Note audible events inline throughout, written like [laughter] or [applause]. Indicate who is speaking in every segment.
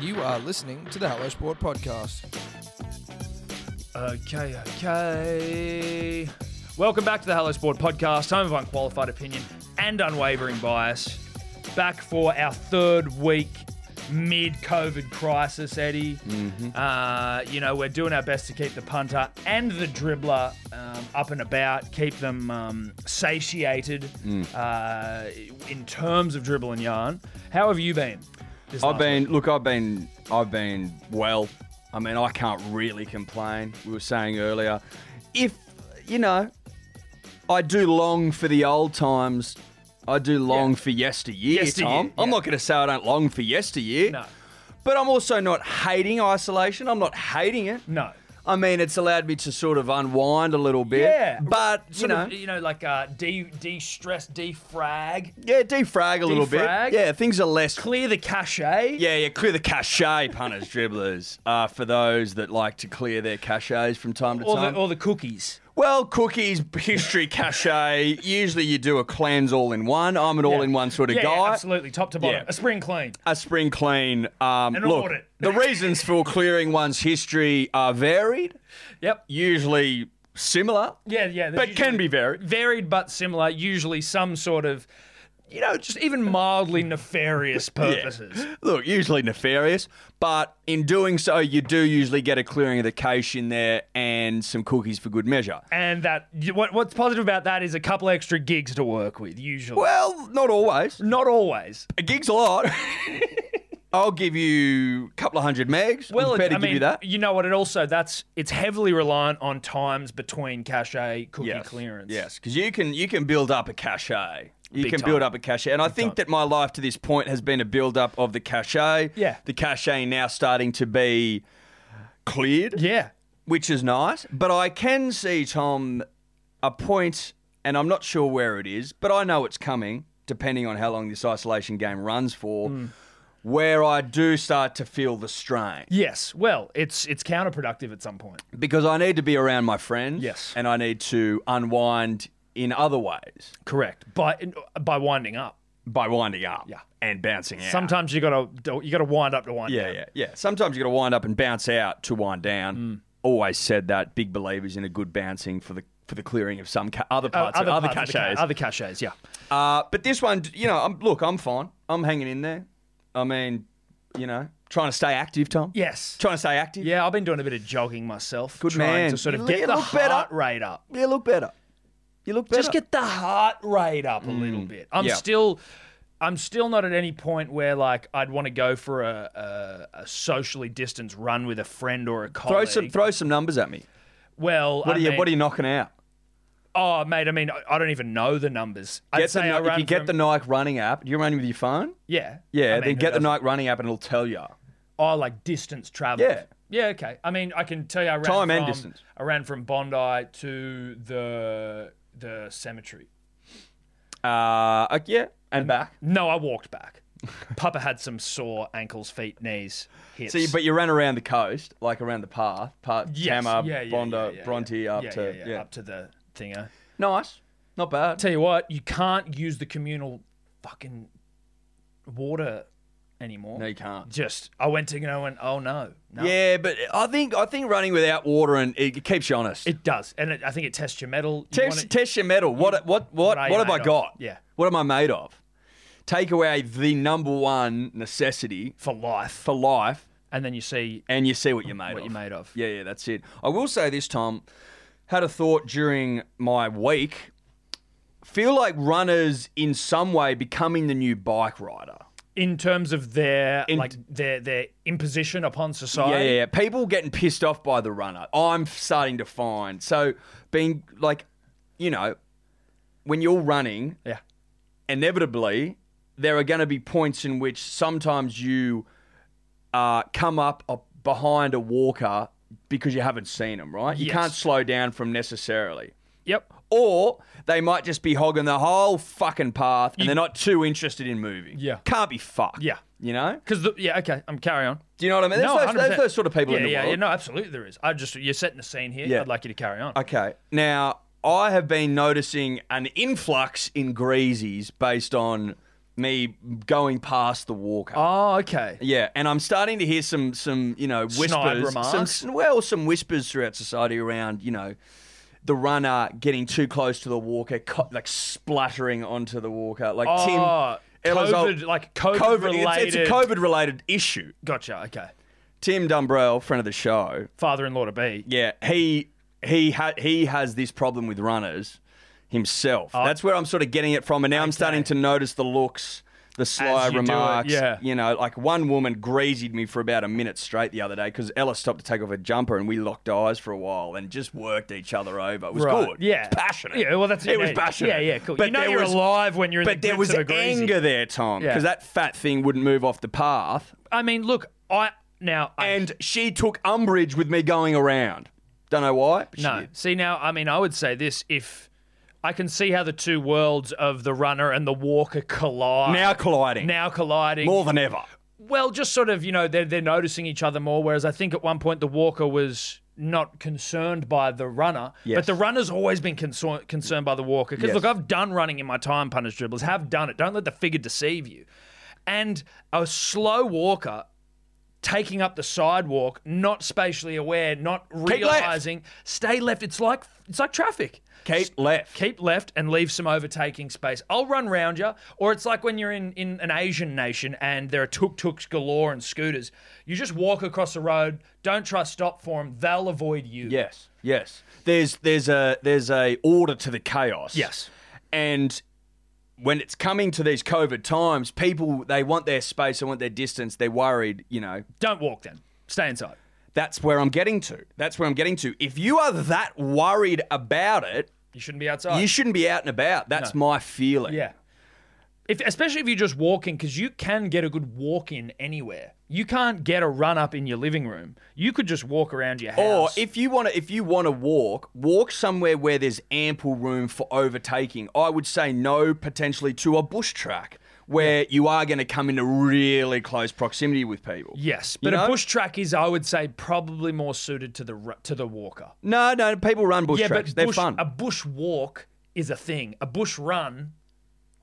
Speaker 1: You are listening to the Hello Sport Podcast.
Speaker 2: Okay, okay. Welcome back to the Hello Sport podcast, home of unqualified opinion and unwavering bias. Back for our third week mid COVID crisis, Eddie.
Speaker 3: Mm-hmm.
Speaker 2: Uh, you know, we're doing our best to keep the punter and the dribbler um, up and about, keep them um, satiated
Speaker 3: Mm.
Speaker 2: uh, in terms of dribble and yarn. How have you been? this
Speaker 3: I've
Speaker 2: last
Speaker 3: been look. I've been I've been well. I mean, I can't really complain. We were saying earlier, if you know, I do long for the old times. I do long
Speaker 2: Yeah.
Speaker 3: for yesteryear,
Speaker 2: Yesteryear,
Speaker 3: Tom. I'm
Speaker 2: yeah.
Speaker 3: not going to say I don't long for yesteryear.
Speaker 2: No.
Speaker 3: But I'm also not hating isolation. I'm not hating it.
Speaker 2: No.
Speaker 3: I mean, it's allowed me to sort of unwind a little bit.
Speaker 2: Yeah.
Speaker 3: But, you
Speaker 2: Sort
Speaker 3: know.
Speaker 2: of, you know, like uh, de de stress, defrag.
Speaker 3: yeah, defrag a little
Speaker 2: Defrag.
Speaker 3: bit. Yeah, things are less
Speaker 2: clear the cachet.
Speaker 3: Yeah, yeah, clear the cachet, punters, dribblers, uh, for those that like to clear their cachets from time to
Speaker 2: Or
Speaker 3: time.
Speaker 2: the, or the cookies.
Speaker 3: well, cookies, history, cachet. Usually you do a cleanse all in one. I'm an all in one sort of
Speaker 2: Yeah,
Speaker 3: guy.
Speaker 2: Yeah, absolutely, top to bottom.
Speaker 3: Yeah.
Speaker 2: A spring clean.
Speaker 3: A spring clean. Um,
Speaker 2: An
Speaker 3: look,
Speaker 2: audit.
Speaker 3: the reasons for clearing one's history are varied,
Speaker 2: Yep.
Speaker 3: usually similar,
Speaker 2: Yeah, yeah.
Speaker 3: but can be varied.
Speaker 2: varied but similar, usually some sort of, you know, just even mildly
Speaker 3: [laughs]
Speaker 2: nefarious purposes.
Speaker 3: Look, usually nefarious, but in doing so, you do usually get a clearing of the cache in there and some cookies for good measure.
Speaker 2: And that you- what, what's positive about that is a couple extra gigs to work with, usually.
Speaker 3: Well, not always.
Speaker 2: Not always.
Speaker 3: A gig's a lot. [laughs] I'll give you a couple of hundred megs. Well, I'm prepared to
Speaker 2: I
Speaker 3: give
Speaker 2: mean,
Speaker 3: you that.
Speaker 2: know what? It also that's it's heavily reliant on times between cachet cookie
Speaker 3: Yes.
Speaker 2: clearance.
Speaker 3: Yes, because you can you can build up a cachet. You
Speaker 2: Big
Speaker 3: can
Speaker 2: time.
Speaker 3: build up a cachet, and I think
Speaker 2: time.
Speaker 3: that my life to this point has been a build up of the cachet.
Speaker 2: Yeah.
Speaker 3: the cachet now starting to be cleared.
Speaker 2: Yeah.
Speaker 3: which is nice. But I can see, Tom, a point, and I'm not sure where it is, but I know it's coming, depending on how long this isolation game runs for,
Speaker 2: Mm.
Speaker 3: where I do start to feel the strain.
Speaker 2: Yes. Well, it's it's counterproductive at some point.
Speaker 3: Because I need to be around my friends.
Speaker 2: Yes.
Speaker 3: And I need to unwind in other ways
Speaker 2: Correct. By by winding up.
Speaker 3: by winding up
Speaker 2: Yeah.
Speaker 3: and bouncing out.
Speaker 2: Sometimes you gotta you gotta wind up to wind
Speaker 3: Yeah,
Speaker 2: down.
Speaker 3: yeah, yeah. Sometimes you got to wind up and bounce out to wind down.
Speaker 2: Mm.
Speaker 3: Always said that. Big believers in a good bouncing for the for the clearing of some ca- other
Speaker 2: Uh,
Speaker 3: parts,
Speaker 2: other,
Speaker 3: other
Speaker 2: parts of the ca-
Speaker 3: cachets.
Speaker 2: other cachets, yeah.
Speaker 3: Uh, but this one, you know, I'm, look, I'm fine. I'm hanging in there. I mean, you know, trying to stay active, Tom.
Speaker 2: Yes.
Speaker 3: Trying to stay active.
Speaker 2: Yeah, I've been doing a bit of jogging myself.
Speaker 3: Good
Speaker 2: trying
Speaker 3: man.
Speaker 2: to sort of
Speaker 3: You
Speaker 2: get the
Speaker 3: look better.
Speaker 2: heart rate up.
Speaker 3: You look better. You look better. Mm.
Speaker 2: Just get the heart rate up a little bit. I'm
Speaker 3: yeah.
Speaker 2: still I'm still not at any point where like I'd want to go for a, a, a socially distanced run with a friend or a
Speaker 3: throw
Speaker 2: colleague.
Speaker 3: some throw some numbers at me.
Speaker 2: well,
Speaker 3: What
Speaker 2: I
Speaker 3: are you
Speaker 2: mean-
Speaker 3: What are you knocking out?
Speaker 2: Oh, mate, I mean, I- I don't even know the numbers. I'd
Speaker 3: Get the,
Speaker 2: say
Speaker 3: Ni-
Speaker 2: I
Speaker 3: if
Speaker 2: run
Speaker 3: you get
Speaker 2: from-
Speaker 3: the Nike running app, you're running with your phone.
Speaker 2: yeah, I
Speaker 3: Yeah,
Speaker 2: mean,
Speaker 3: then
Speaker 2: who
Speaker 3: get the
Speaker 2: doesn't?
Speaker 3: Nike running app and it'll tell you.
Speaker 2: Oh, like distance travel.
Speaker 3: Yeah.
Speaker 2: Yeah, okay. I mean, I can tell you I ran
Speaker 3: Time
Speaker 2: from,
Speaker 3: and distance.
Speaker 2: I ran from Bondi to the the cemetery.
Speaker 3: Uh, uh, yeah, and back.
Speaker 2: No, I walked
Speaker 3: [laughs]
Speaker 2: back. Papa had some sore ankles, feet, knees, hips.
Speaker 3: So, you, but you ran around the coast, like around the path, part
Speaker 2: Yes,
Speaker 3: Tamar,
Speaker 2: yeah, yeah,
Speaker 3: Bondi,
Speaker 2: yeah, yeah, yeah.
Speaker 3: Bronte, up
Speaker 2: Yeah,
Speaker 3: to
Speaker 2: yeah, yeah, up to the thinger.
Speaker 3: nice, not bad.
Speaker 2: Tell you what, you can't use the communal fucking water anymore.
Speaker 3: No, you can't.
Speaker 2: Just I went to go and oh no, no.
Speaker 3: Yeah, but I think I think running without water and it keeps you honest.
Speaker 2: It does, and it, I think it tests your metal. You
Speaker 3: test,
Speaker 2: wanna-
Speaker 3: test your metal. What what what
Speaker 2: What are
Speaker 3: what,
Speaker 2: you
Speaker 3: have I
Speaker 2: made of?
Speaker 3: got?
Speaker 2: Yeah.
Speaker 3: What am I made of? Take away the number one necessity
Speaker 2: for life,
Speaker 3: for life,
Speaker 2: and then you see
Speaker 3: and you see what you're made
Speaker 2: what
Speaker 3: of.
Speaker 2: you're made of.
Speaker 3: Yeah, yeah, that's it. I will say this, Tom. Had a thought during my week. Feel like runners in some way becoming the new bike rider.
Speaker 2: in terms of their
Speaker 3: In-
Speaker 2: like their their imposition upon society.
Speaker 3: Yeah, yeah, yeah. People getting pissed off by the runner. I'm starting to find. So being like, you know, when you're running,
Speaker 2: yeah.
Speaker 3: inevitably there are going to be points in which sometimes you uh, come up a, behind a walker because you haven't seen them, right? You
Speaker 2: Yes.
Speaker 3: can't slow down from necessarily.
Speaker 2: Yep.
Speaker 3: Or they might just be hogging the whole fucking path and they're not too interested in moving.
Speaker 2: Yeah.
Speaker 3: Can't be fucked.
Speaker 2: Yeah.
Speaker 3: You know?
Speaker 2: Because yeah, okay, I'm carry on.
Speaker 3: Do you know what I mean? There's, those,
Speaker 2: 100%.
Speaker 3: there's those sort of people
Speaker 2: yeah,
Speaker 3: in the
Speaker 2: yeah,
Speaker 3: world.
Speaker 2: Yeah, no, absolutely there is. I just you're setting the scene here.
Speaker 3: Yeah.
Speaker 2: I'd like you to carry on.
Speaker 3: Okay. Now, I have been noticing an influx in greasies based on me going past the walker.
Speaker 2: Oh, okay.
Speaker 3: Yeah, and I'm starting to hear some some you know
Speaker 2: Snide
Speaker 3: whispers,
Speaker 2: remarks?
Speaker 3: some well some whispers throughout society around you know the runner getting too close to the walker, co- like spluttering onto the walker, like
Speaker 2: Oh,
Speaker 3: Tim. Ella's old-
Speaker 2: COVID, like COVID,
Speaker 3: it's-
Speaker 2: related.
Speaker 3: It's, a COVID related issue.
Speaker 2: Gotcha. Okay.
Speaker 3: Tim Dumbrell, friend of the show,
Speaker 2: Father-in-law to be.
Speaker 3: yeah, he he ha- he has this problem with runners himself.
Speaker 2: Oh.
Speaker 3: That's where I'm sort of getting it from, and now I'm starting to notice the looks, the sly
Speaker 2: you do it,
Speaker 3: remarks.
Speaker 2: yeah.
Speaker 3: you know, like one woman greased me for about a minute straight the other day because Ella stopped to take off her jumper, and we locked eyes for a while and just worked each other over. It was
Speaker 2: Right.
Speaker 3: good.
Speaker 2: Yeah.
Speaker 3: It's passionate.
Speaker 2: Yeah, well, that's
Speaker 3: it was
Speaker 2: yeah,
Speaker 3: passionate.
Speaker 2: Yeah, yeah, cool.
Speaker 3: But
Speaker 2: you know
Speaker 3: there
Speaker 2: you're
Speaker 3: was-
Speaker 2: alive when you're in the
Speaker 3: But there
Speaker 2: grips
Speaker 3: was
Speaker 2: of a greasy.
Speaker 3: anger there, Tom,
Speaker 2: Yeah.
Speaker 3: because that fat thing wouldn't move off the path,
Speaker 2: I mean, look, I now I
Speaker 3: and she took umbrage with me going around. Don't know why. But she
Speaker 2: No.
Speaker 3: did.
Speaker 2: See now, I mean, I would say this if I can see how the two worlds of the runner and the walker collide.
Speaker 3: Now colliding.
Speaker 2: now colliding.
Speaker 3: more than ever.
Speaker 2: well, just sort of, you know, they're they're noticing each other more. Whereas I think at one point the walker was not concerned by the runner,
Speaker 3: Yes.
Speaker 2: but the runner's always been concern, concerned by the walker. Because
Speaker 3: Yes.
Speaker 2: look, I've done running in my time, punish dribblers. Have done it. Don't let the figure deceive you. And a slow walker taking up the sidewalk, not spatially aware, not
Speaker 3: left.
Speaker 2: realizing, stay left. It's like it's like traffic.
Speaker 3: Keep left.
Speaker 2: Keep left and leave some overtaking space. I'll run round you. Or it's like when you're in, in an Asian nation and there are tuk tuks galore and scooters. You just walk across the road. Don't try to stop for them. They'll avoid you.
Speaker 3: Yes, yes. There's there's a there's a order to the chaos.
Speaker 2: Yes.
Speaker 3: and when it's coming to these COVID times, people they want their space, they want their distance, they're worried. You know,
Speaker 2: Don't walk then. Stay inside.
Speaker 3: that's where I'm getting to. That's where I'm getting to. If you are that worried about it,
Speaker 2: You shouldn't be outside.
Speaker 3: you shouldn't be out and about. That's my feeling.
Speaker 2: yeah. If, especially if you're just walking, because you can get a good walk in anywhere. You can't get a run up in your living room. You could just walk around your
Speaker 3: Or
Speaker 2: house.
Speaker 3: if you want to, if you want to walk, walk somewhere where there's ample room for overtaking. I would say no, potentially to a bush track where you are going to come into really close proximity with people.
Speaker 2: Yes,
Speaker 3: You
Speaker 2: but a
Speaker 3: know?
Speaker 2: bush track is, I would say, probably more suited to the ru- to the walker.
Speaker 3: No, no, people run bush
Speaker 2: yeah,
Speaker 3: tracks.
Speaker 2: but
Speaker 3: They're
Speaker 2: bush,
Speaker 3: fun.
Speaker 2: a bush walk is a thing. A bush run,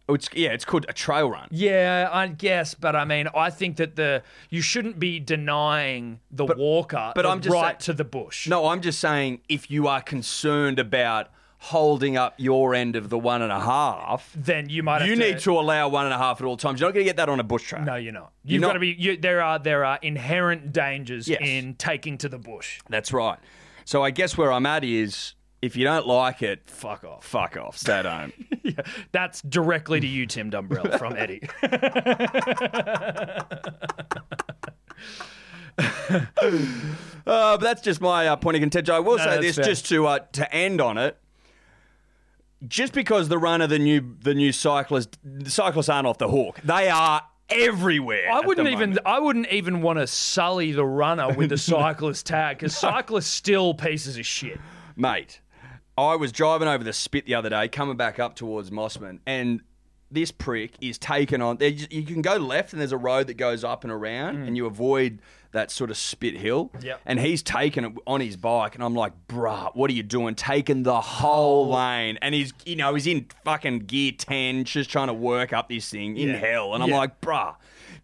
Speaker 3: Oh, it's, yeah, it's called a trail run.
Speaker 2: yeah, I guess. But I mean, I think that the you shouldn't be denying the walker
Speaker 3: but
Speaker 2: the
Speaker 3: I'm just
Speaker 2: right
Speaker 3: saying-
Speaker 2: to the bush.
Speaker 3: No, I'm just saying if you are concerned about holding up your end of the one and a half,
Speaker 2: then you might.
Speaker 3: you
Speaker 2: have
Speaker 3: need to allow one and a half at all times. You're not going to get that on a bush track.
Speaker 2: No, you're not. You've got
Speaker 3: not-
Speaker 2: to be. You, there are there are inherent dangers
Speaker 3: Yes.
Speaker 2: in taking to the bush.
Speaker 3: That's right. So I guess where I'm at is if you don't like it,
Speaker 2: Fuck off.
Speaker 3: fuck off, stay at home. [laughs]
Speaker 2: Yeah, that's directly to you, Tim Dumbrell [laughs] from Eddie.
Speaker 3: Uh, but that's just my uh, point of contention. I will say
Speaker 2: that's
Speaker 3: this
Speaker 2: fair.
Speaker 3: just to uh, to end on it. Just because the runner, the new the new cyclist, the cyclists aren't off the hook. They are everywhere.
Speaker 2: I
Speaker 3: at the
Speaker 2: wouldn't even.
Speaker 3: moment.
Speaker 2: I wouldn't even want to sully the runner with [laughs] the cyclist tag because cyclists still pieces of shit.
Speaker 3: mate. I was driving over the spit the other day, coming back up towards Mossman, and this prick is taken on. there- You can go left, and there's a road that goes up and around, and you avoid that sort of spit hill.
Speaker 2: Mm. Yep.
Speaker 3: And he's taken it on his bike, and I'm like, bruh, what are you doing? Taking the whole
Speaker 2: Oh.
Speaker 3: lane, and he's, you know, he's in fucking gear ten, just trying to work up this thing in
Speaker 2: Yeah.
Speaker 3: hell, and I'm
Speaker 2: Yeah.
Speaker 3: like, bruh.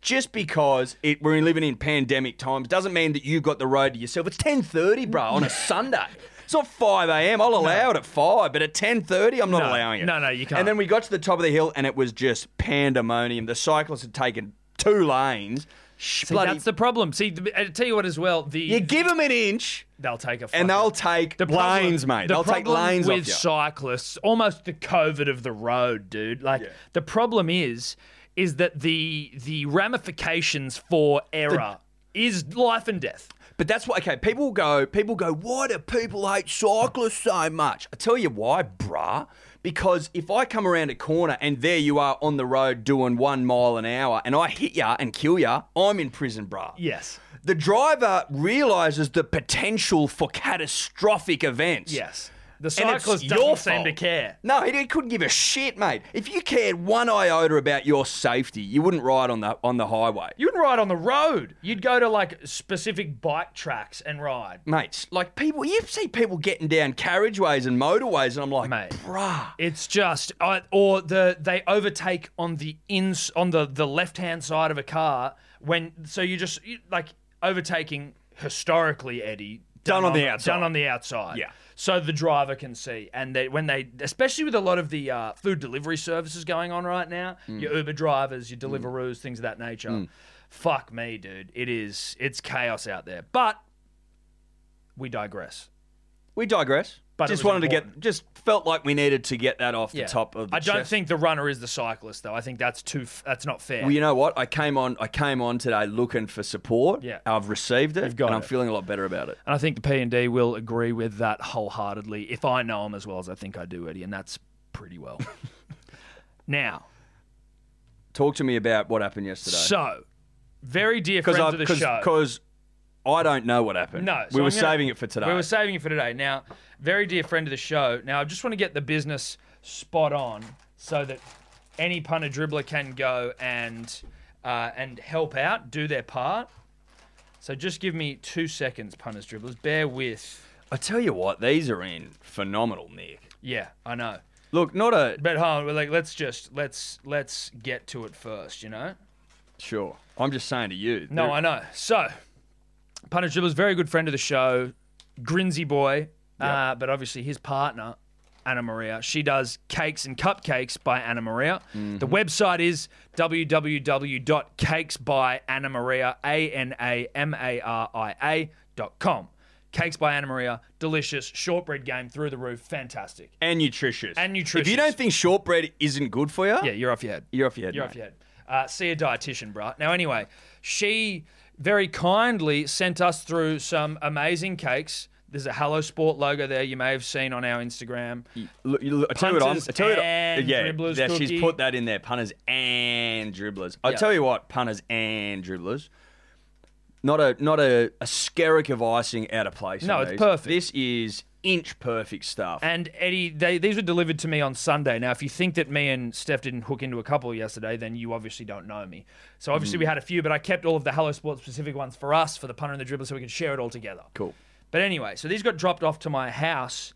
Speaker 3: Just because it, we're living in pandemic times doesn't mean that you've got the road to yourself. It's ten thirty,
Speaker 2: [laughs]
Speaker 3: bruh, on a Sunday. It's not five a.m. I'll allow it at five, but at ten thirty, I'm not
Speaker 2: No.
Speaker 3: allowing it.
Speaker 2: No, no, you can't.
Speaker 3: And then we got to the top of the hill, and it was just pandemonium. The cyclists had taken two lanes. Sh-
Speaker 2: See,
Speaker 3: bloody-
Speaker 2: that's the problem. See, th- I tell you what, as well, the
Speaker 3: [laughs] you give them an inch,
Speaker 2: they'll take a fucking-
Speaker 3: and they'll take
Speaker 2: The problem-
Speaker 3: lanes, mate.
Speaker 2: the
Speaker 3: They'll take
Speaker 2: problem
Speaker 3: lanes
Speaker 2: with
Speaker 3: off you.
Speaker 2: cyclists. Almost the COVID of the road, dude. Like
Speaker 3: Yeah.
Speaker 2: the problem is, is that the the ramifications for error is life and death.
Speaker 3: But that's why. Okay, people go. People go. Why do people hate cyclists so much? I tell you why, bruh. Because if I come around a corner and there you are on the road doing one mile an hour, and I hit ya and kill ya, I'm in prison, bruh.
Speaker 2: Yes.
Speaker 3: The driver realizes the potential for catastrophic events.
Speaker 2: Yes. The
Speaker 3: And it's
Speaker 2: cyclist
Speaker 3: your
Speaker 2: doesn't seem
Speaker 3: fault.
Speaker 2: to care.
Speaker 3: No, he, he couldn't give a shit, mate. If you cared one iota about your safety, you wouldn't ride on the on the highway,
Speaker 2: You wouldn't ride on the road. You'd go to like specific bike tracks and ride.
Speaker 3: mates. Like people, you see people getting down carriageways and motorways, and I'm like,
Speaker 2: Mate.
Speaker 3: bruh.
Speaker 2: It's just, I or the they overtake on the ins on the the left hand side of a car when so you just you- like overtaking historically, Eddie.
Speaker 4: Done on the outside.
Speaker 2: Done on the outside.
Speaker 4: Yeah.
Speaker 2: So the driver can see, and they when they, especially with a lot of the uh, food delivery services going on right now, your Uber drivers, your Deliveroos, things of that nature. Fuck me, dude. It is it's chaos out there. But we digress.
Speaker 3: We digress.
Speaker 2: But it
Speaker 3: just
Speaker 2: was
Speaker 3: wanted to
Speaker 2: important.
Speaker 3: get, just felt like we needed to get that off
Speaker 2: Yeah.
Speaker 3: the top of the
Speaker 2: I don't
Speaker 3: chest.
Speaker 2: think the runner is the cyclist though. I think that's too. F- that's not fair.
Speaker 3: Well, you know what? I came on. I came on today looking for support.
Speaker 2: Yeah.
Speaker 3: I've received it,
Speaker 2: You've got
Speaker 3: and I'm
Speaker 2: it.
Speaker 3: feeling a lot better about it.
Speaker 2: and I think the P and D will agree with that wholeheartedly. If I know him as well as I think I do, Eddie, and that's pretty
Speaker 3: [laughs]
Speaker 2: well. now,
Speaker 3: Talk to me about what happened yesterday.
Speaker 2: so very dear friends
Speaker 3: because
Speaker 2: of the show.
Speaker 3: because I don't know what happened.
Speaker 2: No, so
Speaker 3: we
Speaker 2: I'm
Speaker 3: were
Speaker 2: gonna-
Speaker 3: saving it for today.
Speaker 2: We were saving it for today. Now, very dear friend of the show. Now, I just want to get the business spot on so that any punter dribbler can go and uh, and help out, do their part. So just give me two seconds, punters dribblers. Bear with.
Speaker 3: I tell you what, these are in phenomenal, Nick.
Speaker 2: Yeah, I know.
Speaker 3: Look, not a
Speaker 2: But hold on, we're like let's just let's let's get to it first, you know.
Speaker 3: sure. I'm just saying to you.
Speaker 2: No, I know. So, Punter Dribbler's very good friend of the show, Grinsey boy, uh, but obviously his partner, Anna Maria. She does Cakes and Cupcakes by Anna Maria. The website is www.cakesbyannamaria, A-N-A-M-A-R-I-A dot com. Cakes by Anna Maria, delicious, shortbread game through the roof, fantastic.
Speaker 3: and nutritious.
Speaker 2: And
Speaker 3: If
Speaker 2: nutritious.
Speaker 3: you don't think shortbread isn't good for you,
Speaker 2: Yeah, you're off your head.
Speaker 3: you're off your head.
Speaker 2: You're
Speaker 3: mate.
Speaker 2: off your head. Uh, see a dietitian, bruh. Now, anyway, she very kindly sent us through some amazing cakes. There's a Hello Sport logo there you may have seen on our Instagram.
Speaker 3: Look, you- look, I tell you what, I'm,
Speaker 2: Punters
Speaker 3: I tell you what,
Speaker 2: and
Speaker 3: yeah,
Speaker 2: dribblers
Speaker 3: that-
Speaker 2: cookie.
Speaker 3: she's put that in there. Punters and dribblers. I
Speaker 2: Yeah.
Speaker 3: tell you what, punters and dribblers. Not a not a, a skerrick of icing out of place.
Speaker 2: No,
Speaker 3: on
Speaker 2: it's
Speaker 3: these.
Speaker 2: perfect.
Speaker 3: This is inch perfect stuff.
Speaker 2: And Eddie, they, these were delivered to me on Sunday. Now, if you think that me and Steph didn't hook into a couple yesterday, then you obviously don't know me. So obviously we had a few, but I kept all of the Hello Sport specific ones for us, for the punter and the dribbler, so we could share it all together.
Speaker 3: Cool.
Speaker 2: But anyway, so these got dropped off to my house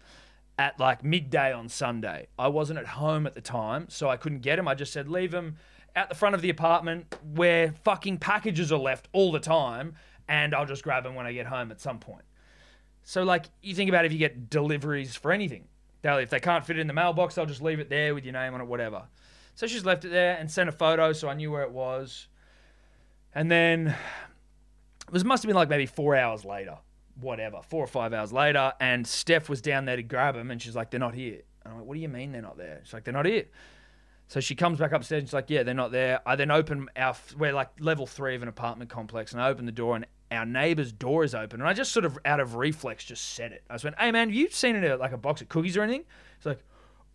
Speaker 2: at like midday on Sunday. I wasn't at home at the time, so I couldn't get them. I just said, leave them out the front of the apartment where fucking packages are left all the time, and I'll just grab them when I get home at some point. So, like, you think about if you get deliveries for anything. They'll, if they can't fit it in the mailbox, they'll just leave it there with your name on it, whatever. So she's left it there and sent a photo so I knew where it was. And then it was must have been like maybe four hours later, whatever, four or five hours later, and Steph was down there to grab him, and she's like, "They're not here." And I'm like, "What do you mean they're not there?" She's like, "They're not here." So she comes back upstairs and she's like, "Yeah, they're not there." I then open our we're like level three of an apartment complex, and I open the door, and our neighbor's door is open, and I just sort of out of reflex just said it. I just went, "Hey man, have you seen it at, like a box of cookies or anything?" He's like,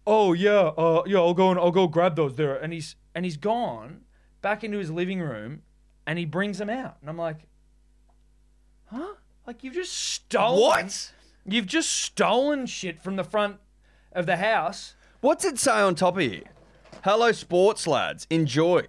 Speaker 2: "Oh yeah, uh, yeah, I'll go and I'll go grab those there," and he's and he's gone back into his living room, and he brings them out, and I'm like, "Huh? Like you've just stolen
Speaker 3: What?
Speaker 2: You've just stolen shit from the front of the house."
Speaker 3: What's it say on top of here? Hello, sports lads. Enjoy.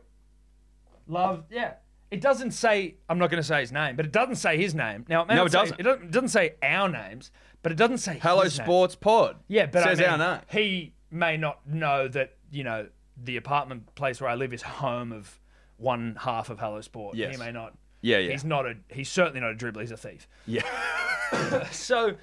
Speaker 2: Love, yeah. It doesn't say. I'm not going to say his name, but it doesn't say his name. Now, it may
Speaker 3: No,
Speaker 2: not
Speaker 3: it
Speaker 2: say-
Speaker 3: doesn't.
Speaker 2: It doesn't, it doesn't say our names, but it doesn't say
Speaker 3: Hello,
Speaker 2: his name.
Speaker 3: sports pod.
Speaker 2: Yeah, but
Speaker 3: says
Speaker 2: I mean,
Speaker 3: our name.
Speaker 2: he may not know that you know the apartment place where I live is home of one half of Hello Sport.
Speaker 3: Yes.
Speaker 2: He may not.
Speaker 3: Yeah, yeah.
Speaker 2: He's not a. He's certainly not a dribbler. He's a thief.
Speaker 3: Yeah.
Speaker 2: [laughs]
Speaker 3: [laughs]
Speaker 2: So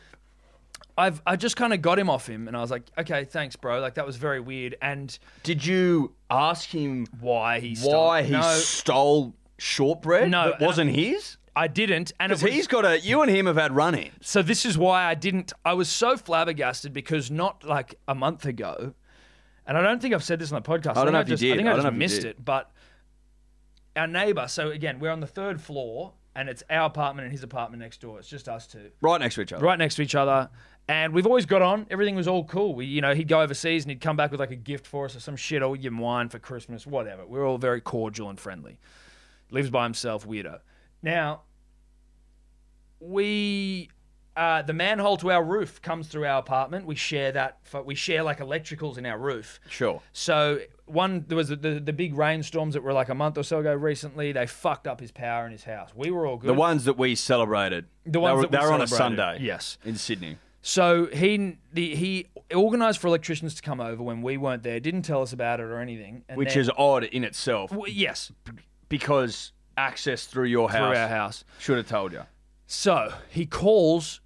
Speaker 2: I've I just kind of got him off him, and I was like, okay, thanks, bro. Like that was very weird. And
Speaker 3: Did you ask him
Speaker 2: why he? stole-
Speaker 3: why he
Speaker 2: No,
Speaker 3: stole shortbread
Speaker 2: No, um,
Speaker 3: that wasn't his?
Speaker 2: I didn't. And it
Speaker 3: Because
Speaker 2: was,
Speaker 3: he's got a. You and him have had run-ins.
Speaker 2: So this is why I didn't. I was so flabbergasted because not like a month ago, and I don't think I've said this on the podcast.
Speaker 3: I don't know
Speaker 2: think
Speaker 3: if you
Speaker 2: just, I
Speaker 3: did.
Speaker 2: think I,
Speaker 3: I
Speaker 2: just
Speaker 3: don't know if you
Speaker 2: missed
Speaker 3: did.
Speaker 2: it. But our neighbour. So again, we're on the third floor, and it's our apartment and his apartment next door. It's just us two,
Speaker 3: Right next to each other.
Speaker 2: right next to each other. And we've always got on. Everything was all cool. We, you know, he'd go overseas and he'd come back with like a gift for us or some shit. I'll give him wine for Christmas, whatever. We We're all very cordial and friendly. Lives by himself, weirdo. Now, we uh, the manhole to our roof comes through our apartment. We share that. For, we share like electricals in our roof.
Speaker 3: Sure.
Speaker 2: So one there was the, the, the big rainstorms that were like a month or so ago recently. They fucked up his power in his house. We were all good.
Speaker 3: The ones that we celebrated.
Speaker 2: The ones
Speaker 3: they were,
Speaker 2: that we
Speaker 3: they were on a
Speaker 2: celebrated,
Speaker 3: Sunday.
Speaker 2: yes.
Speaker 3: In Sydney.
Speaker 2: So he the, he organised for electricians to come over when we weren't there. Didn't tell us about it or anything. And
Speaker 3: Which
Speaker 2: then-
Speaker 3: is odd in itself
Speaker 2: well, yes
Speaker 3: because access through your
Speaker 2: through
Speaker 3: house,
Speaker 2: our house.
Speaker 3: should have told you.
Speaker 2: So he calls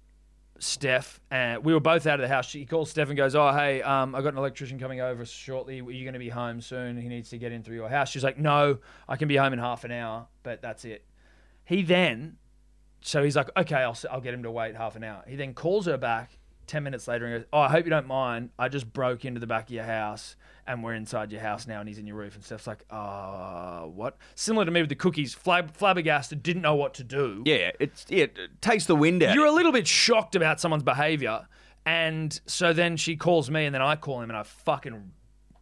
Speaker 2: Steph, and we were both out of the house. He calls Steph and goes, "Oh, hey, um, I got an electrician coming over shortly. Are you going to be home soon? He needs to get in through your house." She's like, "No, I can be home in half an hour, but that's it." He then, so he's like, "Okay, I'll s- I'll get him to wait half an hour." He then calls her back ten minutes later and goes, "Oh, I hope you don't mind. I just broke into the back of your house." And we're inside your house now, and he's in your roof. And Steph's like, uh, what? Similar to me with the cookies, flab- flabbergasted, didn't know what to do.
Speaker 3: Yeah, it's, yeah, it takes the wind out.
Speaker 2: You're
Speaker 3: of
Speaker 2: a little bit shocked about someone's behavior. And so then she calls me, and then I call him, and I fucking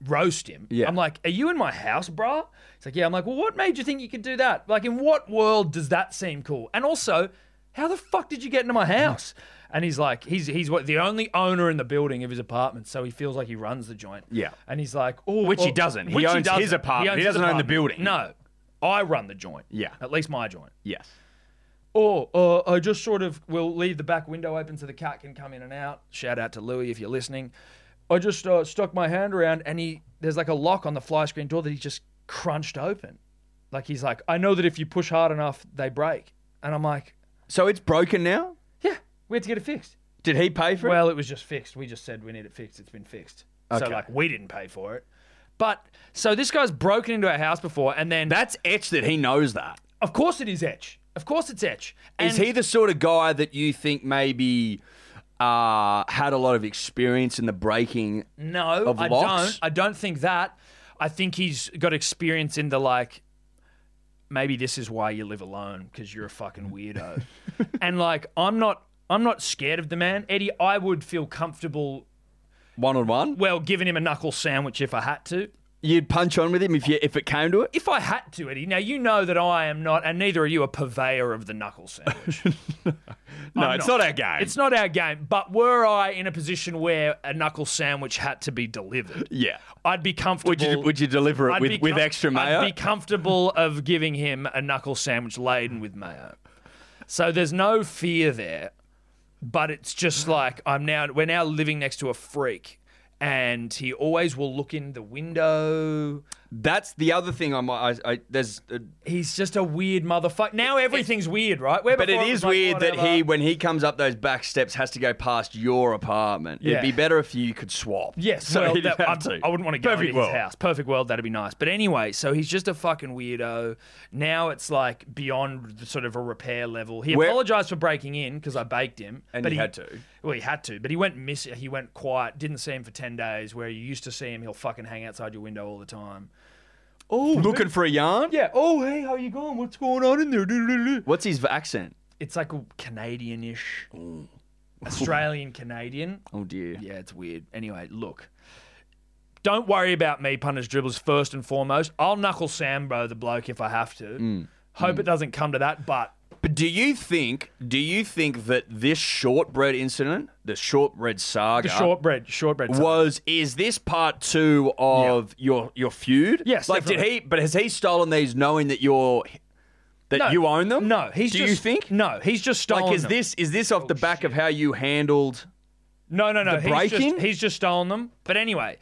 Speaker 2: roast him.
Speaker 3: Yeah.
Speaker 2: I'm like, Are you in my house, bruh? He's like, Yeah. I'm like, Well, what made you think you could do that? Like, in what world does that seem cool? And also, how the fuck did you get into my house? And he's like, he's he's what the only owner in the building of his apartment, so he feels like he runs the joint.
Speaker 3: Yeah.
Speaker 2: And he's like, oh,
Speaker 3: Which he doesn't. He owns his apartment. He
Speaker 2: his
Speaker 3: doesn't own the building.
Speaker 2: No, I run the joint.
Speaker 3: Yeah.
Speaker 2: At least my joint.
Speaker 3: Yes.
Speaker 2: Or uh, I just sort of will leave the back window open so the cat can come in and out. Shout out to Louis if you're listening. I just uh, stuck my hand around and he there's like a lock on the fly screen door that he just crunched open. Like he's like, I know that if you push hard enough, they break. And I'm like,
Speaker 3: So it's broken now?
Speaker 2: yeah, we had to get it fixed.
Speaker 3: Did he pay for it?
Speaker 2: Well, it was just fixed. We just said we need it fixed. It's been fixed. So
Speaker 3: Okay.
Speaker 2: like we didn't pay for it. But so this guy's broken into our house before, and then
Speaker 3: That's etched that he knows that.
Speaker 2: of course it is etch. Of course it's etch. And
Speaker 3: Is he the sort of guy that you think maybe uh, had a lot of experience in the breaking?
Speaker 2: No,
Speaker 3: of
Speaker 2: I
Speaker 3: locks?
Speaker 2: don't. I don't think that. I think he's got experience in the like. Maybe this is why you live alone because you're a fucking
Speaker 3: [laughs]
Speaker 2: weirdo, and like I'm not. I'm not scared of the man, Eddie. I would feel comfortable,
Speaker 3: One on one,
Speaker 2: well, giving him a knuckle sandwich if I had to.
Speaker 3: you'd punch on with him if you if it came to it.
Speaker 2: If I had to, Eddie. Now you know that I am not, and neither are you, a purveyor of the knuckle sandwich.
Speaker 3: [laughs] No,
Speaker 2: I'm not.
Speaker 3: our game.
Speaker 2: it's not our game. But were I in a position where a knuckle sandwich had to be delivered,
Speaker 3: yeah.
Speaker 2: I'd be comfortable.
Speaker 3: Would you would you deliver it
Speaker 2: I'd
Speaker 3: with,
Speaker 2: be
Speaker 3: with
Speaker 2: com-
Speaker 3: extra mayo?
Speaker 2: I'd be comfortable of giving him a knuckle sandwich laden with mayo. So there's no fear there, but it's just like I'm now we're now living next to a freak. And he always will look in the window.
Speaker 3: That's the other thing. I'm, I, I there's, uh,
Speaker 2: He's just a weird motherfucker. Now everything's weird, right? Where
Speaker 3: but it
Speaker 2: before was
Speaker 3: is
Speaker 2: like,
Speaker 3: weird that
Speaker 2: whatever.
Speaker 3: he when he comes up those back steps has to go past your apartment.
Speaker 2: Yeah.
Speaker 3: It'd be better if you could swap.
Speaker 2: Yes,
Speaker 3: so
Speaker 2: well,
Speaker 3: he'd
Speaker 2: that,
Speaker 3: have
Speaker 2: I,
Speaker 3: to.
Speaker 2: I wouldn't want to go
Speaker 3: Perfect
Speaker 2: into
Speaker 3: world.
Speaker 2: his house. Perfect world, that'd be nice. But anyway, so he's just a fucking weirdo. Now it's like beyond the sort of a repair level. He
Speaker 3: Where-
Speaker 2: apologized for breaking in because I baked him,
Speaker 3: And
Speaker 2: but
Speaker 3: he had to.
Speaker 2: Well, he had to, but he went miss. He went quiet. Didn't see him for ten days. Where you used to see him, he'll fucking hang outside your window all the time. Oh,
Speaker 3: Looking for a yarn?
Speaker 2: yeah. Oh, hey, how you going? What's going on in there?
Speaker 3: What's his accent?
Speaker 2: It's like a Canadian-ish, Australian Canadian.
Speaker 3: Oh dear.
Speaker 2: Yeah, it's weird. Anyway, look. Don't worry about me, punish dribblers, first and foremost. I'll knuckle Sambo the bloke if I have to.
Speaker 3: Mm,
Speaker 2: Hope it doesn't come to that, but
Speaker 3: But do you think do you think that this shortbread incident, the shortbread saga,
Speaker 2: the shortbread, shortbread.
Speaker 3: was is this part two of your your feud?
Speaker 2: Yes,
Speaker 3: Like
Speaker 2: definitely.
Speaker 3: did he? But has he stolen these knowing that you're that
Speaker 2: No.
Speaker 3: you own them?
Speaker 2: No, he's
Speaker 3: Do
Speaker 2: just,
Speaker 3: you think?
Speaker 2: No, he's just stolen
Speaker 3: Like is
Speaker 2: them. Oh,
Speaker 3: this is this off the back of how you handled?
Speaker 2: No, no, no. he's,
Speaker 3: break-in?
Speaker 2: just, he's just stolen them. But anyway,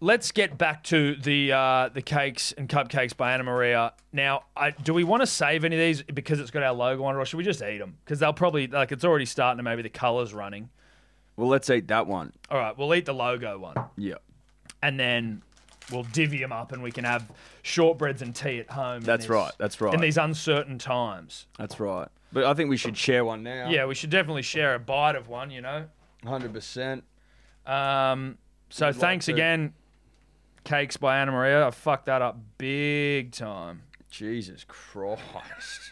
Speaker 2: let's get back to the uh, the cakes and cupcakes by Anna Maria. Now, I, do we want to save any of these because it's got our logo on it, or should we just eat them? Because they'll probably like it's already starting to maybe the colours running.
Speaker 3: Well, let's eat that one.
Speaker 2: All right, we'll eat the logo one.
Speaker 3: Yeah,
Speaker 2: and then we'll divvy them up and we can have shortbreads and tea at home. in
Speaker 3: That's right, that's right.
Speaker 2: In these uncertain times.
Speaker 3: that's right. But I think we should share one now.
Speaker 2: Yeah, we should definitely share a bite of one, you know.
Speaker 3: hundred percent.
Speaker 2: Um, so
Speaker 3: We'd like
Speaker 2: thanks
Speaker 3: to.
Speaker 2: again, Cakes by Anna Maria. I fucked that up big time.
Speaker 3: Jesus Christ.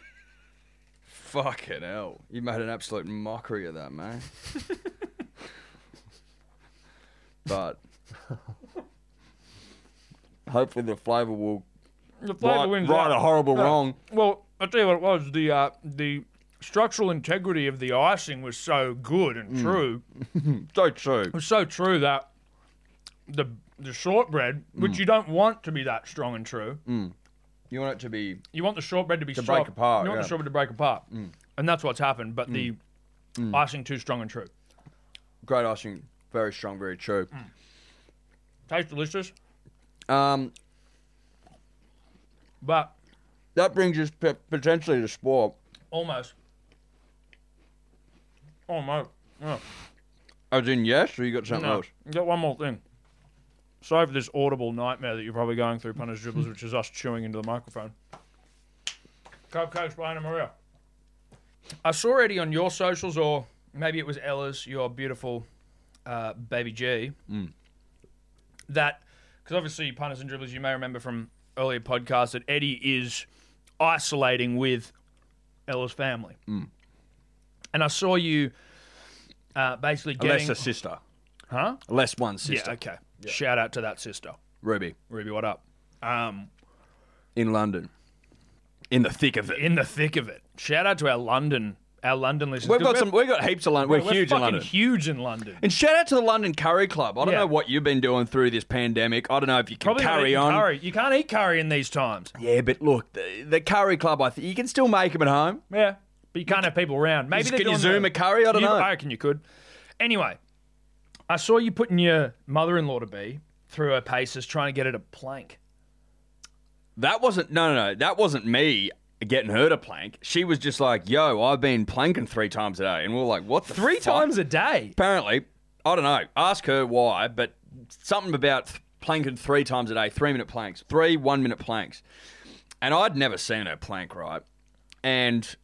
Speaker 3: [laughs] Fucking hell. You made an absolute mockery of
Speaker 2: [laughs]
Speaker 3: that, man. but hopefully the flavour will
Speaker 2: The
Speaker 3: right,
Speaker 2: flavour wins
Speaker 3: right
Speaker 2: out.
Speaker 3: a horrible
Speaker 2: Yeah.
Speaker 3: wrong.
Speaker 2: Well, I'll tell you what it was. The uh, the structural integrity of the icing was so good and
Speaker 3: Mm.
Speaker 2: true.
Speaker 3: So true.
Speaker 2: It was so true that the the shortbread, which
Speaker 3: Mm.
Speaker 2: you don't want to be that strong and true,
Speaker 3: You want it to be
Speaker 2: you want the shortbread to be
Speaker 3: To
Speaker 2: strong.
Speaker 3: break apart,
Speaker 2: You want the
Speaker 3: yeah. Mm.
Speaker 2: shortbread to break apart, and that's what's happened. But the icing too strong and true.
Speaker 3: great icing, very strong, very true.
Speaker 2: Tastes delicious, Mm.
Speaker 3: Um,
Speaker 2: but
Speaker 3: that brings us p- potentially to sport.
Speaker 2: almost, almost. Yeah.
Speaker 3: As in yes, or you got something
Speaker 2: No.
Speaker 3: else?
Speaker 2: I've Got one more thing. Sorry for this audible nightmare that you're probably going through, Punters Dribblers, which is us chewing into the microphone. Cupcakes by Anna Maria. I saw Eddie on your socials, or maybe it was Ella's, your beautiful uh, baby G. That, because obviously, Punters and Dribblers, you may remember from earlier podcasts that Eddie is isolating with Ella's family. And I saw you uh, basically getting.
Speaker 3: Less a sister,
Speaker 2: huh?
Speaker 3: less one sister.
Speaker 2: Yeah, okay. Shout out to that sister.
Speaker 3: Ruby
Speaker 2: Ruby, what up? Um,
Speaker 3: in London, in the thick of it.
Speaker 2: in the thick of it. Shout out to our London, our London listeners.
Speaker 3: We've
Speaker 2: 'cause
Speaker 3: got
Speaker 2: we're-
Speaker 3: some. We've got heaps of London. We're,
Speaker 2: we're
Speaker 3: huge in
Speaker 2: fucking
Speaker 3: London.
Speaker 2: Huge in London.
Speaker 3: And shout out to the London Curry Club. I don't
Speaker 2: Yeah.
Speaker 3: know what you've been doing through this pandemic. I don't know if you can
Speaker 2: Probably not
Speaker 3: carry
Speaker 2: eating
Speaker 3: on.
Speaker 2: Curry. You can't eat curry in these times.
Speaker 3: Yeah, but look, the, the Curry Club. I think you can still make them at home.
Speaker 2: Yeah, but you can't have people around. Maybe
Speaker 3: Just-
Speaker 2: they're
Speaker 3: can you
Speaker 2: doing
Speaker 3: Zoom
Speaker 2: the-
Speaker 3: a curry? I don't
Speaker 2: You-
Speaker 3: know.
Speaker 2: I reckon you could. Anyway, I saw you putting your mother-in-law to be through her paces, trying to get her to plank.
Speaker 3: That wasn't no, no, no. That wasn't me getting her to plank. She was just like, "Yo, I've been planking three times a day," and we are like, "What? The
Speaker 2: Three
Speaker 3: fuck?"
Speaker 2: times a day.
Speaker 3: Apparently, I don't know. Ask her why, but something about th- planking three times a day, three minute planks, three one minute planks. And I'd never seen her plank right. And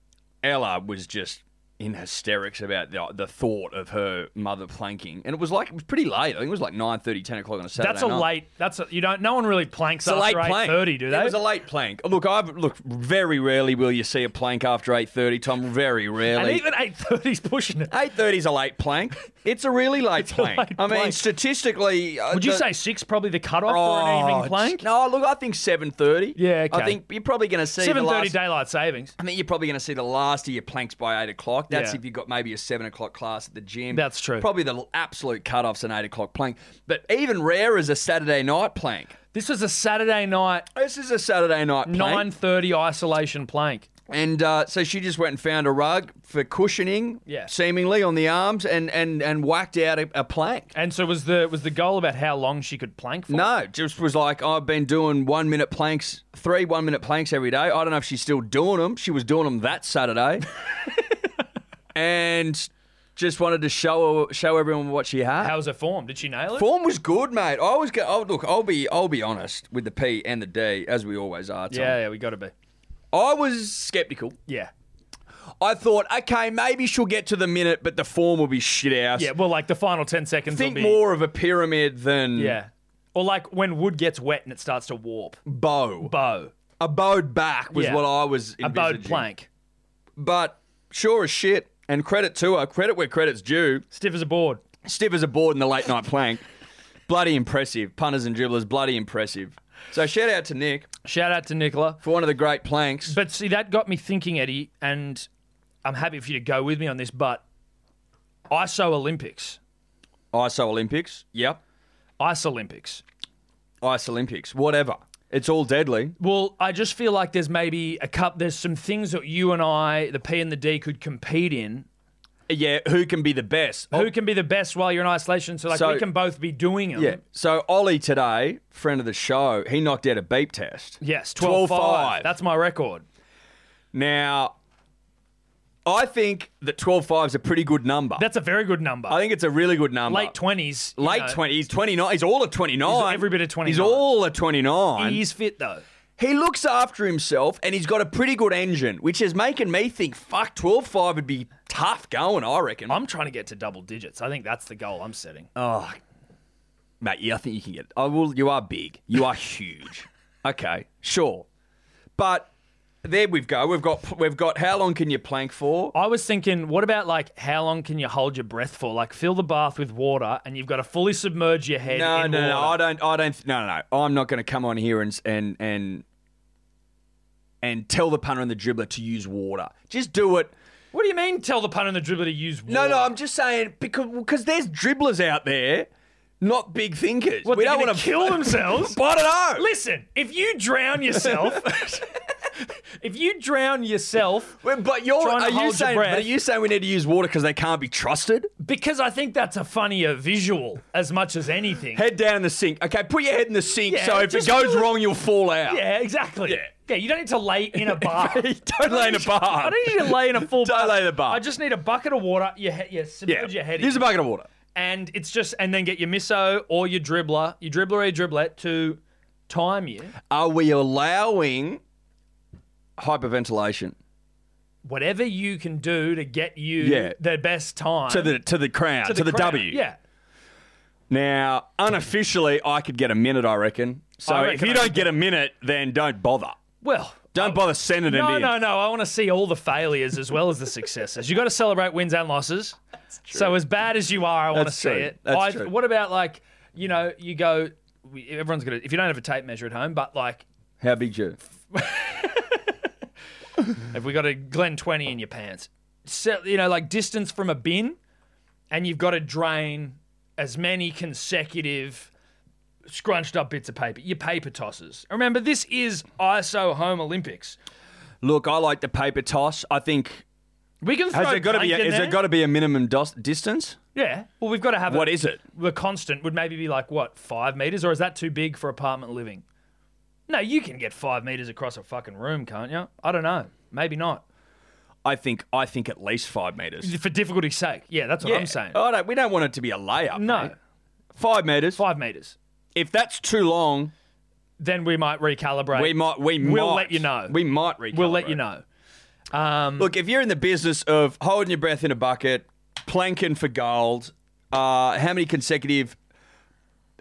Speaker 3: Ella was just in hysterics about the, the thought of her mother planking. And it was like, it was pretty late. I think it was like 9 10 o'clock on a Saturday.
Speaker 2: That's a
Speaker 3: night.
Speaker 2: late. That's a, you don't. No one really planks
Speaker 3: It's a late
Speaker 2: after eight
Speaker 3: plank.
Speaker 2: thirty, do they?
Speaker 3: It was a late plank. Look, I look very rarely will you see a plank after eight thirty, Tom. Very
Speaker 2: and
Speaker 3: rarely.
Speaker 2: even eight thirty's pushing it.
Speaker 3: Eight thirty is a late plank. It's a
Speaker 2: [laughs]
Speaker 3: really late
Speaker 2: a
Speaker 3: plank.
Speaker 2: late
Speaker 3: I mean,
Speaker 2: plank.
Speaker 3: statistically, uh,
Speaker 2: Would you
Speaker 3: the-
Speaker 2: say six probably the cutoff for
Speaker 3: Oh,
Speaker 2: an evening plank?
Speaker 3: it's- No, look, I think seven thirty.
Speaker 2: Yeah, okay.
Speaker 3: I think you're probably going to see
Speaker 2: Seven
Speaker 3: the
Speaker 2: thirty
Speaker 3: last.
Speaker 2: daylight savings.
Speaker 3: I mean, you're probably going to see the last of your planks by eight o'clock. That's
Speaker 2: Yeah.
Speaker 3: if you've got maybe a seven o'clock class at the gym.
Speaker 2: That's true.
Speaker 3: Probably the l- absolute cutoff's an eight o'clock plank. But even rare is a Saturday night plank.
Speaker 2: This was a Saturday night
Speaker 3: This is a Saturday night plank.
Speaker 2: nine thirty isolation plank.
Speaker 3: And uh, so she just went and found a rug for cushioning,
Speaker 2: Yeah.
Speaker 3: seemingly on the arms, and and and whacked out a, a plank.
Speaker 2: And so was the was the goal about how long she could plank for?
Speaker 3: No, just was like I've been doing one minute planks, three one minute planks every day. I don't know if she's still doing them. She was doing them
Speaker 2: [laughs]
Speaker 3: that Saturday, and just wanted to show her, show everyone what she had.
Speaker 2: How was her form? Did she nail it?
Speaker 3: Form was good, mate. I was go- oh, look. I'll be I'll be honest with the P and the D as we always are. Tom.
Speaker 2: Yeah, yeah, we got to be.
Speaker 3: I was skeptical.
Speaker 2: Yeah,
Speaker 3: I thought, okay, maybe she'll get to the minute, but the form will be shit ass.
Speaker 2: yeah. Well, like the final ten seconds.
Speaker 3: Think
Speaker 2: will be,
Speaker 3: more of a pyramid than
Speaker 2: Yeah, or like when wood gets wet and it starts to warp.
Speaker 3: bow.
Speaker 2: Bow,
Speaker 3: A bowed back was
Speaker 2: Yeah.
Speaker 3: what I was envisaging.
Speaker 2: a bowed plank,
Speaker 3: But sure as shit, and credit to her, credit where credit's due,
Speaker 2: stiff as a board.
Speaker 3: stiff as a board in the late night plank. bloody impressive. Punters and dribblers, bloody impressive. So shout out to Nick
Speaker 2: Shout out to Nicola.
Speaker 3: for one of the great planks.
Speaker 2: But see, that got me thinking, Eddie, and I'm happy for you to go with me on this, but ISO Olympics,
Speaker 3: ISO Olympics. Yep.
Speaker 2: ISO Olympics.
Speaker 3: ISO Olympics. Whatever. It's all deadly.
Speaker 2: Well, I just feel like there's maybe a cup, there's some things that you and I, the P and the D, could compete in.
Speaker 3: Yeah, who can be the best?
Speaker 2: Who can be the best while you're in isolation? So, like,
Speaker 3: Oh. So-
Speaker 2: we can both be doing them.
Speaker 3: Yeah. So Ollie today, friend of the show, he knocked out a beep test.
Speaker 2: Yes, 12
Speaker 3: 12
Speaker 2: 5.
Speaker 3: five.
Speaker 2: That's my record.
Speaker 3: Now, I think that 12.5 is a pretty good number.
Speaker 2: That's a very good number.
Speaker 3: I think it's a really good number.
Speaker 2: Late 20s. you
Speaker 3: Late
Speaker 2: know.
Speaker 3: 20. He's 29. He's all of 29.
Speaker 2: He's every bit of 29.
Speaker 3: He's all of 29.
Speaker 2: He is fit, though.
Speaker 3: he looks after himself and he's got a pretty good engine, which is making me think, fuck, 12 5 would be tough going, I reckon.
Speaker 2: I'm trying to get to double digits. I think that's the goal I'm setting. Uh,
Speaker 3: oh, mate, yeah, I think you can get it. I will, you are big. You
Speaker 2: [laughs]
Speaker 3: are huge. okay, sure. But there we go. We've got, we've got how long can you plank for?
Speaker 2: I was thinking, what about like how long can you hold your breath for? Like fill the bath with water, and you've got to fully submerge your head.
Speaker 3: No,
Speaker 2: in
Speaker 3: no, no. I
Speaker 2: water.
Speaker 3: don't. I don't. No, no, no. I'm not going to come on here and and and and tell the punter and the dribbler to use water. Just do it.
Speaker 2: What do you mean? Tell the punter and the dribbler to use.
Speaker 3: No,
Speaker 2: war?
Speaker 3: no, I'm just saying because because there's dribblers out there, not big thinkers.
Speaker 2: What,
Speaker 3: we
Speaker 2: they're
Speaker 3: don't
Speaker 2: gonna
Speaker 3: want to [laughs]
Speaker 2: kill themselves?
Speaker 3: I don't know.
Speaker 2: Listen, if you drown
Speaker 3: [laughs]
Speaker 2: yourself, if you drown yourself,
Speaker 3: Well, But you're
Speaker 2: Trying to
Speaker 3: are
Speaker 2: hold
Speaker 3: you
Speaker 2: your
Speaker 3: saying but
Speaker 2: breath.
Speaker 3: are you saying we need to use water because they can't be trusted?
Speaker 2: because I think that's a funnier visual as much as anything.
Speaker 3: Head down in the sink. Okay, put your head in the sink
Speaker 2: Yeah,
Speaker 3: so if it
Speaker 2: just-
Speaker 3: goes wrong, you'll fall out.
Speaker 2: Yeah, exactly.
Speaker 3: Yeah.
Speaker 2: you don't need to lay in
Speaker 3: [laughs]
Speaker 2: a bar. [laughs]
Speaker 3: Don't lay in a bar.
Speaker 2: I don't need you to lay in a full
Speaker 3: [laughs] Don't
Speaker 2: bath.
Speaker 3: lay in a bar.
Speaker 2: I just need a bucket of water. You, he- you submerge your head in.
Speaker 3: Here's a bucket of water.
Speaker 2: and it's just, and then get your misso or your dribbler, your dribbler or your driblet to time you,
Speaker 3: Are we allowing hyperventilation
Speaker 2: whatever you can do to get you
Speaker 3: Yeah.
Speaker 2: the best time.
Speaker 3: to the to the crown to the,
Speaker 2: crowd.
Speaker 3: W?
Speaker 2: Yeah.
Speaker 3: Now, unofficially, I could get a minute. I reckon. So
Speaker 2: I
Speaker 3: if
Speaker 2: reckon
Speaker 3: you
Speaker 2: I
Speaker 3: don't
Speaker 2: could
Speaker 3: get a minute, then don't bother.
Speaker 2: Well, um,
Speaker 3: Don't bother sending it
Speaker 2: No,
Speaker 3: in.
Speaker 2: no, no. I want to see all the failures as well as the successes. You got to celebrate wins and losses. So as bad as you are, I want to
Speaker 3: That's
Speaker 2: see
Speaker 3: true.
Speaker 2: it.
Speaker 3: That's
Speaker 2: I,
Speaker 3: true.
Speaker 2: What about like you know you go. we- Everyone's gonna if you don't have a tape measure at home, but like
Speaker 3: How big's you?
Speaker 2: have we got a Glen twenty in your pants? So, you know, like distance from a bin, and you've got to drain as many consecutive scrunched up bits of paper. Your paper tosses. Remember, this is ISO Home Olympics.
Speaker 3: Look, I like the paper toss. I think
Speaker 2: We can throw.
Speaker 3: has there got to be
Speaker 2: Blake
Speaker 3: a,
Speaker 2: in
Speaker 3: has there
Speaker 2: there.
Speaker 3: got to be a minimum dos- distance?
Speaker 2: Yeah. Well, we've got to have
Speaker 3: What
Speaker 2: a-
Speaker 3: is it?
Speaker 2: The constant would maybe be like what five meters, or is that too big for apartment living? No, you can get five meters across a fucking room, can't you? I don't know. Maybe not.
Speaker 3: I think I think at least five meters.
Speaker 2: For difficulty's sake, yeah, that's what I'm saying.
Speaker 3: I don't, we don't want it to be a layup.
Speaker 2: no,
Speaker 3: mate. five meters.
Speaker 2: five meters.
Speaker 3: If that's too long,
Speaker 2: Then we might recalibrate.
Speaker 3: we might. We
Speaker 2: We'll
Speaker 3: might,
Speaker 2: let you know.
Speaker 3: We might. Recalibrate.
Speaker 2: We'll let you know. Um,
Speaker 3: Look, if you're in the business of holding your breath in a bucket, planking for gold, uh, how many consecutive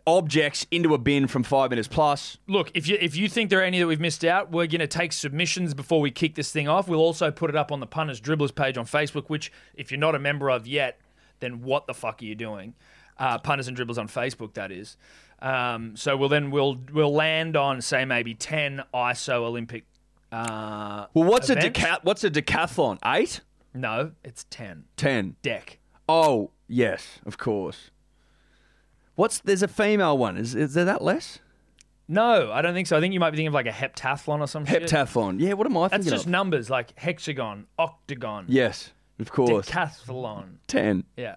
Speaker 3: objects into a bin from five minutes plus?
Speaker 2: look, if you if you think there are any that we've missed out, we're going to take submissions before we kick this thing off. We'll also put it up on the punters dribblers page on Facebook, which if you're not a member of yet, then what the fuck are you doing? Uh, punters and dribblers on Facebook, that is. Um, so we'll then we'll we'll land on say maybe ten ISO Olympic. Uh,
Speaker 3: Well, what's
Speaker 2: Events?
Speaker 3: a decath? What's a decathlon? Eight,
Speaker 2: no, it's ten
Speaker 3: ten.
Speaker 2: deck.
Speaker 3: Oh yes, of course. What's there's a female one? Is is there that less?
Speaker 2: No, I don't think so. I think you might be thinking of like a heptathlon or something.
Speaker 3: Heptathlon. Yeah. What am I
Speaker 2: That's
Speaker 3: thinking
Speaker 2: just
Speaker 3: of?
Speaker 2: numbers like hexagon, octagon,
Speaker 3: yes, of course.
Speaker 2: decathlon.
Speaker 3: ten.
Speaker 2: Yeah.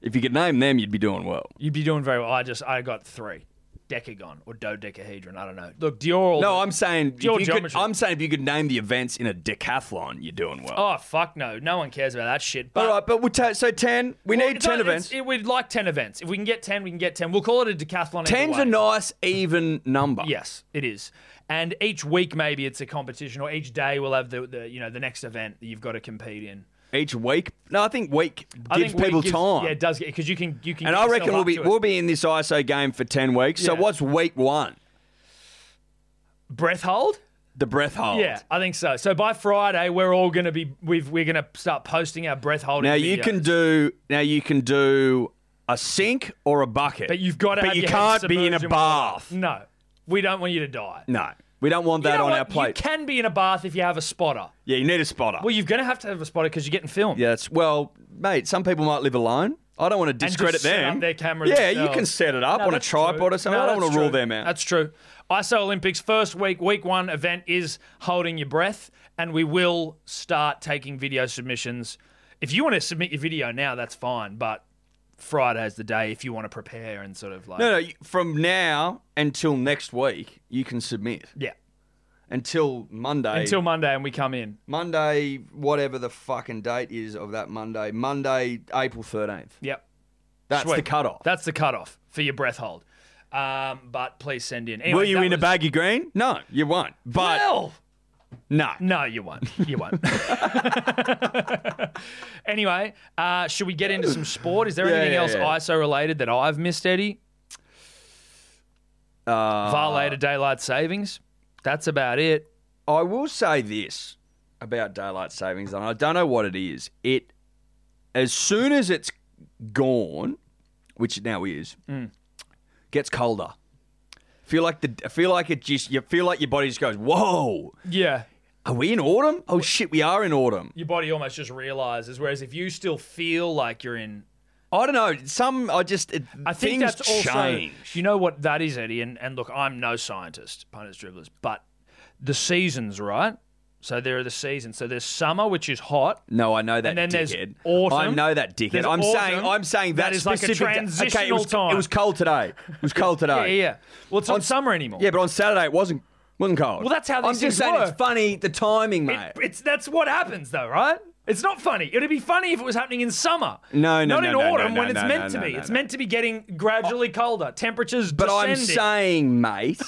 Speaker 3: If you could name them, you'd be doing well.
Speaker 2: You'd be doing very well. I just I got three. Decagon or dodecahedron. I don't know. Look, Dior. All
Speaker 3: No, I'm saying if
Speaker 2: Your
Speaker 3: you could,
Speaker 2: geometry.
Speaker 3: I'm saying if you could name the events in a decathlon, you're doing well.
Speaker 2: Oh fuck no. No one cares about that shit. But
Speaker 3: All right, but we'll ta- so ten. We need
Speaker 2: It's
Speaker 3: ten
Speaker 2: not-
Speaker 3: events.
Speaker 2: it's- it- we'd like ten events. If we can get ten, we can get ten. We'll call it a decathlon. either
Speaker 3: Ten's
Speaker 2: way.
Speaker 3: a nice even number.
Speaker 2: Yes, it is. And each week maybe it's a competition, or each day we'll have the, the you know the next event that you've got to compete in.
Speaker 3: Each week. No, I think week gives
Speaker 2: I think week
Speaker 3: people
Speaker 2: gives-
Speaker 3: time.
Speaker 2: Yeah, it does because you can you can.
Speaker 3: and
Speaker 2: get
Speaker 3: I
Speaker 2: yourself
Speaker 3: reckon we'll
Speaker 2: up
Speaker 3: be
Speaker 2: to it.
Speaker 3: we'll be in this ISO game for ten weeks. So
Speaker 2: Yeah.
Speaker 3: what's week one?
Speaker 2: breath hold.
Speaker 3: The breath hold.
Speaker 2: Yeah, I think so. So by Friday we're all going to be we've, we're going to start posting our breath holding.
Speaker 3: Now you
Speaker 2: videos.
Speaker 3: can do now you can do a sink or a bucket.
Speaker 2: But you've got to.
Speaker 3: But
Speaker 2: have
Speaker 3: you
Speaker 2: your head
Speaker 3: can't be in a
Speaker 2: submerged
Speaker 3: bath.
Speaker 2: water. No, we don't want you to die.
Speaker 3: No. We don't want
Speaker 2: You
Speaker 3: that
Speaker 2: know
Speaker 3: on
Speaker 2: what?
Speaker 3: our plate.
Speaker 2: You can be in a bath if you have a spotter.
Speaker 3: yeah, you need a spotter.
Speaker 2: Well, you're going to have to have a spotter because you're getting filmed.
Speaker 3: yeah, it's well, mate, some people might live alone. I don't want to
Speaker 2: just
Speaker 3: discredit
Speaker 2: set
Speaker 3: them.
Speaker 2: up their camera
Speaker 3: yeah, you
Speaker 2: themselves.
Speaker 3: can set it up
Speaker 2: No,
Speaker 3: on a
Speaker 2: that's
Speaker 3: tripod
Speaker 2: true.
Speaker 3: or something.
Speaker 2: No,
Speaker 3: I don't want
Speaker 2: that's
Speaker 3: to rule
Speaker 2: true.
Speaker 3: them out.
Speaker 2: That's true. ISO Olympics first week, week one event is holding your breath, and we will start taking video submissions. If you want to submit your video now, that's fine, but Friday's the day if you want to prepare and sort of like.
Speaker 3: No, no. you- From now until next week, you can submit
Speaker 2: Yeah.
Speaker 3: until Monday.
Speaker 2: Until Monday, and we come in.
Speaker 3: Monday, whatever the fucking date is of that Monday, Monday, April thirteenth.
Speaker 2: Yep.
Speaker 3: That's the
Speaker 2: Sweet.
Speaker 3: cutoff.
Speaker 2: That's the cutoff for your breath hold. Um, but please send in. Anyway,
Speaker 3: Were you
Speaker 2: that
Speaker 3: in a
Speaker 2: was-
Speaker 3: baggy green? No, you won't. But
Speaker 2: Well,
Speaker 3: no,
Speaker 2: no, you won't. You won't. [laughs] anyway, uh, should we get into some sport? Is there
Speaker 3: Yeah,
Speaker 2: anything
Speaker 3: yeah,
Speaker 2: else
Speaker 3: yeah.
Speaker 2: ISO related that I've missed, Eddie?
Speaker 3: Uh,
Speaker 2: Violated daylight savings. That's about it.
Speaker 3: I will say this about daylight savings, and I don't know what it is. It, as soon as it's gone, which it now is,
Speaker 2: Mm.
Speaker 3: gets colder. Feel like the I feel like it just you feel like your body just goes whoa,
Speaker 2: Yeah.
Speaker 3: Are we in autumn? Oh shit, we are in autumn.
Speaker 2: Your body almost just realizes. Whereas if you still feel like you're in
Speaker 3: I don't know. Some I just it,
Speaker 2: I think
Speaker 3: things
Speaker 2: that's also
Speaker 3: change.
Speaker 2: you know what that is, Eddie. And, and look, I'm no scientist, punters, dribblers, but the seasons, right? So there are the seasons. So there's summer, which is hot.
Speaker 3: No, I know that.
Speaker 2: And then there's
Speaker 3: dickhead.
Speaker 2: autumn.
Speaker 3: I know that dickhead.
Speaker 2: There's
Speaker 3: I'm
Speaker 2: autumn.
Speaker 3: saying. I'm saying that,
Speaker 2: That is like a
Speaker 3: specific da- okay, it
Speaker 2: transitional
Speaker 3: was,
Speaker 2: time.
Speaker 3: It was cold today. It
Speaker 2: [laughs]
Speaker 3: was cold
Speaker 2: Yeah,
Speaker 3: today.
Speaker 2: yeah. yeah. Well, it's not
Speaker 3: On-
Speaker 2: summer anymore.
Speaker 3: Yeah, but on Saturday it wasn't wasn't cold.
Speaker 2: Well, that's how
Speaker 3: I'm
Speaker 2: these
Speaker 3: just
Speaker 2: things
Speaker 3: saying
Speaker 2: work.
Speaker 3: it's funny the timing,
Speaker 2: It-
Speaker 3: mate.
Speaker 2: it's that's what happens, though, right? It's not funny. It'd be funny if it was happening in summer.
Speaker 3: No, no,
Speaker 2: not
Speaker 3: no,
Speaker 2: in
Speaker 3: no,
Speaker 2: autumn
Speaker 3: no,
Speaker 2: when
Speaker 3: no,
Speaker 2: it's
Speaker 3: no,
Speaker 2: meant
Speaker 3: no,
Speaker 2: to
Speaker 3: no,
Speaker 2: be.
Speaker 3: no,
Speaker 2: it's
Speaker 3: no. Oh.
Speaker 2: meant to be getting gradually colder. Temperatures,
Speaker 3: but I'm
Speaker 2: descending.
Speaker 3: saying, mate,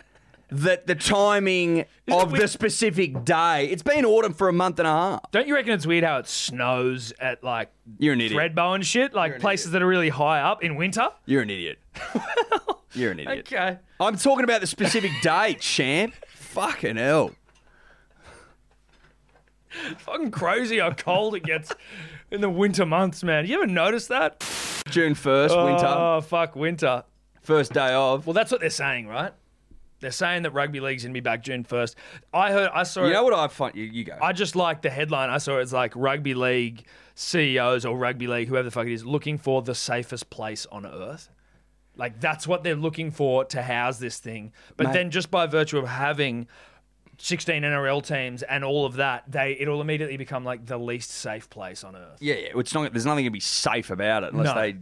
Speaker 2: [laughs]
Speaker 3: that the timing of
Speaker 2: weird?
Speaker 3: the specific day. It's been autumn for a month and a half.
Speaker 2: Don't you reckon it's weird how it snows at like
Speaker 3: You're an idiot.
Speaker 2: Threadbow and shit, like places that are really high up in winter?
Speaker 3: You're
Speaker 2: [laughs]
Speaker 3: an idiot. You're an idiot.
Speaker 2: Okay.
Speaker 3: I'm talking about the specific date, champ. Fucking hell.
Speaker 2: Fucking crazy how cold it gets in the winter months, man. You ever notice that?
Speaker 3: June first, winter,
Speaker 2: Oh, fuck, winter.
Speaker 3: first day of.
Speaker 2: Well, that's what they're saying, right? They're saying that rugby league's going to be back June 1st. I heard, I saw
Speaker 3: You
Speaker 2: it.
Speaker 3: know what I find? You, you go.
Speaker 2: I just like the headline. I saw it's like rugby league CEOs or rugby league, whoever the fuck it is, looking for the safest place on earth. Like that's what they're looking for to house this thing. But
Speaker 3: Mate.
Speaker 2: then just by virtue of having 16 NRL teams and all of that, they it'll immediately become like the least safe place on earth.
Speaker 3: Yeah, yeah. It's not. There's nothing gonna be safe about it unless
Speaker 2: No.
Speaker 3: they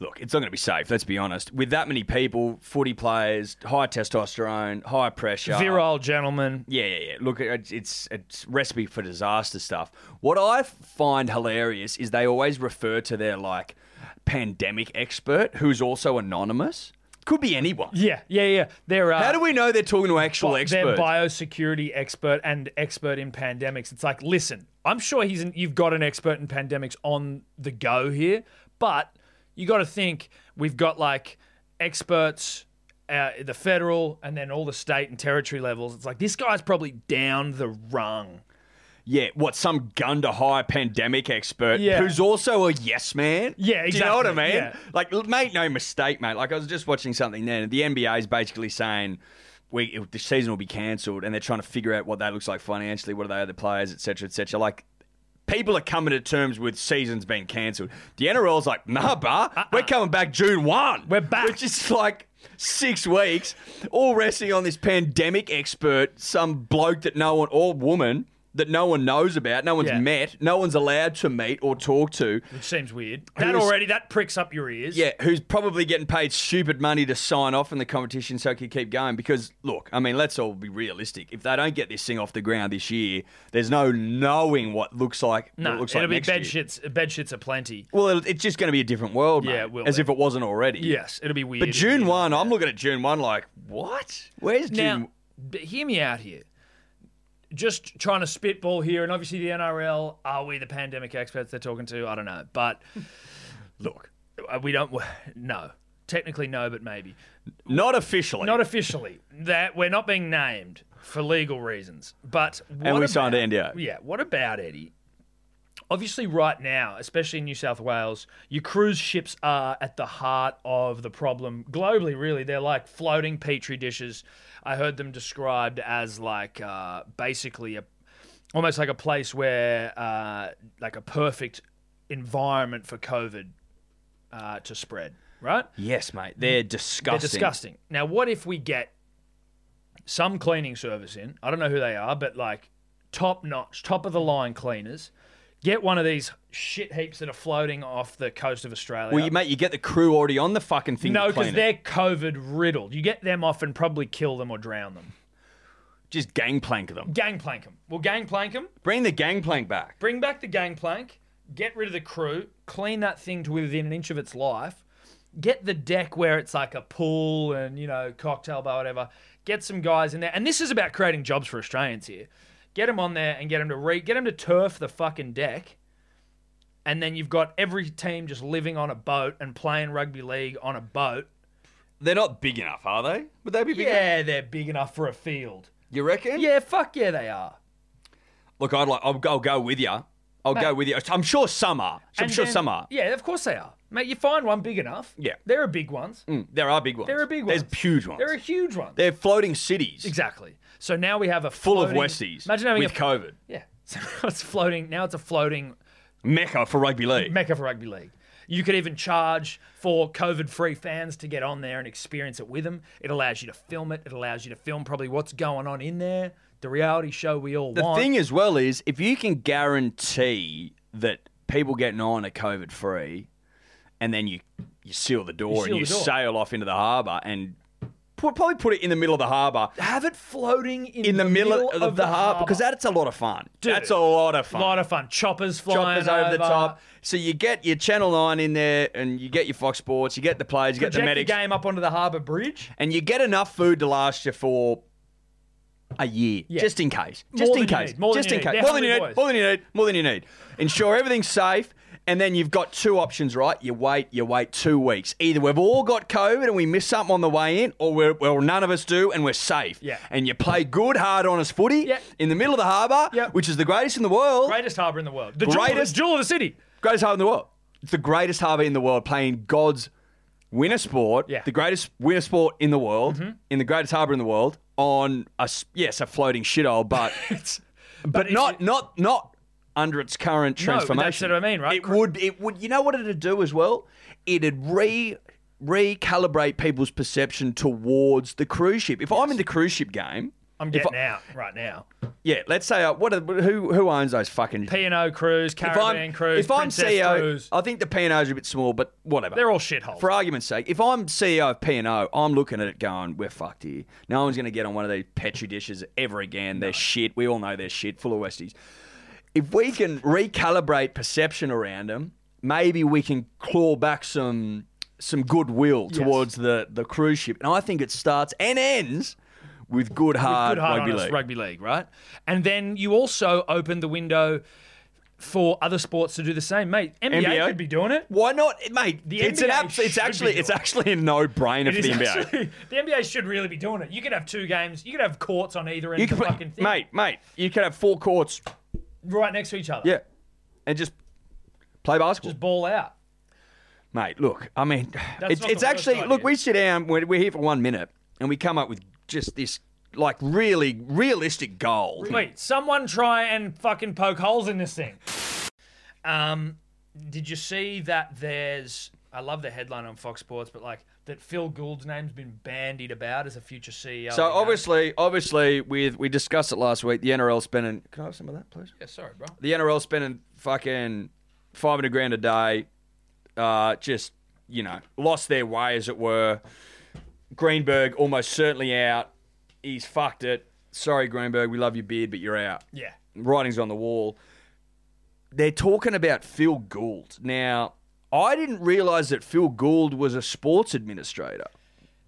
Speaker 3: look. It's not gonna be safe. Let's be honest. With that many people, footy players, high testosterone, high pressure,
Speaker 2: Virile gentlemen.
Speaker 3: Yeah, yeah, yeah. Look, it's it's, it's recipe for disaster stuff. What I find hilarious is they always refer to their like pandemic expert, who's also anonymous. Could be anyone.
Speaker 2: Yeah, yeah, yeah. They're uh,
Speaker 3: How do we know they're talking to actual
Speaker 2: bi- They're
Speaker 3: experts?
Speaker 2: biosecurity expert and expert in pandemics. It's like, listen, I'm sure he's an, you've got an expert in pandemics on the go here, but you got to think we've got like experts. Uh, at the federal and then all the state and territory levels. It's like this guy's probably down the rung.
Speaker 3: yeah, what some gun to hire pandemic expert
Speaker 2: Yeah.
Speaker 3: who's also a yes man.
Speaker 2: Yeah,
Speaker 3: Do you know what I
Speaker 2: exactly,
Speaker 3: mean?
Speaker 2: yeah.
Speaker 3: Like, l- make no mistake, mate. Like, I was just watching something there, and the NBA is basically saying we it, the season will be cancelled, and they're trying to figure out what that looks like financially. What are they other players, etc., etc. Like. People are coming to terms with seasons being cancelled. The NRL's like, nah, bah, we're coming back June 1.
Speaker 2: Uh-uh. We're back.
Speaker 3: Which is like six weeks, all resting on this pandemic expert, some bloke that no one, or woman that no one knows about, no one's
Speaker 2: Yeah.
Speaker 3: met, no one's allowed to meet or talk to.
Speaker 2: Which seems weird. That
Speaker 3: Who's-
Speaker 2: already that pricks up your ears.
Speaker 3: Yeah, who's probably getting paid stupid money to sign off in the competition so it can keep going. Because, look, I mean, let's all be realistic. If they don't get this thing off the ground this year, there's no knowing what looks like. what
Speaker 2: no,
Speaker 3: it looks
Speaker 2: it'll
Speaker 3: like
Speaker 2: be
Speaker 3: next
Speaker 2: bed
Speaker 3: year.
Speaker 2: shits. Bed shits are plenty.
Speaker 3: Well, it'll, it's just going to be a different world, mate,
Speaker 2: Yeah, it will
Speaker 3: as
Speaker 2: be.
Speaker 3: if it wasn't already.
Speaker 2: Yes, it'll be weird.
Speaker 3: But
Speaker 2: It'll
Speaker 3: June
Speaker 2: be-
Speaker 3: 1, I'm looking at June 1 like, what? Where's June
Speaker 2: Now, but hear me out here. Just trying to spitball here, and obviously the NRL. Are we the pandemic experts they're talking to? I don't know, but [laughs]
Speaker 3: Look,
Speaker 2: uh, we don't. No, technically no, but maybe
Speaker 3: not officially.
Speaker 2: not officially. That we're not being named for legal reasons. But what
Speaker 3: we
Speaker 2: about,
Speaker 3: signed an NDA.
Speaker 2: Yeah. What about Eddie? Obviously, right now, especially in New South Wales, your cruise ships are at the heart of the problem globally. Really, they're like floating petri dishes. I heard them described as like uh, basically a almost like a place where uh, like a perfect environment for COVID uh, to spread. Right.
Speaker 3: yes, mate. They're disgusting.
Speaker 2: They're disgusting. Now, what if we get some cleaning service in? I don't know who they are, but like top notch, top of the line cleaners. Get one of these shit heaps that are floating off the coast of Australia.
Speaker 3: Well, you, mate, you get the crew already on the fucking thing.
Speaker 2: no,
Speaker 3: to
Speaker 2: because
Speaker 3: clean it.
Speaker 2: they're COVID riddled. You get them off and probably kill them or drown them.
Speaker 3: just gangplank them.
Speaker 2: Gangplank them. We'll gangplank them.
Speaker 3: Bring the gangplank back.
Speaker 2: Bring back the gangplank. Get rid of the crew. Clean that thing to within an inch of its life. Get the deck where it's like a pool and you know cocktail bar, whatever. Get some guys in there, and this is about creating jobs for Australians here. Get them on there and get them to re get them to turf the fucking deck, and then you've got every team just living on a boat and playing rugby league on a boat.
Speaker 3: They're not big enough, are they? Would they be big enough?
Speaker 2: Yeah, they're big enough for a field.
Speaker 3: You reckon?
Speaker 2: Yeah, fuck yeah, they are.
Speaker 3: Look, I'd like. I'll, I'll go with you. I'll go with you. I'm sure some are. I'm
Speaker 2: And
Speaker 3: sure
Speaker 2: then-
Speaker 3: some are.
Speaker 2: Yeah, of course they are. Mate, you find one big enough.
Speaker 3: Yeah.
Speaker 2: There are big ones.
Speaker 3: Mm, There are big ones.
Speaker 2: There are big ones.
Speaker 3: There's huge ones.
Speaker 2: There are huge ones.
Speaker 3: They're floating cities.
Speaker 2: exactly. So now we have a
Speaker 3: Full of
Speaker 2: floating-
Speaker 3: Westies.
Speaker 2: Imagine having
Speaker 3: with
Speaker 2: a,
Speaker 3: COVID.
Speaker 2: [laughs] Yeah. So now it's floating. Now it's a floating
Speaker 3: Mecca for rugby league.
Speaker 2: mecca for rugby league. You could even charge for COVID free fans to get on there and experience it with them. It allows you to film it. It allows you to film probably what's going on in there, the reality show we all
Speaker 3: the
Speaker 2: want.
Speaker 3: thing as well is if you can guarantee that people getting on are COVID free, and then you you seal the door
Speaker 2: seal
Speaker 3: and you
Speaker 2: the door.
Speaker 3: sail off into the harbour and put, probably put it in the middle of the harbour.
Speaker 2: have it floating in,
Speaker 3: In the, middle, of, the, harbour
Speaker 2: harbour.
Speaker 3: because that's a lot of fun.
Speaker 2: Dude.
Speaker 3: that's a lot of
Speaker 2: a
Speaker 3: fun.
Speaker 2: lot of fun. Choppers flying
Speaker 3: Choppers over, the top. So you get your Channel 9 in there and you get your Fox Sports, you get the players, you get
Speaker 2: Project
Speaker 3: the
Speaker 2: the,
Speaker 3: medics.
Speaker 2: game up onto the harbour bridge.
Speaker 3: and you get enough food to last you for a year,
Speaker 2: Yeah.
Speaker 3: just in case,
Speaker 2: More
Speaker 3: just
Speaker 2: than
Speaker 3: in
Speaker 2: you
Speaker 3: case,
Speaker 2: need, more than
Speaker 3: just
Speaker 2: you
Speaker 3: in
Speaker 2: need.
Speaker 3: case,
Speaker 2: They're
Speaker 3: more than you
Speaker 2: hungry
Speaker 3: need,
Speaker 2: boys.
Speaker 3: more than you need, more than you need. Ensure everything's safe, and then you've got two options, right? You wait, you wait two weeks. Either we've all got COVID and we miss something on the way in, or we're, well, none of us do and we're safe.
Speaker 2: Yeah.
Speaker 3: And you play good, hard, honest footy
Speaker 2: Yeah.
Speaker 3: in the middle of the harbour,
Speaker 2: Yeah.
Speaker 3: which is the greatest in the world,
Speaker 2: Greatest harbour in the world. The jewel-
Speaker 3: Greatest-
Speaker 2: jewel of the city.
Speaker 3: greatest harbour in the world. It's the greatest harbour in the world, playing God's winter sport,
Speaker 2: Yeah. Mm-hmm.
Speaker 3: the greatest winter sport in the world, in the greatest harbour in the world, on a s- yes, a floating shithole, but
Speaker 2: [laughs] It's-
Speaker 3: but
Speaker 2: it-
Speaker 3: not not not under its current
Speaker 2: but that's
Speaker 3: transformation.
Speaker 2: what I mean, right?
Speaker 3: It would it would you know what it'd do as well? It'd re recalibrate people's perception towards the cruise ship. If I'm in the cruise ship game,
Speaker 2: I'm
Speaker 3: if
Speaker 2: getting
Speaker 3: I-
Speaker 2: out right now.
Speaker 3: yeah, let's say uh, what are, who who owns those fucking
Speaker 2: P and O cruise,
Speaker 3: if
Speaker 2: Caribbean
Speaker 3: I'm,
Speaker 2: cruise,
Speaker 3: if I'm
Speaker 2: Princess
Speaker 3: CEO,
Speaker 2: cruise.
Speaker 3: I think the P&Os are a bit small, but whatever.
Speaker 2: They're all shitholes.
Speaker 3: For argument's sake, if I'm CEO of P&O, I'm looking at it going, we're fucked here. No one's going to get on one of these Petri dishes ever again. They're shit. We all know they're shit, full of Westies. If we can recalibrate perception around them, maybe we can claw back some some goodwill towards the, the cruise ship. And I think it starts and ends with good hard,
Speaker 2: good hard
Speaker 3: rugby
Speaker 2: honest
Speaker 3: league.
Speaker 2: rugby league, right? And then you also open the window for other sports to do the same, mate. NBA,
Speaker 3: NBA?
Speaker 2: could be doing it.
Speaker 3: Why not, mate?
Speaker 2: The
Speaker 3: it's an
Speaker 2: NBA
Speaker 3: abs- It's
Speaker 2: should be
Speaker 3: actually
Speaker 2: doing
Speaker 3: it's
Speaker 2: it.
Speaker 3: actually a no brainer
Speaker 2: It
Speaker 3: for
Speaker 2: is
Speaker 3: the NBA.
Speaker 2: actually- [laughs] the NBA should really be doing it. You could have two games. You could have courts on either end
Speaker 3: You
Speaker 2: of the
Speaker 3: could put,
Speaker 2: fucking thing,
Speaker 3: mate, mate. You could have four courts,
Speaker 2: right next to each other.
Speaker 3: yeah, and just play basketball,
Speaker 2: just ball out.
Speaker 3: mate. Look, I mean, [sighs] it's,
Speaker 2: not the
Speaker 3: it's
Speaker 2: worst
Speaker 3: actually
Speaker 2: idea.
Speaker 3: look. We sit down, we're, we're here for one minute, and we come up with just this like really realistic goal.
Speaker 2: Wait, someone try and fucking poke holes in this thing. Um, did you see that? There's I love the headline on Fox Sports, but like that Phil Gould's name's been bandied about as a future CEO.
Speaker 3: So
Speaker 2: of the game.
Speaker 3: obviously, obviously, with we discussed it last week. The NRL spending. Can I have some of that, please?
Speaker 2: yeah, sorry, bro.
Speaker 3: the NRL spending fucking five hundred grand a day, uh, just you know, lost their way as it were. Greenberg almost certainly out. He's fucked it. Sorry, Greenberg, we love your beard, but you're out.
Speaker 2: Yeah,
Speaker 3: Writing's on the wall. They're talking about Phil Gould now. I didn't realise that Phil Gould was a sports administrator,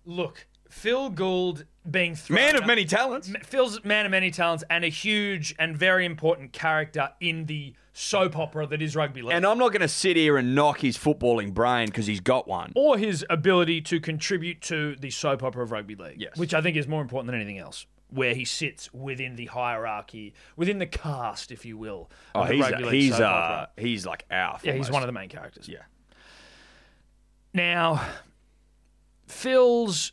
Speaker 2: look, Phil Gould being thrown
Speaker 3: man of
Speaker 2: up-
Speaker 3: many talents.
Speaker 2: M- Phil's a man of many talents and a huge and very important character in the soap opera that is rugby league.
Speaker 3: And I'm not going to sit here and knock his footballing brain because he's got one.
Speaker 2: or his ability to contribute to the soap opera of rugby league,
Speaker 3: Yes.
Speaker 2: which I think is more important than anything else. Where he sits within the hierarchy, within the cast, if you will, of
Speaker 3: Oh,
Speaker 2: the
Speaker 3: he's
Speaker 2: rugby league
Speaker 3: he's
Speaker 2: soap
Speaker 3: uh,
Speaker 2: opera.
Speaker 3: he's like our.
Speaker 2: Yeah, he's one of the main characters.
Speaker 3: Yeah.
Speaker 2: Now, Phil's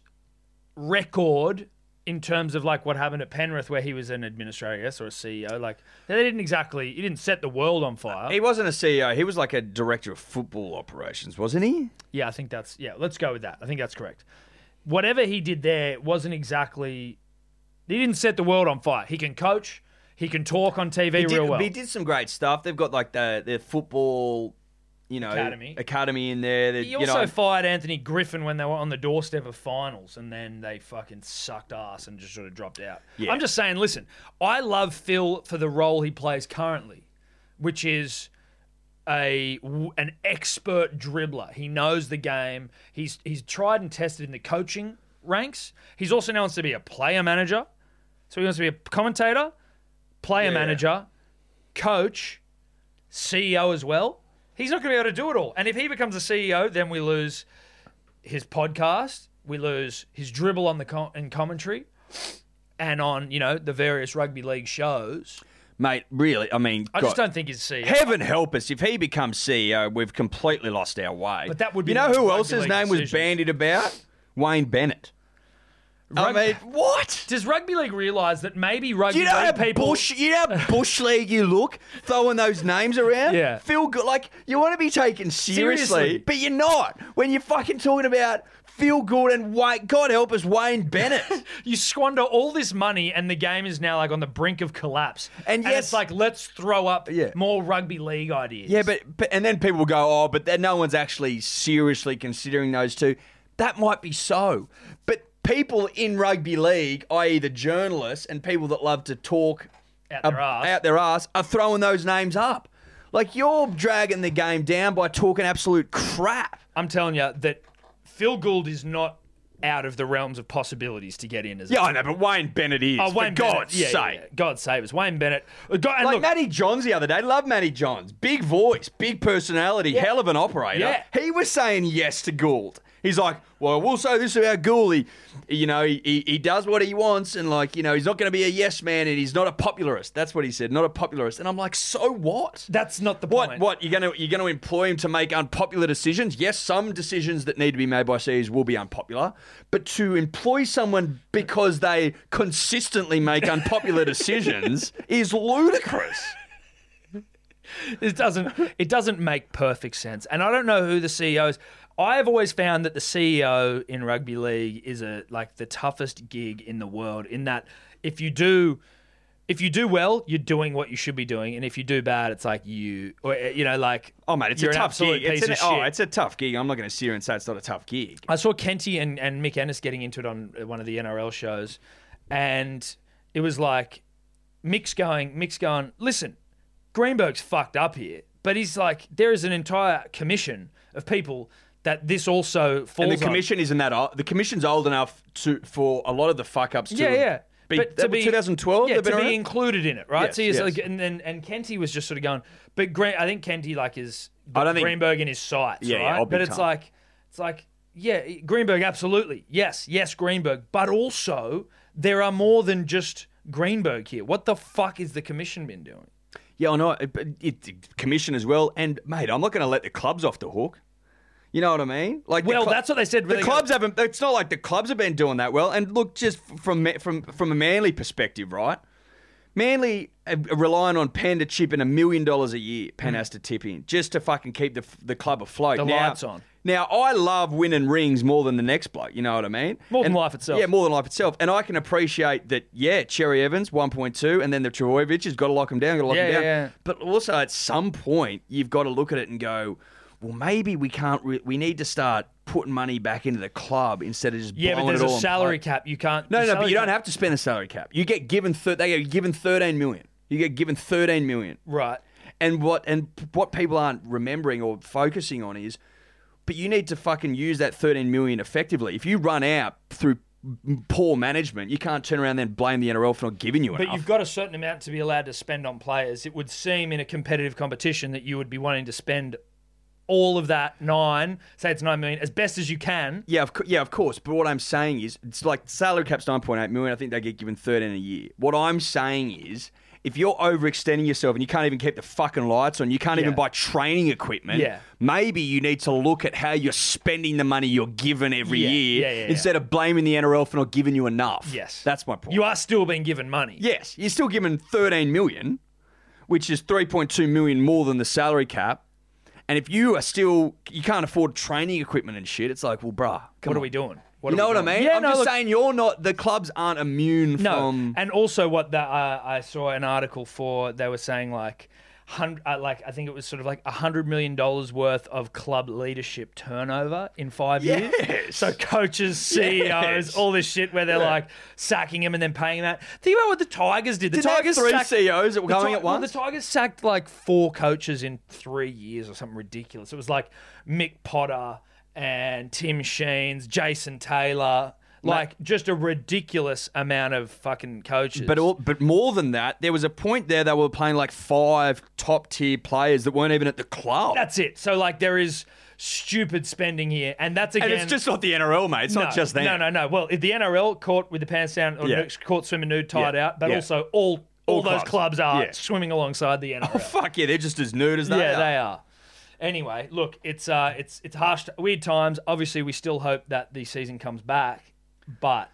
Speaker 2: record in terms of like what happened at Penrith, where he was an administrator yes, or a CEO, like they didn't exactly, he didn't set the world on fire.
Speaker 3: He wasn't a CEO. He was like a director of football operations, wasn't he?
Speaker 2: Yeah, I think that's yeah. Let's go with that. I think that's correct. Whatever he did there wasn't exactly. He didn't set the world on fire. He can coach. He can talk on TV
Speaker 3: He
Speaker 2: real
Speaker 3: did,
Speaker 2: well.
Speaker 3: he did some great stuff. They've got like the their football, you know,
Speaker 2: Academy.
Speaker 3: academy in there. That,
Speaker 2: He
Speaker 3: you
Speaker 2: also
Speaker 3: know,
Speaker 2: fired Anthony Griffin when they were on the doorstep of finals, and then they fucking sucked ass and just sort of dropped out.
Speaker 3: Yeah.
Speaker 2: I'm just saying, listen, I love Phil for the role he plays currently, which is a w- an expert dribbler. He knows the game. He's he's tried and tested in the coaching ranks. He's also now wants to be a player manager, so he wants to be a commentator, player
Speaker 3: Yeah.
Speaker 2: manager, coach. CEO as well. He's not going to be able to do it all. And if he becomes a CEO, then we lose his podcast, we lose his dribble on the com- in commentary, and on you know the various rugby league shows.
Speaker 3: mate, really, I mean,
Speaker 2: I just
Speaker 3: God,
Speaker 2: don't think he's E CEO.
Speaker 3: Heaven help us if he becomes CEO, we've completely lost our way.
Speaker 2: But that would be
Speaker 3: you know
Speaker 2: a
Speaker 3: who
Speaker 2: rugby
Speaker 3: else's
Speaker 2: league
Speaker 3: name was
Speaker 2: decision.
Speaker 3: bandied about? Wayne Bennett.
Speaker 2: Rug-
Speaker 3: I mean, what?
Speaker 2: Does rugby league realise that maybe rugby
Speaker 3: Do you know how
Speaker 2: league people?
Speaker 3: bush? You know
Speaker 2: [laughs]
Speaker 3: how bush league you look throwing those names around.
Speaker 2: Yeah.
Speaker 3: feel good. Like you want to be taken seriously,
Speaker 2: Seriously.
Speaker 3: but you're not when you're fucking talking about feel good and Wayne. God help us,
Speaker 2: [laughs]
Speaker 3: Wayne Bennett.
Speaker 2: You squander all this money, and the game is now like on the brink of collapse.
Speaker 3: And yes-
Speaker 2: it's like let's throw up
Speaker 3: Yeah.
Speaker 2: more rugby league ideas.
Speaker 3: yeah, but, but and then people will go, oh, but then no one's actually seriously considering those two. That might be so, but people in rugby league, i.e., the journalists and people that love to talk
Speaker 2: Out their
Speaker 3: ab-
Speaker 2: ass.
Speaker 3: um, out their ass are throwing those names up. Like you're dragging the game down by talking absolute crap.
Speaker 2: I'm telling you that Phil Gould is not out of the realms of possibilities to get in as a
Speaker 3: Yeah, I know, but Wayne Bennett is.
Speaker 2: Oh,
Speaker 3: for
Speaker 2: Wayne Bennett.
Speaker 3: God's
Speaker 2: Yeah,
Speaker 3: sake.
Speaker 2: yeah, yeah. God save us. Wayne Bennett. Uh, God, and
Speaker 3: Like
Speaker 2: look,
Speaker 3: Matty Johns the other day, love Matty Johns. Big voice, big personality, hell of an operator.
Speaker 2: Yeah.
Speaker 3: He was saying yes to Gould. He's like, well, we'll say this about Gould. He, you know, he, he, he does what he wants, and like, you know, he's not going to be a yes man, and he's not a popularist. That's what he said, not a popularist. And I'm like, so what?
Speaker 2: that's not the
Speaker 3: What?
Speaker 2: point.
Speaker 3: What? You're gonna you're gonna employ him to make unpopular decisions? Yes, some decisions that need to be made by CEOs will be unpopular, but to employ someone because they consistently
Speaker 2: [laughs]
Speaker 3: make unpopular decisions is ludicrous.
Speaker 2: It doesn't. It doesn't make perfect sense. And I don't know who the CEO is. I have always found that the CEO in rugby league is a like the toughest gig in the world. In that, if you do. If you do well, you're doing what you should be doing, and if you do bad, it's like you, or, uh, you know, like
Speaker 3: Oh mate, it's
Speaker 2: you're
Speaker 3: a
Speaker 2: an
Speaker 3: tough
Speaker 2: absolute
Speaker 3: gig. It's
Speaker 2: piece
Speaker 3: an-
Speaker 2: of
Speaker 3: oh,
Speaker 2: shit.
Speaker 3: it's a tough gig. I'm not going to sit here and say it's not a tough gig.
Speaker 2: I saw Kenty and, and Mick Ennis getting into it on one of the NRL shows, and it was like Mick's going, Mick's going, listen, Greenberg's fucked up here, but he's like, there is an entire commission of people that this also falls
Speaker 3: And the
Speaker 2: on.
Speaker 3: commission isn't that old. The commission's old enough to for a lot of the fuck ups.
Speaker 2: yeah,
Speaker 3: to
Speaker 2: yeah.
Speaker 3: Be,
Speaker 2: but
Speaker 3: that
Speaker 2: to
Speaker 3: was
Speaker 2: be
Speaker 3: 2012.
Speaker 2: yeah,
Speaker 3: they've been
Speaker 2: to
Speaker 3: around?
Speaker 2: be included in it, right?
Speaker 3: Yes,
Speaker 2: so he's
Speaker 3: yes.
Speaker 2: like, and then and Kenty was just sort of going, but Green, I think Kenty like is
Speaker 3: I don't think-
Speaker 2: Greenberg in his sights,
Speaker 3: Yeah, yeah,
Speaker 2: right?
Speaker 3: oh, big
Speaker 2: but it's
Speaker 3: time.
Speaker 2: like, it's like, yeah, Greenberg, absolutely, yes, yes, Greenberg, but also there are more than just Greenberg here. What the fuck is the commission been doing?
Speaker 3: Yeah, I know. It, but it, it- commission as well. And mate, I'm not going to let the clubs off the hook. You know what I mean? Like, the
Speaker 2: Well,
Speaker 3: cl-
Speaker 2: that's what they said.
Speaker 3: The
Speaker 2: Really
Speaker 3: clubs haven't. It's not like the clubs have been doing that well. And look, just f- from Ma- from from a Manly perspective, right? Manly are relying on Penn to chip in a million dollars a year. Penn has to tip in just to fucking keep the f- the club afloat.
Speaker 2: Mm. The
Speaker 3: now,
Speaker 2: lights on.
Speaker 3: Now I love winning rings more than the next bloke. You know what I mean?
Speaker 2: More than
Speaker 3: And-
Speaker 2: life itself.
Speaker 3: Yeah, more than life itself. And I can appreciate that. Yeah, Cherry Evans 1.2, and then the Travojevic has got to lock him down. Got to lock
Speaker 2: Yeah,
Speaker 3: him down.
Speaker 2: yeah, yeah.
Speaker 3: But also, at some point, you've got to look at it and go, well, maybe we can't. Re- we need to start putting money back into the club instead of just
Speaker 2: Yeah, but
Speaker 3: blowing
Speaker 2: there's
Speaker 3: it
Speaker 2: a
Speaker 3: all on
Speaker 2: salary
Speaker 3: play-
Speaker 2: cap. You can't.
Speaker 3: No,
Speaker 2: the
Speaker 3: no, but
Speaker 2: salary
Speaker 3: you don't
Speaker 2: cap-
Speaker 3: have to spend a salary cap. You get given thir- they get given thirteen million. You get given thirteen million.
Speaker 2: Right.
Speaker 3: And what and what people aren't remembering or focusing on is, but you need to fucking use that thirteen million effectively. If you run out through poor management, you can't turn around and then blame the NRL for not giving you
Speaker 2: But
Speaker 3: enough.
Speaker 2: you've got a certain amount to be allowed to spend on players. It would seem in a competitive competition that you would be wanting to spend all of that nine, say it's nine million, as best as you can.
Speaker 3: Yeah, of, cou- yeah, of course. But what I'm saying is, it's like salary cap's 9.8 million. I think they get given 13 a year. What I'm saying is, if you're overextending yourself and you can't even keep the fucking lights on, you can't even
Speaker 2: Yeah.
Speaker 3: buy training equipment.
Speaker 2: Yeah.
Speaker 3: Maybe you need to look at how you're spending the money you're given every
Speaker 2: Yeah,
Speaker 3: year
Speaker 2: yeah, yeah, yeah.
Speaker 3: instead of blaming the NRL for not giving you enough.
Speaker 2: Yes.
Speaker 3: that's my point.
Speaker 2: You are still being given money.
Speaker 3: yes, you're still given 13 million, which is 3.2 million more than the salary cap. And if you are still, you can't afford training equipment and shit. It's like, well, bruh, come
Speaker 2: What are
Speaker 3: on
Speaker 2: we doing?
Speaker 3: you know
Speaker 2: are we
Speaker 3: what I
Speaker 2: doing?
Speaker 3: mean?
Speaker 2: Yeah,
Speaker 3: I'm
Speaker 2: no,
Speaker 3: just
Speaker 2: look,
Speaker 3: saying you're not. The clubs aren't immune
Speaker 2: no.
Speaker 3: from.
Speaker 2: and also, what that uh, I saw an article for, they were saying like. Hundred, uh, like I think it was sort of like a hundred million dollars worth of club leadership turnover in five years.
Speaker 3: Yes.
Speaker 2: So
Speaker 3: [laughs]
Speaker 2: coaches, CEOs,
Speaker 3: Yes.
Speaker 2: all this shit where they're like sacking him and then paying him out. Think about what the Tigers did. The
Speaker 3: Didn't they have
Speaker 2: Tigers
Speaker 3: three
Speaker 2: sacked,
Speaker 3: CEOs that were
Speaker 2: the
Speaker 3: going
Speaker 2: Ti-
Speaker 3: at
Speaker 2: well,
Speaker 3: once?
Speaker 2: the Tigers sacked like four coaches in three years or something ridiculous. It was like Mick Potter and Tim Sheens, Jason Taylor. Like just a ridiculous amount of fucking coaches.
Speaker 3: But all, but more than that, there was a point there they were playing like five top tier players that weren't even at the club.
Speaker 2: that's it. So like there is stupid spending here, and that's again.
Speaker 3: and it's just not the NRL, mate. It's
Speaker 2: no,
Speaker 3: not just them.
Speaker 2: No, no, no. Well, if the NRL caught with the pants down or
Speaker 3: Yeah.
Speaker 2: caught swimmer nude tied
Speaker 3: Yeah.
Speaker 2: out, but
Speaker 3: Yeah.
Speaker 2: also all all,
Speaker 3: All
Speaker 2: those
Speaker 3: clubs.
Speaker 2: clubs are
Speaker 3: Yeah.
Speaker 2: swimming alongside the NFL.
Speaker 3: Oh, fuck yeah, they're just as nude as they
Speaker 2: yeah,
Speaker 3: are.
Speaker 2: they are. Anyway, look, it's uh, it's it's harsh, weird times. Obviously, we still hope that the season comes back, but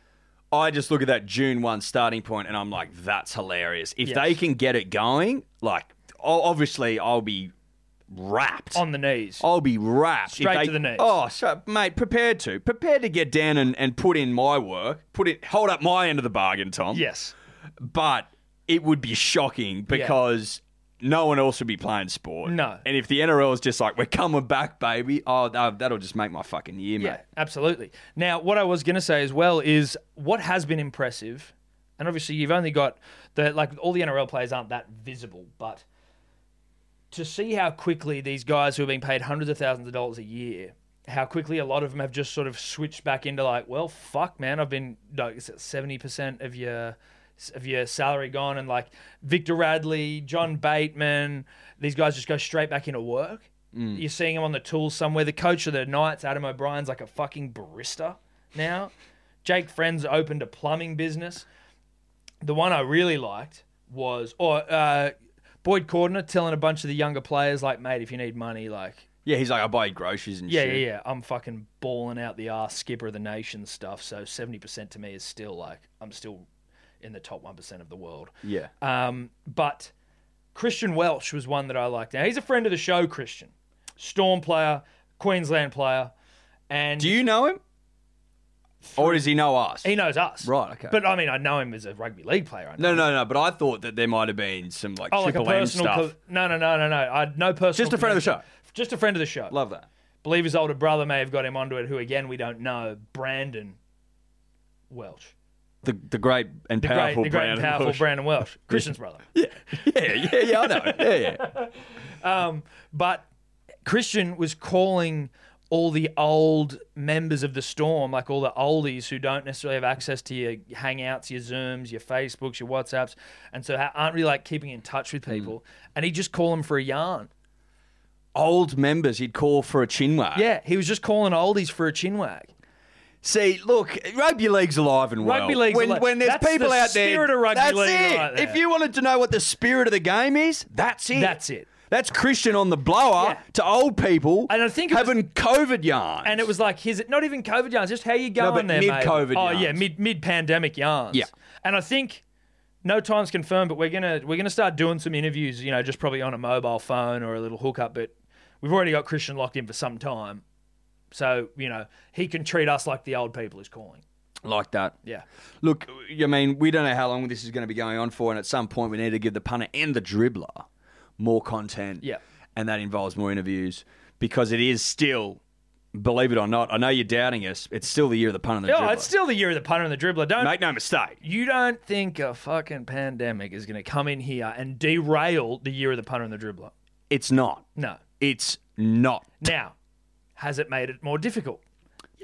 Speaker 3: I just look at that June 1 starting point and I'm like, that's hilarious. If
Speaker 2: Yes.
Speaker 3: they can get it going, like, o- obviously I'll be wrapped.
Speaker 2: on the knees.
Speaker 3: I'll be wrapped. if
Speaker 2: Straight
Speaker 3: they-
Speaker 2: to the knees.
Speaker 3: Oh, so, mate, prepared to. Prepared to get down and, and put in my work. Put it, hold up my end of the bargain, Tom.
Speaker 2: Yes,
Speaker 3: But it would be shocking because no one else would be playing sport.
Speaker 2: No.
Speaker 3: And if the NRL is just like, we're coming back, baby, oh, that, that'll just make my fucking year,
Speaker 2: yeah,
Speaker 3: mate.
Speaker 2: absolutely. Now, what I was going to say as well is what has been impressive, and obviously you've only got the like all the NRL players aren't that visible, but to see how quickly these guys who are being paid hundreds of thousands of dollars a year, how quickly a lot of them have just sort of switched back into like, well, fuck, man, I've been like seventy percent of your of your salary gone, and like Victor Radley, John Bateman, these guys just go straight back into work. You're seeing them on the tools somewhere. The coach of the Knights, Adam O'Brien's like a fucking barista now. Jake Friend's opened a plumbing business the one I really liked was or uh, Boyd Cordner telling a bunch of the younger players like, mate, if you need money, like,
Speaker 3: Yeah, he's like, I buy you groceries and
Speaker 2: yeah,
Speaker 3: shit.
Speaker 2: yeah, yeah, I'm fucking balling out the ass skipper of the nation stuff. So seventy percent to me is still like I'm still in the top one percent of the world.
Speaker 3: Yeah.
Speaker 2: Um, but Christian Welsh was one that I liked. Now he's a friend of the show, Christian, Storm player, Queensland player, and
Speaker 3: Do you know him? Or does he know us?
Speaker 2: he knows us,
Speaker 3: Right, okay.
Speaker 2: But I mean, I know him as a rugby league player. I know
Speaker 3: No, no, no. But I thought that there might have been some like
Speaker 2: Oh, like a
Speaker 3: triple M
Speaker 2: personal.
Speaker 3: stuff.
Speaker 2: co- no, no, no, no, no. I no personal.
Speaker 3: Just a friend of the
Speaker 2: connection. Just a friend of the show.
Speaker 3: Love that.
Speaker 2: Believe his older brother may have got him onto it. Who again we don't know. Brandon Welch,
Speaker 3: The the great and
Speaker 2: the
Speaker 3: powerful
Speaker 2: great, the great and
Speaker 3: Brandon
Speaker 2: powerful
Speaker 3: Bush.
Speaker 2: Brandon
Speaker 3: [laughs]
Speaker 2: Welch, Christian's brother.
Speaker 3: Yeah, yeah, yeah. I know. Yeah, yeah.
Speaker 2: But Christian was calling all the old members of the storm, like all the oldies who don't necessarily have access to your hangouts, your Zooms, your Facebooks, your WhatsApps, and so ha- aren't really like keeping in touch
Speaker 3: Mm.
Speaker 2: with people. And he'd just call them for a yarn.
Speaker 3: Old members, he'd call for a chin wag.
Speaker 2: Yeah, he was just calling oldies for a chin wag.
Speaker 3: See, look, rugby league's alive and well.
Speaker 2: Rugby league's
Speaker 3: when,
Speaker 2: alive.
Speaker 3: When there's
Speaker 2: That's
Speaker 3: people
Speaker 2: the
Speaker 3: out there,
Speaker 2: spirit of rugby
Speaker 3: that's
Speaker 2: league
Speaker 3: it.
Speaker 2: right there.
Speaker 3: if you wanted to know what the spirit of the game is, that's it.
Speaker 2: That's it.
Speaker 3: That's Christian on the blower
Speaker 2: Yeah.
Speaker 3: to old people
Speaker 2: And I think it was-
Speaker 3: having COVID yarns.
Speaker 2: And it was like his not even COVID yarns, just how you going
Speaker 3: but
Speaker 2: there, mate.
Speaker 3: mid-COVID
Speaker 2: Oh yeah,
Speaker 3: yarns.
Speaker 2: mid mid pandemic yarns.
Speaker 3: Yeah.
Speaker 2: And I think no time's confirmed, but we're gonna we're gonna start doing some interviews, you know, just probably on a mobile phone or a little hookup, but we've already got Christian locked in for some time. So, you know, he can treat us like the old people is calling.
Speaker 3: like that.
Speaker 2: Yeah.
Speaker 3: Look, I mean, we don't know how long this is going to be going on for, and at some point, we need to give the punter and the dribbler more content.
Speaker 2: Yeah.
Speaker 3: And that involves more interviews because it is still, believe it or not, I know you're doubting us, it's still the year of the punter and the
Speaker 2: No,
Speaker 3: dribbler.
Speaker 2: Oh, it's still the year of the punter and the dribbler. Don't
Speaker 3: Make no mistake.
Speaker 2: you don't think a fucking pandemic is gonna come in here and derail the year of the punter and the dribbler.
Speaker 3: It's not.
Speaker 2: No.
Speaker 3: It's not.
Speaker 2: Now, has it made it more difficult?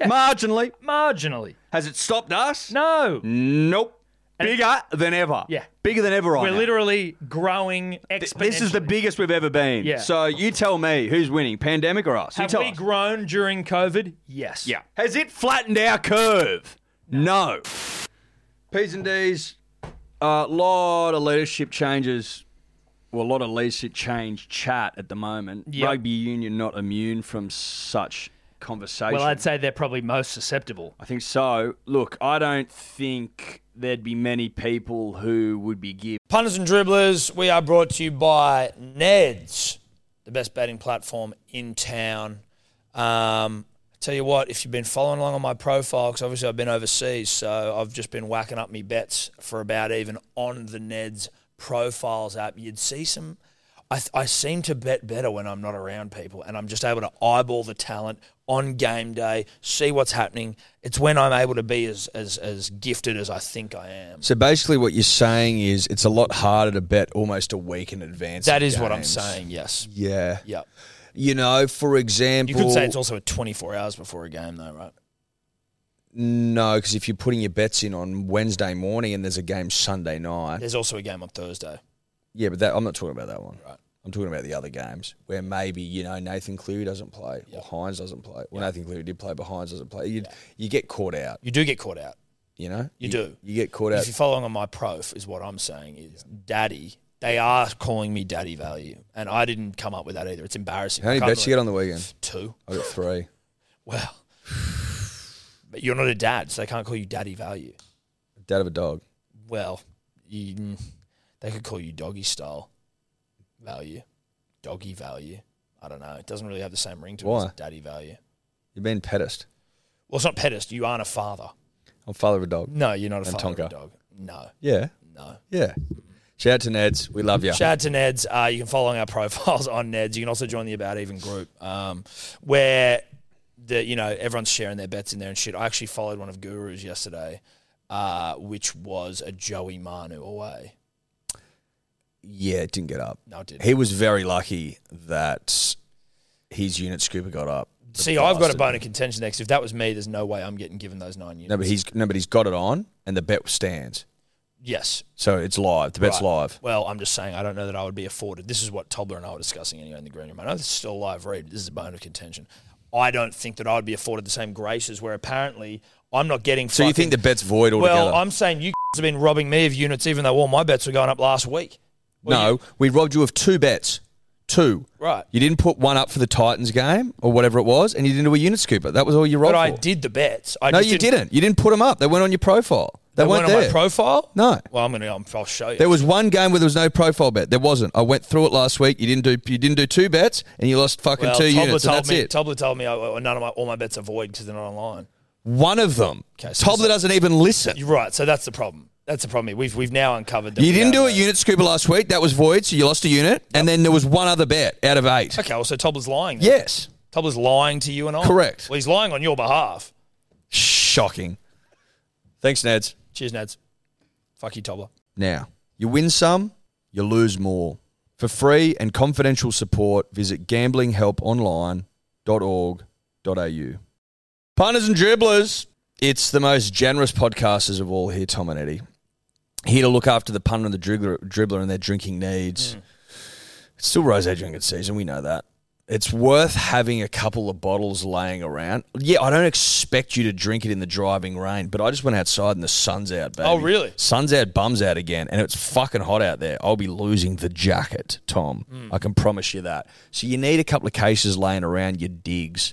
Speaker 3: Marginally.
Speaker 2: Marginally.
Speaker 3: Has it stopped us?
Speaker 2: No.
Speaker 3: Nope. Bigger than ever.
Speaker 2: Yeah.
Speaker 3: Bigger than ever right
Speaker 2: We're
Speaker 3: now.
Speaker 2: literally growing exponentially.
Speaker 3: This is the biggest we've ever been.
Speaker 2: Yeah.
Speaker 3: So you tell me who's winning, pandemic or us? You
Speaker 2: Have
Speaker 3: tell
Speaker 2: we
Speaker 3: us.
Speaker 2: grown during COVID? Yes.
Speaker 3: Yeah. Has it flattened our curve? No. P's and D's, a lot of leadership changes. Well, a lot of leadership change chat at the moment.
Speaker 2: Yep.
Speaker 3: Rugby union not immune from such conversation.
Speaker 2: Well, I'd say they're probably most susceptible.
Speaker 3: I think so. Look, I don't think there'd be many people who would be giving.
Speaker 4: Punters and dribblers, we are brought to you by Neds, the best betting platform in town. Um, tell you what, if you've been following along on my profile, because obviously I've been overseas, so I've just been whacking up me bets for about even on the Neds profiles app. You'd see some. I, th- I seem to bet better when I'm not around people, and I'm just able to eyeball the talent on game day, see what's happening. It's when I'm able to be as as, as gifted as I think I am.
Speaker 1: So basically, what you're saying is it's a lot harder to bet almost a week in advance.
Speaker 4: That
Speaker 1: of
Speaker 4: is what I'm
Speaker 1: games.
Speaker 4: saying. Yes.
Speaker 1: Yeah.
Speaker 4: Yeah.
Speaker 1: You know, for
Speaker 4: You
Speaker 1: example,
Speaker 4: could say it's also at 24 hours before a game, though, right?
Speaker 1: no, because if you're putting your bets in on Wednesday morning and there's a game Sunday night,
Speaker 4: There's also a game on Thursday.
Speaker 1: yeah, but that, I'm not talking about that one. Right. I'm talking about the other games where maybe you know Nathan Cleary doesn't play or Hines doesn't play. Well, Nathan Cleary did play, but Hines doesn't play. You would you get caught out.
Speaker 4: You do get caught out.
Speaker 1: You know,
Speaker 4: You do.
Speaker 1: You get caught
Speaker 4: If
Speaker 1: out.
Speaker 4: you're following on my prof, is what I'm saying is daddy. They are calling me daddy value, and I didn't come up with that either. It's embarrassing.
Speaker 1: [laughs] How many
Speaker 4: I can't
Speaker 1: bets you get
Speaker 4: really-
Speaker 1: on the weekend?
Speaker 4: two?
Speaker 1: I got three.
Speaker 4: Well, but you're not a dad, so they can't call you daddy value.
Speaker 1: Dad of a dog.
Speaker 4: Well, you, mm, they could call you doggy style value, doggy value. I don't know. It doesn't really have the same ring to it
Speaker 1: Why?
Speaker 4: as daddy value.
Speaker 1: You've been pedest.
Speaker 4: Well, it's not pedest. You aren't a father.
Speaker 1: I'm father of a dog.
Speaker 4: No, you're not a
Speaker 1: And
Speaker 4: father of
Speaker 1: Tonka.
Speaker 4: a dog. No,
Speaker 1: Yeah,
Speaker 4: no.
Speaker 1: yeah. Shout out to Neds. We love you.
Speaker 4: Shout out to Neds. Uh, you can follow our [laughs] profiles on Neds. You can also join the About Even group, um, where the you know everyone's sharing their bets in there and shit. I actually followed one of Guru's yesterday, uh, which was a Joey Manu away.
Speaker 1: yeah, it didn't get up.
Speaker 4: No, it didn't.
Speaker 1: He was very lucky that his unit scooper got up. The
Speaker 4: See, I've got a
Speaker 1: bastard.
Speaker 4: bone of contention next. If that was me, there's no way I'm getting given those nine units.
Speaker 1: No, but he's no, but he's got it on, and the bet stands.
Speaker 4: yes.
Speaker 1: So it's live. The bet's
Speaker 4: Right.
Speaker 1: live.
Speaker 4: Well, I'm just saying I don't know that I would be afforded. This is what Tobler and I were discussing anyway in the green room. I know this is still a live read. This is a bone of contention. I don't think that I would be afforded the same graces where apparently I'm not getting.
Speaker 1: So you
Speaker 4: fucking-
Speaker 1: think the bet's void altogether?
Speaker 4: Well, I'm saying you [laughs] have been robbing me of units, even though all my bets were going up last week.
Speaker 1: no, we robbed you of two bets. Two.
Speaker 4: Right.
Speaker 1: You didn't put one up for the Titans game or whatever it was, and you didn't do a unit scooper. That was all you robbed
Speaker 4: But I
Speaker 1: for.
Speaker 4: did the bets. I
Speaker 1: no,
Speaker 4: just
Speaker 1: you didn't. You didn't put them up. They weren't on your profile.
Speaker 4: They
Speaker 1: They,
Speaker 4: weren't
Speaker 1: weren't there.
Speaker 4: on my profile.
Speaker 1: No.
Speaker 4: Well, I'm gonna. I'm, I'll show you.
Speaker 1: There was one game where there was no profile bet. There wasn't. I went through it last week. You didn't do. You didn't do two bets, and you lost fucking
Speaker 4: well,
Speaker 1: two
Speaker 4: Tobler
Speaker 1: units. And
Speaker 4: told
Speaker 1: that's
Speaker 4: me.
Speaker 1: it.
Speaker 4: Tobler told me I, I- none of my all my bets are void because they're not online.
Speaker 1: one of them.
Speaker 4: Okay, so
Speaker 1: Tobler doesn't even listen.
Speaker 4: You're right. So that's the problem. That's the problem. here. We've we've now uncovered. That we
Speaker 1: You didn't do
Speaker 4: have
Speaker 1: a unit scooper last week. That was void, so you lost a unit. And then there was one other bet out of eight.
Speaker 4: Okay. Well, so Tobler's lying. then.
Speaker 1: Yes.
Speaker 4: Tobler's lying to you and I.
Speaker 1: Correct.
Speaker 4: Well, he's lying on your behalf.
Speaker 1: Shocking. Thanks, Neds.
Speaker 4: Cheers, Nads. Fuck you, Tobler.
Speaker 1: Now, you win some, you lose more. For free and confidential support, visit gamblinghelponline.org.au. Punters and dribblers, it's the most generous podcasters of all here, Tom and Eddie. Here to look after the punter and the dribbler, dribbler and their drinking
Speaker 4: Hmm.
Speaker 1: needs. It's still rosé drinking season, we know that. It's worth having a couple of bottles laying around. Yeah, I don't expect you to drink it in the driving rain, but I just went outside and the sun's out, baby.
Speaker 4: Oh, really?
Speaker 1: Sun's out, bums out again, and it's fucking hot out there. I'll be losing the jacket, Tom.
Speaker 4: Hmm.
Speaker 1: I can promise you that. So you need a couple of cases laying around your digs.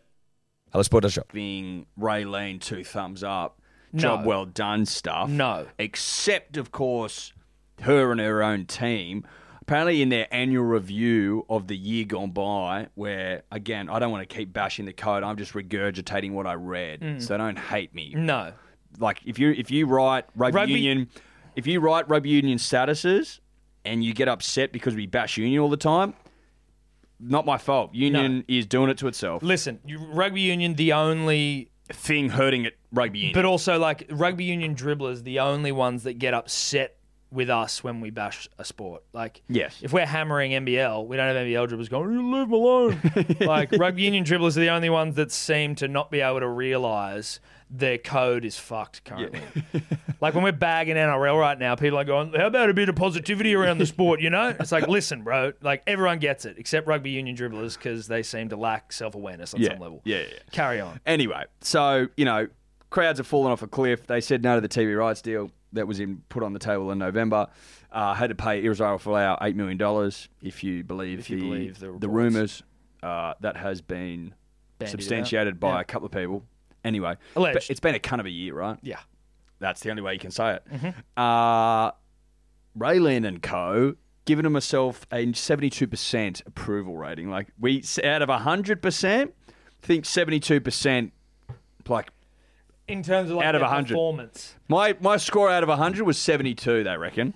Speaker 1: Hellosport.shop.
Speaker 3: Being Ray Lean, two thumbs up,
Speaker 2: No.
Speaker 3: job well done stuff.
Speaker 2: No.
Speaker 3: Except, of course, her and her own team. Apparently, in their annual review of the year gone by, where again, I don't want to keep bashing the code. I'm just regurgitating what I read,
Speaker 2: Mm.
Speaker 3: so don't hate me.
Speaker 2: No.
Speaker 3: like if you if you write rugby,
Speaker 2: Rugby-
Speaker 3: union if you write rugby union statuses and you get upset because we bash union all the time not my fault union is doing it to itself
Speaker 2: Listen, you, rugby union, the only
Speaker 3: thing hurting it rugby union
Speaker 2: But also, like rugby union dribblers, the only ones that get upset with us when we bash a sport. Like,
Speaker 3: Yes.
Speaker 2: if we're hammering NBL, we don't have NBL dribblers going, "You leave me
Speaker 3: [laughs]
Speaker 2: alone." like rugby union dribblers are the only ones that seem to not be able to realize their code is fucked currently. like when we're bagging NRL right now, people are going, "How about a bit of positivity around the sport?" You know, it's like, listen, bro, like everyone gets it except rugby union dribblers because they seem to lack self awareness on
Speaker 3: Yeah.
Speaker 2: some level.
Speaker 3: Yeah, yeah, yeah.
Speaker 2: Carry on.
Speaker 3: anyway so you know crowds have fallen off a cliff they said no to the tv rights deal that was in, put on the table in November. Uh, had to pay Israel Folau $8 million, if you believe,
Speaker 2: you
Speaker 3: the,
Speaker 2: believe the
Speaker 3: the,
Speaker 2: reports.
Speaker 3: rumours. Uh, that has been
Speaker 2: out.
Speaker 3: substantiated by
Speaker 2: Yeah.
Speaker 3: a couple of people. Anyway,
Speaker 2: Alleged.
Speaker 3: but it's been a cunt of a year, right?
Speaker 2: Yeah.
Speaker 3: That's the only way you can say it. Uh, Raylan and Co. giving him myself a seventy-two percent approval rating. Like we out of hundred percent, think seventy-two percent. Like
Speaker 2: in terms of like
Speaker 3: Out of
Speaker 2: their
Speaker 3: 100.
Speaker 2: performance.
Speaker 3: my my score out of hundred was seventy-two. They reckon.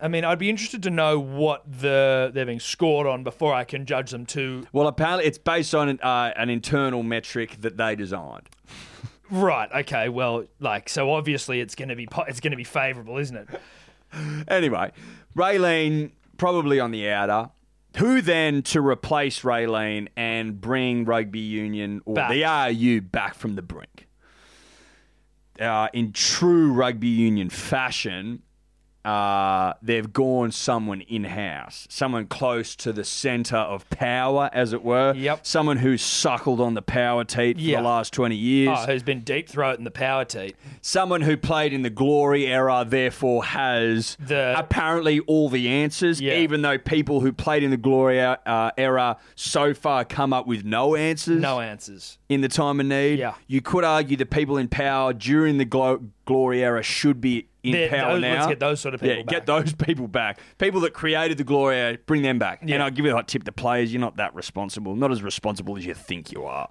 Speaker 2: I mean, I'd be interested to know what the they're being scored on before I can judge them too.
Speaker 3: Well, apparently it's based on an, uh, an internal metric that they designed.
Speaker 2: Right. Okay. Well, like so obviously it's going to be po- it's going to be favorable, isn't it?
Speaker 3: Anyway, Raylene probably on the outer. Who then to replace Raylene and bring rugby union or
Speaker 2: Back.
Speaker 3: the RU back from the brink? Uh, in true rugby union fashion, uh, they've gone someone in house, someone close to the centre of power, as it were.
Speaker 2: Yep.
Speaker 3: Someone who's suckled on the power teat for
Speaker 2: Yeah.
Speaker 3: the last 20 years.
Speaker 2: Oh, who's been deep throat in the power teat.
Speaker 3: Someone who played in the glory era, therefore, has
Speaker 2: The-
Speaker 3: apparently all the answers,
Speaker 2: Yeah.
Speaker 3: even though people who played in the glory uh, era so far come up with no answers
Speaker 2: No answers.
Speaker 3: in the time of need.
Speaker 2: Yeah.
Speaker 3: You could argue the people in power during the glo- glory era should be in
Speaker 2: They're-
Speaker 3: power
Speaker 2: those-
Speaker 3: now.
Speaker 2: let's get those sort of
Speaker 3: Yeah,
Speaker 2: people
Speaker 3: get
Speaker 2: back.
Speaker 3: those [laughs] people back. People that created the glory era, bring them back.
Speaker 2: Yeah.
Speaker 3: And I'll give you a hot tip to players you're not that responsible, not as responsible as you think you are.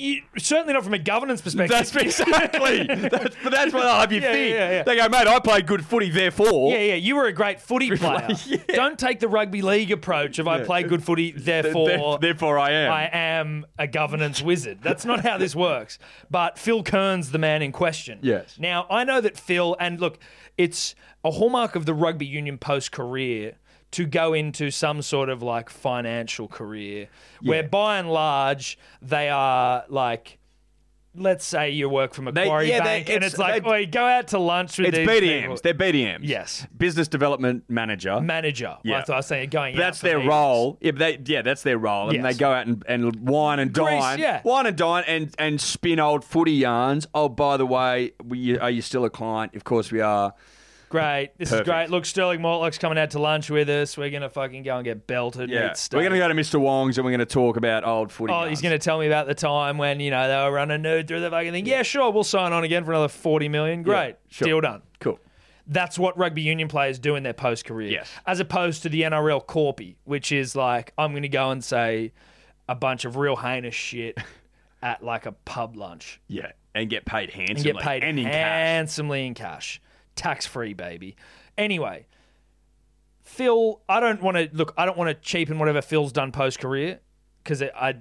Speaker 2: You, certainly not from a governance perspective. [laughs]
Speaker 3: That's exactly. [laughs] that's, but that's what I hope you
Speaker 2: Yeah,
Speaker 3: think.
Speaker 2: yeah, yeah.
Speaker 3: They go, mate, I played good footy, therefore.
Speaker 2: Yeah, yeah. You were a great
Speaker 3: [laughs]
Speaker 2: footy player. Don't take the rugby league approach of I play good footy,
Speaker 3: th-
Speaker 2: therefore.
Speaker 3: th- therefore I am.
Speaker 2: I am a governance wizard. That's not how this works. But Phil Kern's the man in question.
Speaker 3: Yes.
Speaker 2: Now, I know that Phil, and look, it's a hallmark of the rugby union post career to go into some sort of like financial career where by and large they are like. Let's say you work from Macquarie
Speaker 3: yeah, they-
Speaker 2: Bank, and
Speaker 3: it's-
Speaker 2: it's like,
Speaker 3: they-
Speaker 2: "Oi, go out to lunch with
Speaker 3: It's
Speaker 2: these people."
Speaker 3: BDMs. They're BDMs.
Speaker 2: Yes.
Speaker 3: Business development manager.
Speaker 2: manager.
Speaker 3: Yeah.
Speaker 2: I thought I was saying going. out
Speaker 3: that's
Speaker 2: for
Speaker 3: their
Speaker 2: meetings.
Speaker 3: role. Yeah, they, yeah, that's their role. And
Speaker 2: Yes.
Speaker 3: they go out and, and wine and
Speaker 2: Grease,
Speaker 3: dine.
Speaker 2: yeah.
Speaker 3: Wine and dine and, and spin old footy yarns. Oh, by the way, we, are you still a client? Of course we are.
Speaker 2: Great. This
Speaker 3: Perfect.
Speaker 2: is great. Look, Sterling Mortlock's coming out to lunch with us. We're gonna fucking go and get belted.
Speaker 3: Yeah.
Speaker 2: Meat
Speaker 3: We're
Speaker 2: steak.
Speaker 3: going to go to Mr. Wong's and we're going to talk about old footy
Speaker 2: Oh,
Speaker 3: yarns.
Speaker 2: he's going to tell me about the time when you know they were running nude through the fucking thing. Yeah, sure, we'll sign on again for another forty million. Great,
Speaker 3: sure.
Speaker 2: deal done.
Speaker 3: Cool.
Speaker 2: That's what rugby union players do in their post career,
Speaker 3: Yes.
Speaker 2: as opposed to the NRL corpy, which is like I'm going to go and say a bunch of real heinous
Speaker 3: [laughs]
Speaker 2: shit at like a pub lunch.
Speaker 3: Yeah. And get paid handsomely.
Speaker 2: and get paid
Speaker 3: And in cash.
Speaker 2: handsomely in cash, tax free, baby. Anyway, Phil, I don't want to look. I don't want to cheapen whatever Phil's done post career because I,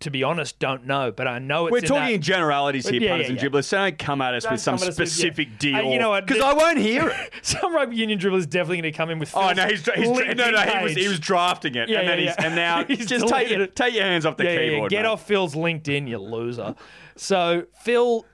Speaker 2: to be honest, don't know. But I know it's
Speaker 3: We're
Speaker 2: in
Speaker 3: talking
Speaker 2: that-
Speaker 3: in generalities here,
Speaker 2: Yeah, yeah,
Speaker 3: punters and
Speaker 2: yeah.
Speaker 3: dribblers. So don't come at us
Speaker 2: Don't
Speaker 3: with some
Speaker 2: come at us with- yeah.
Speaker 3: specific deal.
Speaker 2: And you know what?
Speaker 3: Because I won't
Speaker 2: [laughs]
Speaker 3: hear it.
Speaker 2: some rugby union dribbler is definitely going to come in with.
Speaker 3: Oh
Speaker 2: Phil's
Speaker 3: no, he's, he's
Speaker 2: LinkedIn
Speaker 3: no, no. He was
Speaker 2: page.
Speaker 3: he was drafting it,
Speaker 2: Yeah,
Speaker 3: and then
Speaker 2: yeah,
Speaker 3: he's
Speaker 2: yeah.
Speaker 3: and
Speaker 2: [laughs]
Speaker 3: now
Speaker 2: He's
Speaker 3: just take your,
Speaker 2: deleted it.
Speaker 3: take your hands off the
Speaker 2: yeah, yeah, yeah.
Speaker 3: keyboard.
Speaker 2: Get
Speaker 3: mate.
Speaker 2: off Phil's LinkedIn, you loser. so, Phil,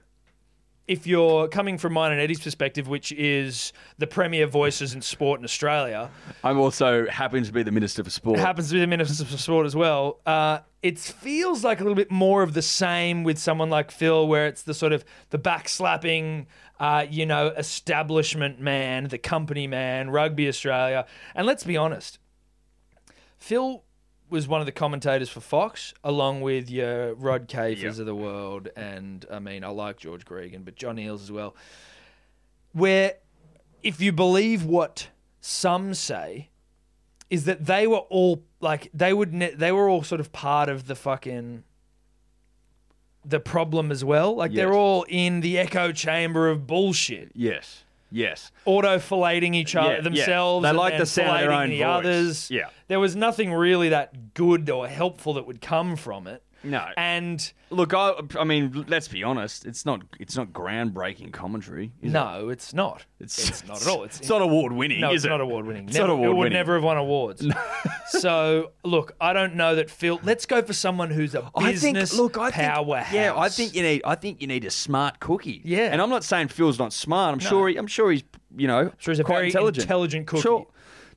Speaker 2: if you're coming from mine and Eddie's perspective, which is the premier voices in sport in Australia,
Speaker 3: I'm also happen to be the minister for sport.
Speaker 2: happens to be the minister of sport as well. Uh, it feels like a little bit more of the same with someone like Phil, where it's the sort of the backslapping, uh, you know, establishment man, the company man, Rugby Australia. And let's be honest, Phil was one of the commentators for Fox, along with your Rod Cafers of the world, and I mean, I like George Gregan, but John Eales as well. Where, if you believe what some say, is that they were all like they would ne- they were all sort of part of the fucking the problem as well. Like they're
Speaker 3: Yes.
Speaker 2: all in the echo chamber of bullshit,
Speaker 3: yes, yes.
Speaker 2: auto filleting each other
Speaker 3: Yeah, yeah.
Speaker 2: themselves.
Speaker 3: They
Speaker 2: and
Speaker 3: like
Speaker 2: then
Speaker 3: the sound of their
Speaker 2: filleting
Speaker 3: own
Speaker 2: the
Speaker 3: voice.
Speaker 2: others.
Speaker 3: Yeah.
Speaker 2: there was nothing really that good or helpful that would come from it.
Speaker 3: No.
Speaker 2: and
Speaker 3: Look, I, I mean, let's be honest. It's not it's not groundbreaking commentary. Is
Speaker 2: no, it's not.
Speaker 3: it?
Speaker 2: It's, not at all. It's,
Speaker 3: [laughs] it's not award winning.
Speaker 2: No,
Speaker 3: is
Speaker 2: it's
Speaker 3: it?
Speaker 2: not award winning.
Speaker 3: It's not
Speaker 2: It
Speaker 3: award
Speaker 2: would
Speaker 3: winning.
Speaker 2: never have won awards. [laughs] so look, I don't know that Phil. Let's go for someone who's a
Speaker 3: I think.
Speaker 2: business
Speaker 3: Look, I
Speaker 2: powerhouse.
Speaker 3: think. Yeah, I think you need. I think you need a smart cookie.
Speaker 2: Yeah.
Speaker 3: and I'm not saying Phil's not smart. I'm sure. He, I'm sure he's. You know,
Speaker 2: sure he's a
Speaker 3: quite
Speaker 2: very
Speaker 3: intelligent.
Speaker 2: intelligent cookie.
Speaker 3: Sure.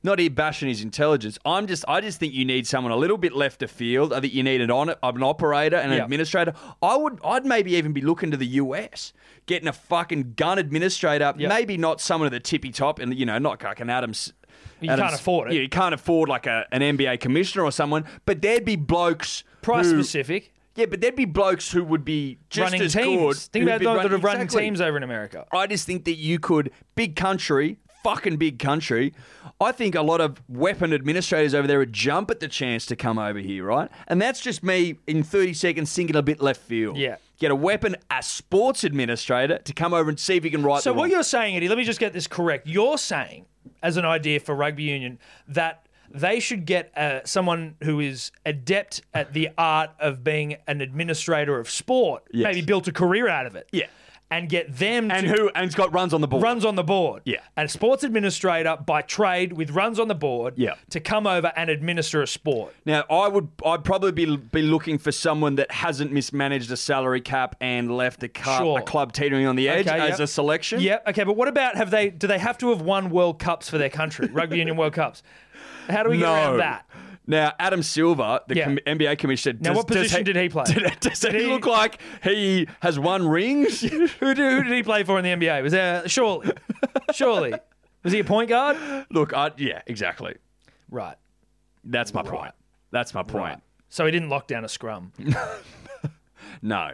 Speaker 3: Not here bashing his intelligence. I'm just. I just think you need someone a little bit left of field. I think you need an on an operator and an
Speaker 2: Yeah.
Speaker 3: administrator. I would. I'd maybe even be looking to the US, getting a fucking gun administrator.
Speaker 2: Yeah.
Speaker 3: Maybe not someone at the tippy top, and you know, not like an Adams.
Speaker 2: You can't afford it.
Speaker 3: Yeah, you can't afford like a, an NBA commissioner or someone. But there'd be blokes.
Speaker 2: price
Speaker 3: who-
Speaker 2: specific.
Speaker 3: yeah, but there'd be blokes who would be just
Speaker 2: running
Speaker 3: as
Speaker 2: teams.
Speaker 3: good.
Speaker 2: Think
Speaker 3: who'd
Speaker 2: about
Speaker 3: be
Speaker 2: those that
Speaker 3: running-
Speaker 2: have run
Speaker 3: Exactly.
Speaker 2: teams over in America.
Speaker 3: I just think that you could big country, fucking big country. I think a lot of weapon administrators over there would jump at the chance to come over here, right? And that's just me in 30 seconds thinking a bit left field.
Speaker 2: Yeah.
Speaker 3: Get a weapon, a sports administrator to come over and see if he can write
Speaker 2: So
Speaker 3: the
Speaker 2: what
Speaker 3: wrong-
Speaker 2: you're saying, Eddie? Let me just get this correct. You're saying, as an idea for rugby union, that they should get uh, someone who is adept at the art of being an administrator of sport.
Speaker 3: Yes.
Speaker 2: Maybe built a career out of it.
Speaker 3: Yeah.
Speaker 2: and get them
Speaker 3: And
Speaker 2: to
Speaker 3: who and it's got runs on the ball.
Speaker 2: runs on the board.
Speaker 3: Yeah.
Speaker 2: And a sports administrator by trade with runs on the board
Speaker 3: Yeah.
Speaker 2: to come over and administer a sport.
Speaker 3: Now, I would, I'd probably be be looking for someone that hasn't mismanaged a salary cap and left a, cup,
Speaker 2: Sure.
Speaker 3: a club teetering on the edge
Speaker 2: Okay,
Speaker 3: as
Speaker 2: yep.
Speaker 3: a selection.
Speaker 2: Yeah, okay, but what about have they do they have to have won World Cups for their
Speaker 3: [laughs]
Speaker 2: country, rugby union World Cups? How do we get
Speaker 3: No.
Speaker 2: around that?
Speaker 3: Now, Adam Silver, the
Speaker 2: Yeah.
Speaker 3: com- NBA commissioner.
Speaker 2: Now,
Speaker 3: does-
Speaker 2: what
Speaker 3: does
Speaker 2: position did he play?
Speaker 3: [laughs] Did, does
Speaker 2: Did
Speaker 3: he,
Speaker 2: he-
Speaker 3: look like he has won rings? [laughs]
Speaker 2: Who did, who did he play for in the NBA? Was there surely, surely was he a point guard?
Speaker 3: look, I, yeah, exactly.
Speaker 2: Right.
Speaker 3: That's my point. That's my point.
Speaker 2: So he didn't lock down a scrum.
Speaker 3: No.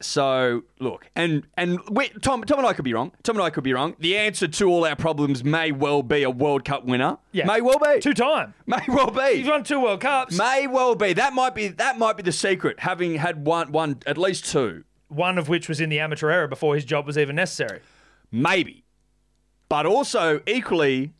Speaker 3: So look, and and we, Tom, Tom and I could be wrong. Tom and I could be wrong. The answer to all our problems may well be a World Cup winner.
Speaker 2: Yeah.
Speaker 3: May well be.
Speaker 2: Two time.
Speaker 3: May well be.
Speaker 2: He's won two World Cups.
Speaker 3: May well be. That might be. That might be the secret. Having had one, one at least two,
Speaker 2: one of which was in the amateur era before his job was even necessary.
Speaker 3: maybe. But also equally,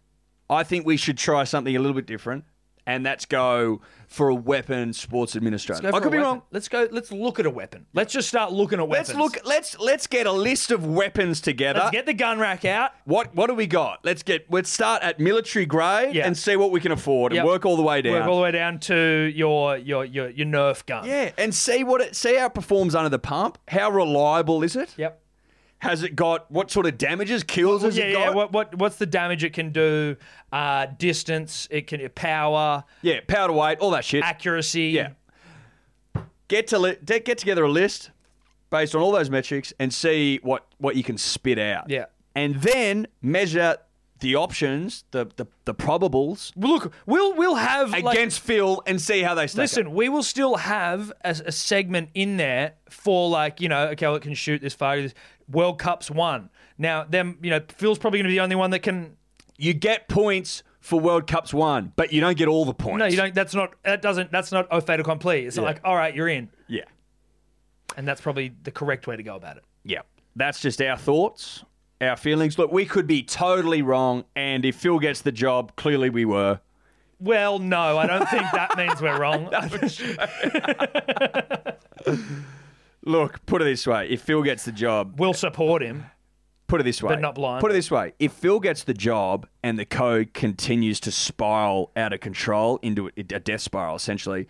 Speaker 3: I think we should try something a little bit different, and that's go for a weapon sports administrator. I
Speaker 2: Go for
Speaker 3: could
Speaker 2: a
Speaker 3: be
Speaker 2: weapon.
Speaker 3: wrong.
Speaker 2: Let's go. Let's look at a weapon. Let's just start looking at weapons.
Speaker 3: Let's look. Let's let's get a list of weapons together.
Speaker 2: Let's get the gun rack out.
Speaker 3: what what do we got? Let's get. Let's start at military grade
Speaker 2: Yeah.
Speaker 3: and see what we can afford,
Speaker 2: Yep.
Speaker 3: and work all the way down.
Speaker 2: Work all the way down to your your your, your Nerf gun.
Speaker 3: yeah, and see what it see how it performs under the pump. How reliable is it?
Speaker 2: Yep.
Speaker 3: Has it got what sort of damages, kills has
Speaker 2: Yeah,
Speaker 3: it
Speaker 2: yeah.
Speaker 3: got?
Speaker 2: What what what's the damage it can do? Uh, distance. It can power.
Speaker 3: Yeah, power to weight, all that shit.
Speaker 2: Accuracy.
Speaker 3: Yeah. Get to li- de- get together a list based on all those metrics and see what what you can spit out.
Speaker 2: Yeah.
Speaker 3: and then measure the options, the the, the probables
Speaker 2: Well, Look, we'll we'll have like-
Speaker 3: against Phil and see how they stack.
Speaker 2: Listen,
Speaker 3: up.
Speaker 2: we will still have a, a segment in there for like you know, okay, well, it can shoot this far. This World Cup's won. Now, them, you know, Phil's probably going to be the only one that can.
Speaker 3: you get points for World Cups one, but you don't get all the points.
Speaker 2: No, you don't. That's not. That doesn't. That's not au fait accompli. It's not
Speaker 3: Yeah.
Speaker 2: like, all right, you're in,
Speaker 3: Yeah,
Speaker 2: and that's probably the correct way to go about it.
Speaker 3: yeah. That's just our thoughts, our feelings. Look, we could be totally wrong, and if Phil gets the job, clearly we were.
Speaker 2: Well, no, I don't think that means we're [laughs] wrong.
Speaker 3: Look, put it this way: if Phil gets the job,
Speaker 2: we'll support him.
Speaker 3: put it this way,
Speaker 2: not blind.
Speaker 3: Put it this way: if Phil gets the job and the code continues to spiral out of control into a a death spiral, essentially,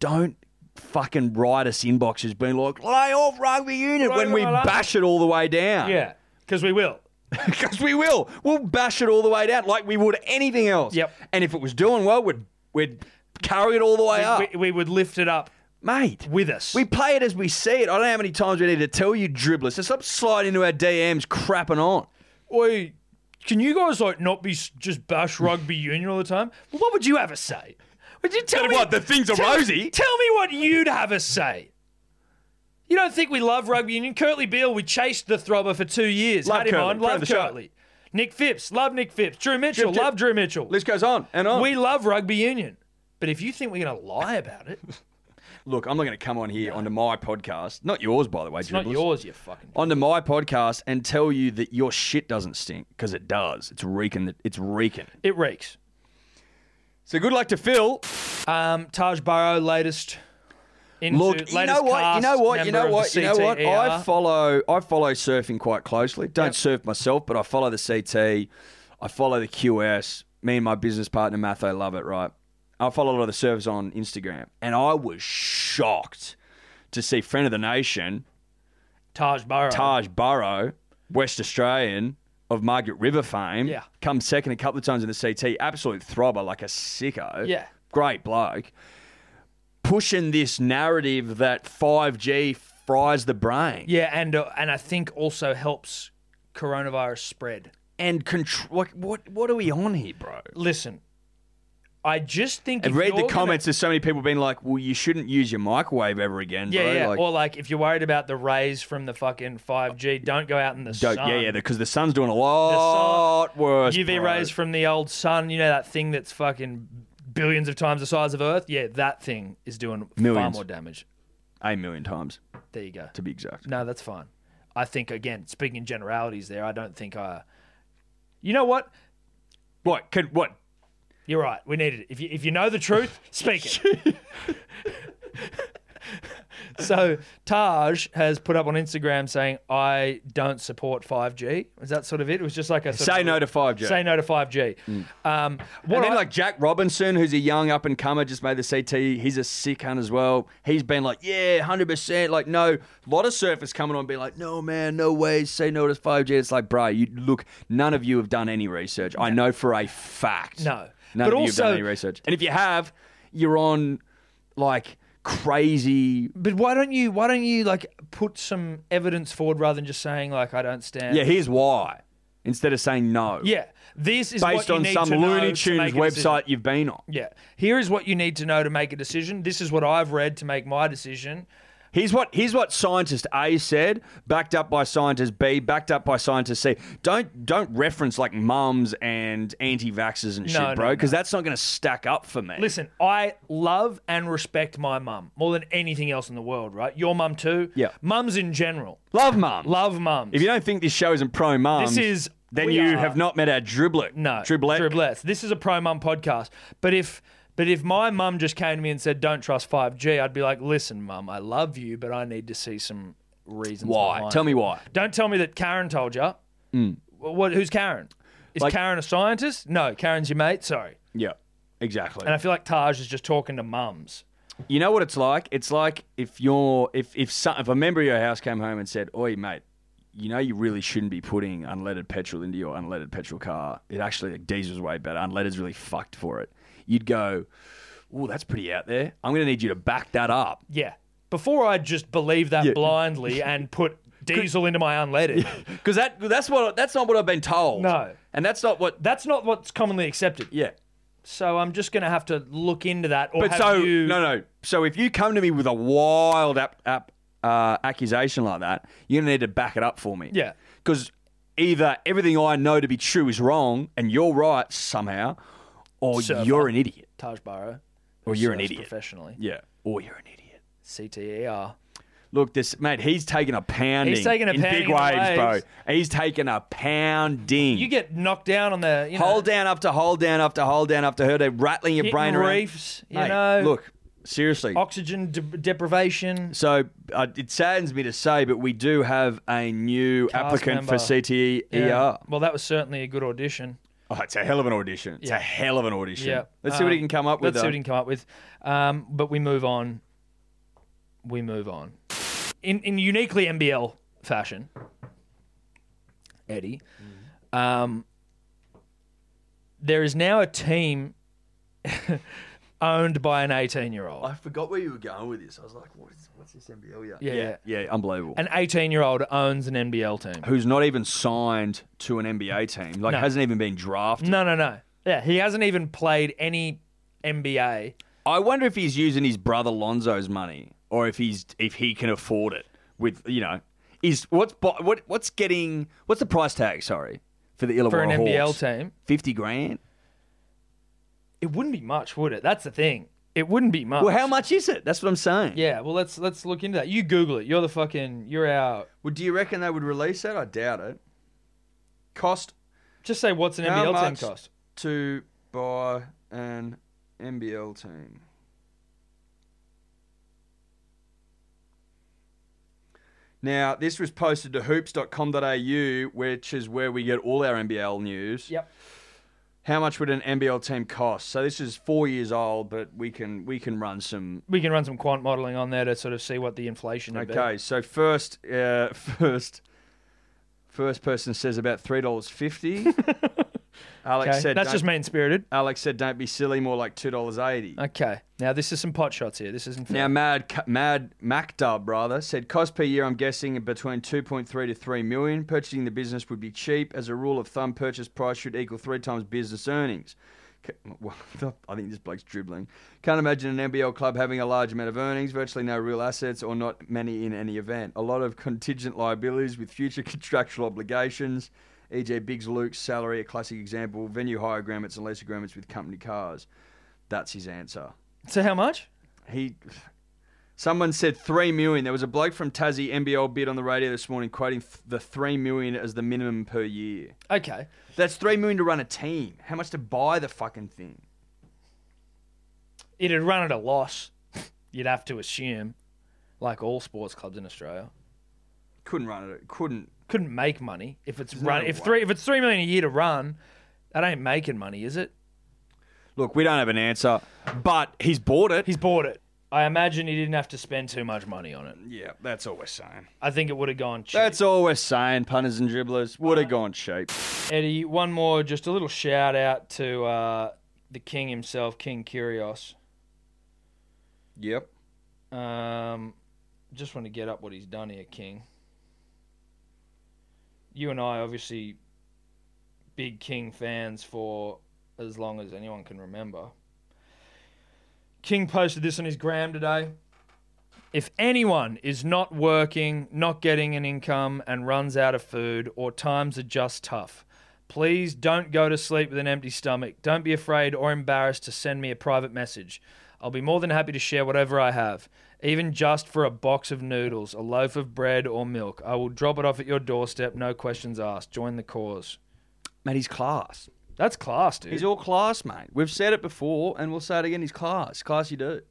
Speaker 3: don't fucking write us inboxes being like "lay off rugby union"
Speaker 2: Right,
Speaker 3: when we
Speaker 2: right, right.
Speaker 3: bash it all the way down. [laughs]
Speaker 2: Yeah, because we will.
Speaker 3: because we will. We'll bash it all the way down like we would anything else.
Speaker 2: Yep.
Speaker 3: And if it was doing well, we'd we'd carry it all the way up,
Speaker 2: We, we would lift it up
Speaker 3: mate.
Speaker 2: with us.
Speaker 3: We play it as we see it. I don't know how many times we need to tell you, dribblers, to stop sliding into our DMs, crapping on.
Speaker 2: Oi, can you guys like not be s- just bash rugby union all the time? Well, what would you have a say? Would you tell me
Speaker 3: what, that things are
Speaker 2: tell-
Speaker 3: rosy?
Speaker 2: Tell me what you'd have a say. You don't think we love rugby union? Curtly Beale, we chased the throbber for two years.
Speaker 3: Love
Speaker 2: Had him
Speaker 3: Curtly,
Speaker 2: on.
Speaker 3: friend of
Speaker 2: Love
Speaker 3: the show.
Speaker 2: Curtly. Nick Phipps, love Nick Phipps. Drew Mitchell,
Speaker 3: Drip, drip.
Speaker 2: love Drew Mitchell.
Speaker 3: List goes on and on.
Speaker 2: We love rugby union. But if you think we're going to lie about
Speaker 3: [laughs]
Speaker 2: it, it's
Speaker 3: Look, I'm not going to come on here onto my podcast, not yours, by the way, dribblers.
Speaker 2: not yours, you fucking.
Speaker 3: Onto my podcast and tell you that your shit doesn't stink because it does. It's reeking. the- It's reeking.
Speaker 2: It reeks.
Speaker 3: So good luck to Phil.
Speaker 2: Um, Taj Burrow, latest. Into,
Speaker 3: Look, you
Speaker 2: latest
Speaker 3: know what? You know
Speaker 2: cast
Speaker 3: what? You
Speaker 2: member
Speaker 3: know
Speaker 2: of the E
Speaker 3: what? You know what? I
Speaker 2: CTER.
Speaker 3: follow I follow surfing quite closely. Don't
Speaker 2: Yep.
Speaker 3: surf myself, but I follow the CT. I follow the QS. Me and my business partner Matho love it, right? I follow a lot of the surfers on Instagram, and I was shocked to see friend of the nation
Speaker 2: Taj Burrow.
Speaker 3: Taj Burrow, West Australian of Margaret River fame,
Speaker 2: Yeah.
Speaker 3: come second a couple of times in the CT. Absolute throbber, like a sicko.
Speaker 2: Yeah.
Speaker 3: Great bloke. Pushing this narrative that 5G fries the brain
Speaker 2: Yeah, and uh, and I think also helps coronavirus spread.
Speaker 3: and control. Like, what, what are we on here, bro?
Speaker 2: Listen, I just think
Speaker 3: I've
Speaker 2: if
Speaker 3: read
Speaker 2: you're
Speaker 3: the
Speaker 2: gonna-
Speaker 3: comments. There's so many people being like, well, you shouldn't use your microwave ever again,
Speaker 2: yeah,
Speaker 3: bro.
Speaker 2: yeah.
Speaker 3: Like,
Speaker 2: or like if you're worried about the rays from the fucking five G, don't go out in the
Speaker 3: don't-
Speaker 2: sun.
Speaker 3: yeah, yeah, because the sun's doing a
Speaker 2: The
Speaker 3: lot
Speaker 2: sun-
Speaker 3: worse.
Speaker 2: UV
Speaker 3: bro.
Speaker 2: rays from the old sun. You know that thing that's fucking billions of times the size of Earth. Yeah, that thing is doing far
Speaker 3: Millions.
Speaker 2: more damage.
Speaker 3: A million times,
Speaker 2: There you go.
Speaker 3: to be exact.
Speaker 2: No, that's fine. I think again, speaking in generalities, there, I don't think I. You know what?
Speaker 3: What? Can, what?
Speaker 2: You're right.
Speaker 3: [laughs]
Speaker 2: We needed it. If you, if you know the truth, speak it. [laughs] so Taj has put up on Instagram saying, "I don't support 5G." Is that sort of it? It was just like a sort
Speaker 3: Say
Speaker 2: of-
Speaker 3: no to 5G.
Speaker 2: Say no to 5G. Um, what
Speaker 3: And
Speaker 2: I-
Speaker 3: then like Jack Robinson, who's a young up and comer, just made the CT. He's a sick hunt as well. He's been like, yeah, hundred percent. Like, no, a lot of surfers coming on, being like, no man, no way, say no to five G. It's like, bruh, you look, none of you have done any research. I know for a fact.
Speaker 2: No.
Speaker 3: none
Speaker 2: But
Speaker 3: of you have done
Speaker 2: also-
Speaker 3: any research. And if you have, you're on like crazy.
Speaker 2: but why don't you? Why don't you like put some evidence forward rather than just saying like, "I don't stand."
Speaker 3: Yeah, here's why. Instead of saying no,
Speaker 2: Yeah. This is what
Speaker 3: based
Speaker 2: you
Speaker 3: on
Speaker 2: need
Speaker 3: some
Speaker 2: to know
Speaker 3: Looney
Speaker 2: to
Speaker 3: Tunes
Speaker 2: make a decision.
Speaker 3: website you've been on.
Speaker 2: Yeah. Here is what you need to know to make a decision. This is what I've read to make my decision.
Speaker 3: Here's what here's what scientist A said, backed up by scientist B, backed up by scientist C. Don't don't reference like mums and anti-vaxxers and shit,
Speaker 2: No, no,
Speaker 3: bro,
Speaker 2: no.
Speaker 3: because that's not going to stack up for me.
Speaker 2: Listen, I love and respect my mum more than anything else in the world, right? Your mum too?
Speaker 3: Yeah.
Speaker 2: Mums in general.
Speaker 3: love mum.
Speaker 2: Love mums.
Speaker 3: If you don't think this show isn't pro mums,
Speaker 2: This is-
Speaker 3: then
Speaker 2: we
Speaker 3: you
Speaker 2: are-
Speaker 3: have not met our driblet.
Speaker 2: no
Speaker 3: driblet.
Speaker 2: driblets. This is a pro mum podcast. But if but if my mum just came to me and said, "Don't trust 5G," I'd be like, "Listen, mum, I love you, but I need to see some reasons
Speaker 3: Why?
Speaker 2: behind
Speaker 3: Tell
Speaker 2: it."
Speaker 3: me why.
Speaker 2: Don't tell me that Karen told you. What? Who's Karen? Is
Speaker 3: Like-
Speaker 2: Karen a scientist? No, Karen's your mate. Sorry.
Speaker 3: Yeah, exactly.
Speaker 2: And I feel like Taj is just talking to mums.
Speaker 3: You know what it's like? It's like if you're if if some, if a member of your house came home and said, "Oi, mate." You know, you really shouldn't be putting unleaded petrol into your unleaded petrol car. It actually, like, diesel's way better. Unleaded's really fucked for it. You'd go, "Oh, that's pretty out there. I'm going to need you to back that up." [laughs]
Speaker 2: Yeah. Before I just believe that
Speaker 3: Yeah.
Speaker 2: blindly and
Speaker 3: [laughs]
Speaker 2: put diesel into my unleaded.
Speaker 3: Because that that's what that's not what I've been told.
Speaker 2: No.
Speaker 3: and that's not what.
Speaker 2: That's not what's commonly accepted.
Speaker 3: Yeah,
Speaker 2: So I'm just going to have to look into that. Or
Speaker 3: but
Speaker 2: have
Speaker 3: so
Speaker 2: you...
Speaker 3: no, no. So if you come to me with a wild app, app uh, accusation like that, you're going to need to back it up for me.
Speaker 2: Yeah.
Speaker 3: because either everything I know to be true is wrong and you're right somehow, or
Speaker 2: Server.
Speaker 3: you're an idiot,
Speaker 2: Taj Barrow.
Speaker 3: or you're an
Speaker 2: serves
Speaker 3: idiot.
Speaker 2: Professionally. E
Speaker 3: Yeah, or you're an idiot.
Speaker 2: CTER.
Speaker 3: Look, this mate, he's taking a pounding.
Speaker 2: taking a
Speaker 3: in
Speaker 2: pounding in
Speaker 3: big
Speaker 2: the
Speaker 3: waves,
Speaker 2: waves.
Speaker 3: bro. He's taking a pounding.
Speaker 2: You get knocked down on the. You know,
Speaker 3: hold down up to hold down up to hold down up to her. They're rattling your
Speaker 2: hitting
Speaker 3: brain around.
Speaker 2: reefs, you
Speaker 3: Mate,
Speaker 2: know.
Speaker 3: look seriously.
Speaker 2: Oxygen de- deprivation.
Speaker 3: So uh, it saddens me to say, but we do have a new applicant
Speaker 2: member.
Speaker 3: for CTE ER.
Speaker 2: Well, that was certainly a good audition.
Speaker 3: Oh, it's a hell of an audition. It's
Speaker 2: Yeah.
Speaker 3: a hell of an audition.
Speaker 2: Yeah.
Speaker 3: Let's see what he
Speaker 2: Um,
Speaker 3: can come up with.
Speaker 2: Let's see
Speaker 3: though.
Speaker 2: what he can come up with. Um, but we move on. We move on. In in uniquely MBL fashion, Eddie,
Speaker 3: Mm.
Speaker 2: um, there is now a team [laughs] owned by an eighteen-year-old.
Speaker 3: I forgot where you were going with this. I was like, what is, what's this NBL? Yeah.
Speaker 2: Yeah, yeah.
Speaker 3: Yeah, unbelievable.
Speaker 2: An eighteen-year-old owns an NBL team.
Speaker 3: Who's not even signed to an NBA team, like
Speaker 2: No.
Speaker 3: hasn't even been drafted.
Speaker 2: No, no, no. Yeah, he hasn't even played any NBA.
Speaker 3: I wonder if he's using his brother Lonzo's money or if he's if he can afford it with, you know, is what's bo- what what's getting what's the price tag, sorry, for the
Speaker 2: For an
Speaker 3: Illawarra
Speaker 2: NBL
Speaker 3: Hawks?
Speaker 2: team.
Speaker 3: 50 grand?
Speaker 2: It wouldn't be much, would it? That's the thing. It wouldn't be much.
Speaker 3: Well, how much is it? That's what I'm saying.
Speaker 2: Yeah, well let's let's look into that. You Google it. You're the fucking you're our
Speaker 3: Well, do you reckon they would release that? I doubt it. Cost
Speaker 2: just say what's an
Speaker 3: How
Speaker 2: NBL
Speaker 3: much?
Speaker 2: team cost.
Speaker 3: to buy an NBL team. Now, this was posted to hoops.com.au, which is where we get all our NBL news.
Speaker 2: Yep.
Speaker 3: How much would an NBL team cost? So this is four years old, but we can we can run some.
Speaker 2: We can run some quant modeling on there to sort of see what the inflation would
Speaker 3: Okay, so first uh, [laughs] first first person says about three
Speaker 2: [laughs]
Speaker 3: dollars fifty.
Speaker 2: be.
Speaker 3: Alex
Speaker 2: Okay.
Speaker 3: said
Speaker 2: That's
Speaker 3: don't-
Speaker 2: just mean spirited.
Speaker 3: Alex said, "Don't be silly." More like two dollars eighty.
Speaker 2: Okay. Now this is some pot shots here. This isn't fair.
Speaker 3: Now, Mad Mad MacDub rather said, "Cost per year, I'm guessing between two point three to three million. Purchasing the business would be cheap. As a rule of thumb, purchase price should equal three times business earnings." C- well, [laughs] I think this bloke's dribbling. Can't imagine an NBL club having a large amount of earnings, virtually no real assets, or not many in any event. A lot of contingent liabilities with future [laughs] contractual obligations, e.g., Biggs Luke's salary, a classic example, venue hire agreements and lease agreements with company cars. That's his answer
Speaker 2: so how much?
Speaker 3: he someone said 3 million there was a bloke from tassie nbl bid on the radio this morning quoting th- the 3 million as the minimum per year
Speaker 2: Okay.
Speaker 3: that's 3 million to run a team how much to buy the fucking thing
Speaker 2: [laughs] It'd run at a loss, you'd have to assume. like all sports clubs in Australia,
Speaker 3: Couldn't run it. Couldn't.
Speaker 2: couldn't make money if it's run if three if it's three million a year to run, that ain't making money, is it?
Speaker 3: Look, we don't have an answer, but he's bought it.
Speaker 2: He's bought it. I imagine he didn't have to spend too much money on it.
Speaker 3: yeah, that's all we're saying.
Speaker 2: I think it would have gone cheap.
Speaker 3: That's all we're saying, punters and dribblers. Would have gone cheap.
Speaker 2: Eddie, one more, just a little shout out to uh, the king himself, King Curios.
Speaker 3: Yep.
Speaker 2: Um, just want to get up what he's done here, King. You and I, obviously, big King fans for as long as anyone can remember. King posted this on his gram today. If anyone is not working, not getting an income, and runs out of food, or times are just tough, please don't go to sleep with an empty stomach. Don't be afraid or embarrassed to send me a private message. I'll be more than happy to share whatever I have, even just for a box of noodles, a loaf of bread, or milk. I will drop it off at your doorstep, no questions asked. Join the cause.
Speaker 3: Mate, he's class.
Speaker 2: That's class, dude.
Speaker 3: He's all class, mate. We've said it before, and we'll say it again. He's class. Classy dude.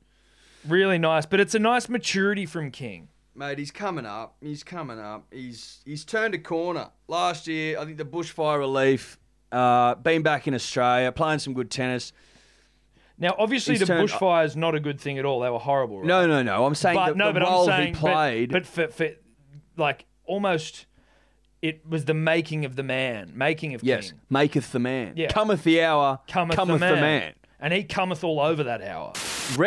Speaker 2: really nice, but it's a nice maturity from King.
Speaker 3: Mate, he's coming up. He's coming up. He's he's turned a corner. Last year, I think the bushfire relief. Uh, been back in Australia, playing some good tennis.
Speaker 2: Now, obviously,
Speaker 3: He's
Speaker 2: the
Speaker 3: turned-
Speaker 2: bushfire is not a good thing at all. They were horrible. Right?
Speaker 3: No, no, no. I'm saying
Speaker 2: but
Speaker 3: the,
Speaker 2: no,
Speaker 3: the
Speaker 2: but
Speaker 3: role
Speaker 2: I'm saying,
Speaker 3: he
Speaker 2: but-
Speaker 3: played.
Speaker 2: but, for, for like almost, it was the making of the man, making of
Speaker 3: yes,
Speaker 2: king.
Speaker 3: maketh the man.
Speaker 2: Yeah.
Speaker 3: Cometh the hour.
Speaker 2: Cometh, the, man. and he cometh all over that hour.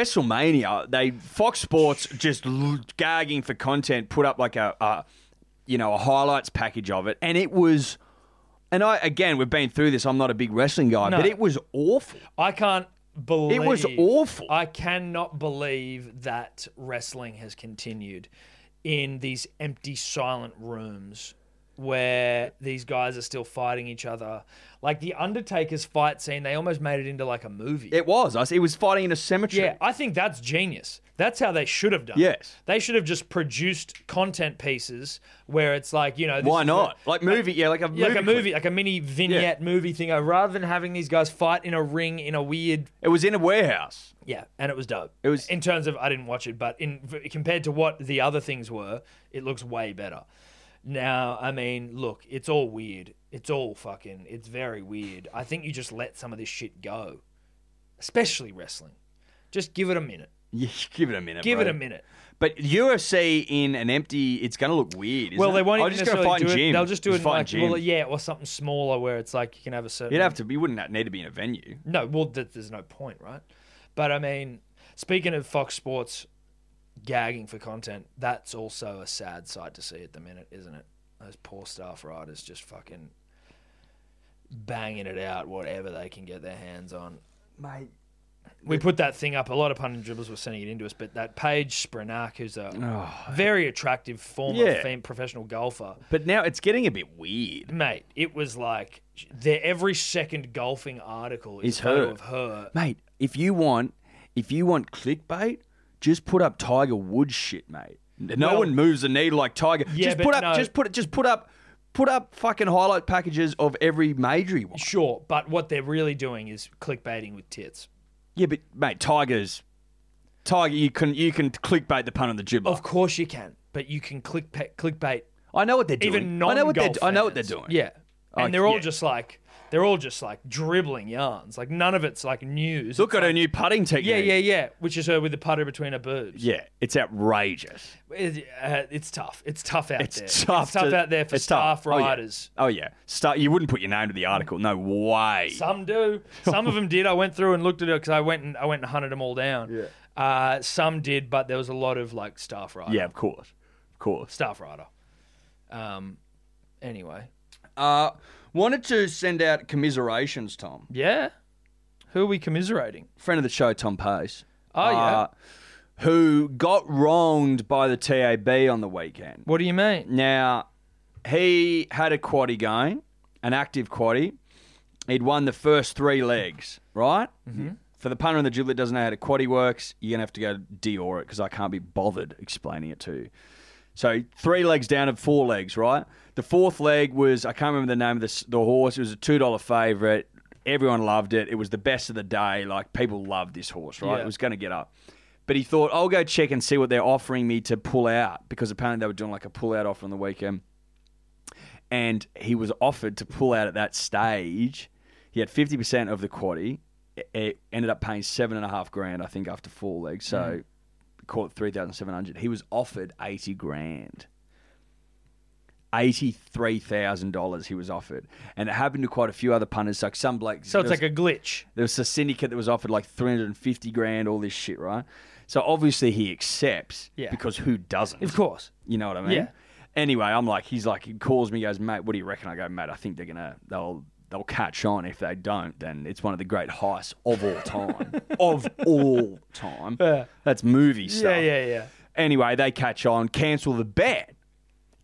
Speaker 3: WrestleMania, they Fox Sports just l- gagging for content, put up like a, a you know a highlights package of it, and it was. And I again, we've been through this. I'm not a big wrestling guy,
Speaker 2: No.
Speaker 3: but it was awful.
Speaker 2: I can't believe
Speaker 3: was awful.
Speaker 2: I cannot believe that wrestling has continued in these empty, silent rooms where these guys are still fighting each other. Like the Undertaker's fight scene, they almost made it into like a movie.
Speaker 3: It was. I s- It was fighting in a cemetery.
Speaker 2: Yeah, I think that's genius. That's how they should have done. it.
Speaker 3: Yes.
Speaker 2: they should have just produced content pieces where it's like you know this
Speaker 3: Why
Speaker 2: is
Speaker 3: not?
Speaker 2: what-
Speaker 3: like movie, yeah, like a
Speaker 2: yeah,
Speaker 3: movie.
Speaker 2: like a
Speaker 3: clip.
Speaker 2: movie, like a mini vignette movie thing. uh, Rather than having these guys fight in a ring in a weird
Speaker 3: It was in a warehouse.
Speaker 2: yeah, and it was dope.
Speaker 3: It was-
Speaker 2: in terms of I didn't watch it, but in v- compared to what the other things were, it looks way better. Now, I mean, look, it's all weird. It's all fucking. It's very weird. I think you just let some of this shit go, especially wrestling. Just give it a minute.
Speaker 3: Yeah, [laughs] give it a minute.
Speaker 2: Give it
Speaker 3: bro.
Speaker 2: a minute.
Speaker 3: But UFC in an empty, it's going to look weird. Isn't
Speaker 2: well, they
Speaker 3: it?
Speaker 2: won't
Speaker 3: I'm
Speaker 2: even
Speaker 3: just gonna
Speaker 2: necessarily
Speaker 3: fight in
Speaker 2: do it.
Speaker 3: gym.
Speaker 2: They'll just do it in
Speaker 3: fight in
Speaker 2: like,
Speaker 3: gym.
Speaker 2: well, yeah, or something smaller where it's like you can have a certain.
Speaker 3: You'd have to. You wouldn't need to be in a venue.
Speaker 2: No, well, th- there's no point, right? But I mean, speaking of Fox Sports gagging for content, that's also a sad sight to see at the minute, isn't it? Those poor staff writers just fucking banging it out, whatever they can get their hands on.
Speaker 3: Mate,
Speaker 2: We put that thing up. A lot of pun and dribblers were sending it into us, but that Paige Sprinak, who's a very attractive former
Speaker 3: Oh, Yeah.
Speaker 2: fem- professional golfer,
Speaker 3: But now it's getting a bit weird.
Speaker 2: mate, it was like their every second golfing article is
Speaker 3: Is
Speaker 2: a photo
Speaker 3: her.
Speaker 2: of her.
Speaker 3: Mate, if you want if you want clickbait, just put up Tiger Woods shit, mate. No
Speaker 2: Well-
Speaker 3: one moves the needle like Tiger.
Speaker 2: Yeah,
Speaker 3: just
Speaker 2: but
Speaker 3: put up
Speaker 2: no.
Speaker 3: just put it just put up put up fucking highlight packages of every major he wants.
Speaker 2: Sure, but what they're really doing is clickbaiting with tits.
Speaker 3: Yeah, but mate, Tiger's Tiger you can you can clickbait the pun on the jibber.
Speaker 2: Of course you can, but you can click clickbait
Speaker 3: I know what they're doing.
Speaker 2: even non.
Speaker 3: I know what they're I know what they're doing.
Speaker 2: Yeah, and
Speaker 3: Oh,
Speaker 2: they're all
Speaker 3: yeah.
Speaker 2: just like they're all just like dribbling yarns. Like none of it's like news.
Speaker 3: Look
Speaker 2: It's
Speaker 3: at
Speaker 2: like,
Speaker 3: her new putting technique.
Speaker 2: Yeah, yeah, yeah. Which is her with the putter between her boobs.
Speaker 3: Yeah, it's outrageous.
Speaker 2: It- uh, it's tough. It's tough out
Speaker 3: It's
Speaker 2: there.
Speaker 3: tough.
Speaker 2: It's tough
Speaker 3: to-
Speaker 2: out there for
Speaker 3: it's
Speaker 2: staff
Speaker 3: tough. Oh, yeah.
Speaker 2: writers.
Speaker 3: Oh yeah, Star, you wouldn't put your name to the article. No way.
Speaker 2: Some do. Some of them did. I went through and looked at it because I went and I went and hunted them all down. Yeah. Uh, some did, but there was a lot of like staff writers.
Speaker 3: Yeah, of course, of course.
Speaker 2: staff writer. Um, anyway,
Speaker 3: Uh, wanted to send out commiserations, Tom.
Speaker 2: yeah. Who are we commiserating?
Speaker 3: Friend of the show, Tom Pace. Uh,
Speaker 2: Oh, yeah.
Speaker 3: Who got wronged by the TAB on the weekend.
Speaker 2: What do you mean?
Speaker 3: Now, he had a quaddy going, an active quaddy. He'd won the first three legs, right? Mm-hmm. For the punter and the dribbler that doesn't know how to quaddy works, you're going to have to go Dior it because I can't be bothered explaining it to you. So three legs down of four legs, right? The fourth leg was I can't remember the name of the the horse. It was a two dollar favorite. Everyone loved it. It was the best of the day. Like people loved this horse, right?
Speaker 2: Yeah.
Speaker 3: It was going to get up. But he thought, I'll go check and see what they're offering me to pull out because apparently they were doing like a pull out offer on the weekend. And he was offered to pull out at that stage. He had 50% of the quaddy. It- It ended up paying seven and a half grand, I think, after four legs. So
Speaker 2: Mm.
Speaker 3: call it 3,700. He was offered 80 grand. $83,000 he was offered. And it happened to quite a few other punters. Like some
Speaker 2: So
Speaker 3: bloke.
Speaker 2: it's
Speaker 3: there was-
Speaker 2: like a glitch.
Speaker 3: there was a syndicate that was offered like 350 grand, all this shit, right? So obviously he accepts
Speaker 2: Yeah.
Speaker 3: because who doesn't?
Speaker 2: Of course.
Speaker 3: You know what I mean?
Speaker 2: Yeah.
Speaker 3: Anyway, I'm like, he's like, he calls me, goes, mate, what do you reckon? I go, mate, I think they're gonna, they'll, they'll catch on. If they don't, then it's one of the great heists of all
Speaker 2: [laughs]
Speaker 3: time, of all time. That's movie stuff.
Speaker 2: Yeah, yeah, yeah.
Speaker 3: Anyway, they catch on, cancel the bet,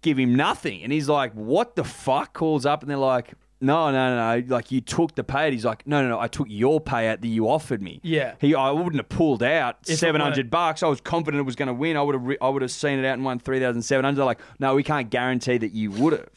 Speaker 3: give him nothing. And he's like, what the fuck? Calls up and they're like, no, no, no, no. Like, you took the payout. He's like, no, no, no. I took your payout that you offered me.
Speaker 2: Yeah.
Speaker 3: He, I wouldn't have pulled out
Speaker 2: it
Speaker 3: 700 bucks. I was confident it was going to win. I would have, re- I would have seen it out and won 3,700. They're like, no, we can't guarantee that you would have.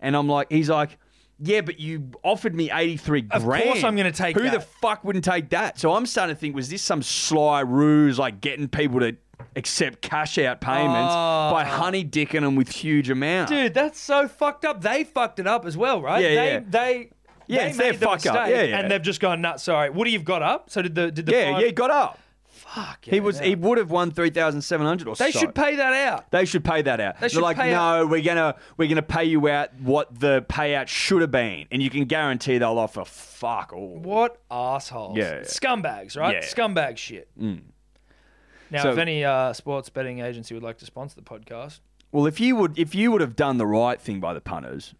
Speaker 3: And I'm like, he's like, yeah, but you offered me 83
Speaker 2: Of course
Speaker 3: grand.
Speaker 2: I'm gonna take
Speaker 3: Who the
Speaker 2: that.
Speaker 3: fuck wouldn't take that? So I'm starting to think, was this some sly ruse, like getting people to accept cash out payments by honey dicking them with huge amounts?
Speaker 2: Oh. Dude, that's so fucked up. They fucked it up as well, right?
Speaker 3: Yeah,
Speaker 2: they,
Speaker 3: yeah.
Speaker 2: They,
Speaker 3: Yeah,
Speaker 2: they
Speaker 3: it's
Speaker 2: made
Speaker 3: their
Speaker 2: the
Speaker 3: fuck up.
Speaker 2: mistake,
Speaker 3: Yeah, yeah.
Speaker 2: And they've just gone nuts. Sorry, Woody, you've got up. So did the did the
Speaker 3: yeah,
Speaker 2: five-
Speaker 3: yeah, he got up.
Speaker 2: fuck,
Speaker 3: He
Speaker 2: yeah,
Speaker 3: was,
Speaker 2: yeah.
Speaker 3: he would have won three thousand seven hundred or so.
Speaker 2: They should pay that out.
Speaker 3: They should pay that out. They
Speaker 2: should
Speaker 3: are like,
Speaker 2: pay
Speaker 3: no,
Speaker 2: out-
Speaker 3: we're gonna we're gonna pay you out what the payout should have been, and you can guarantee they'll offer fuck all.
Speaker 2: What assholes?
Speaker 3: Yeah, yeah.
Speaker 2: Scumbags, right?
Speaker 3: Yeah. Mm.
Speaker 2: Scumbag shit. Now,
Speaker 3: So-
Speaker 2: if any uh, sports betting agency would like to sponsor the podcast,
Speaker 3: Well, if you would if you would have done the right thing by the punters,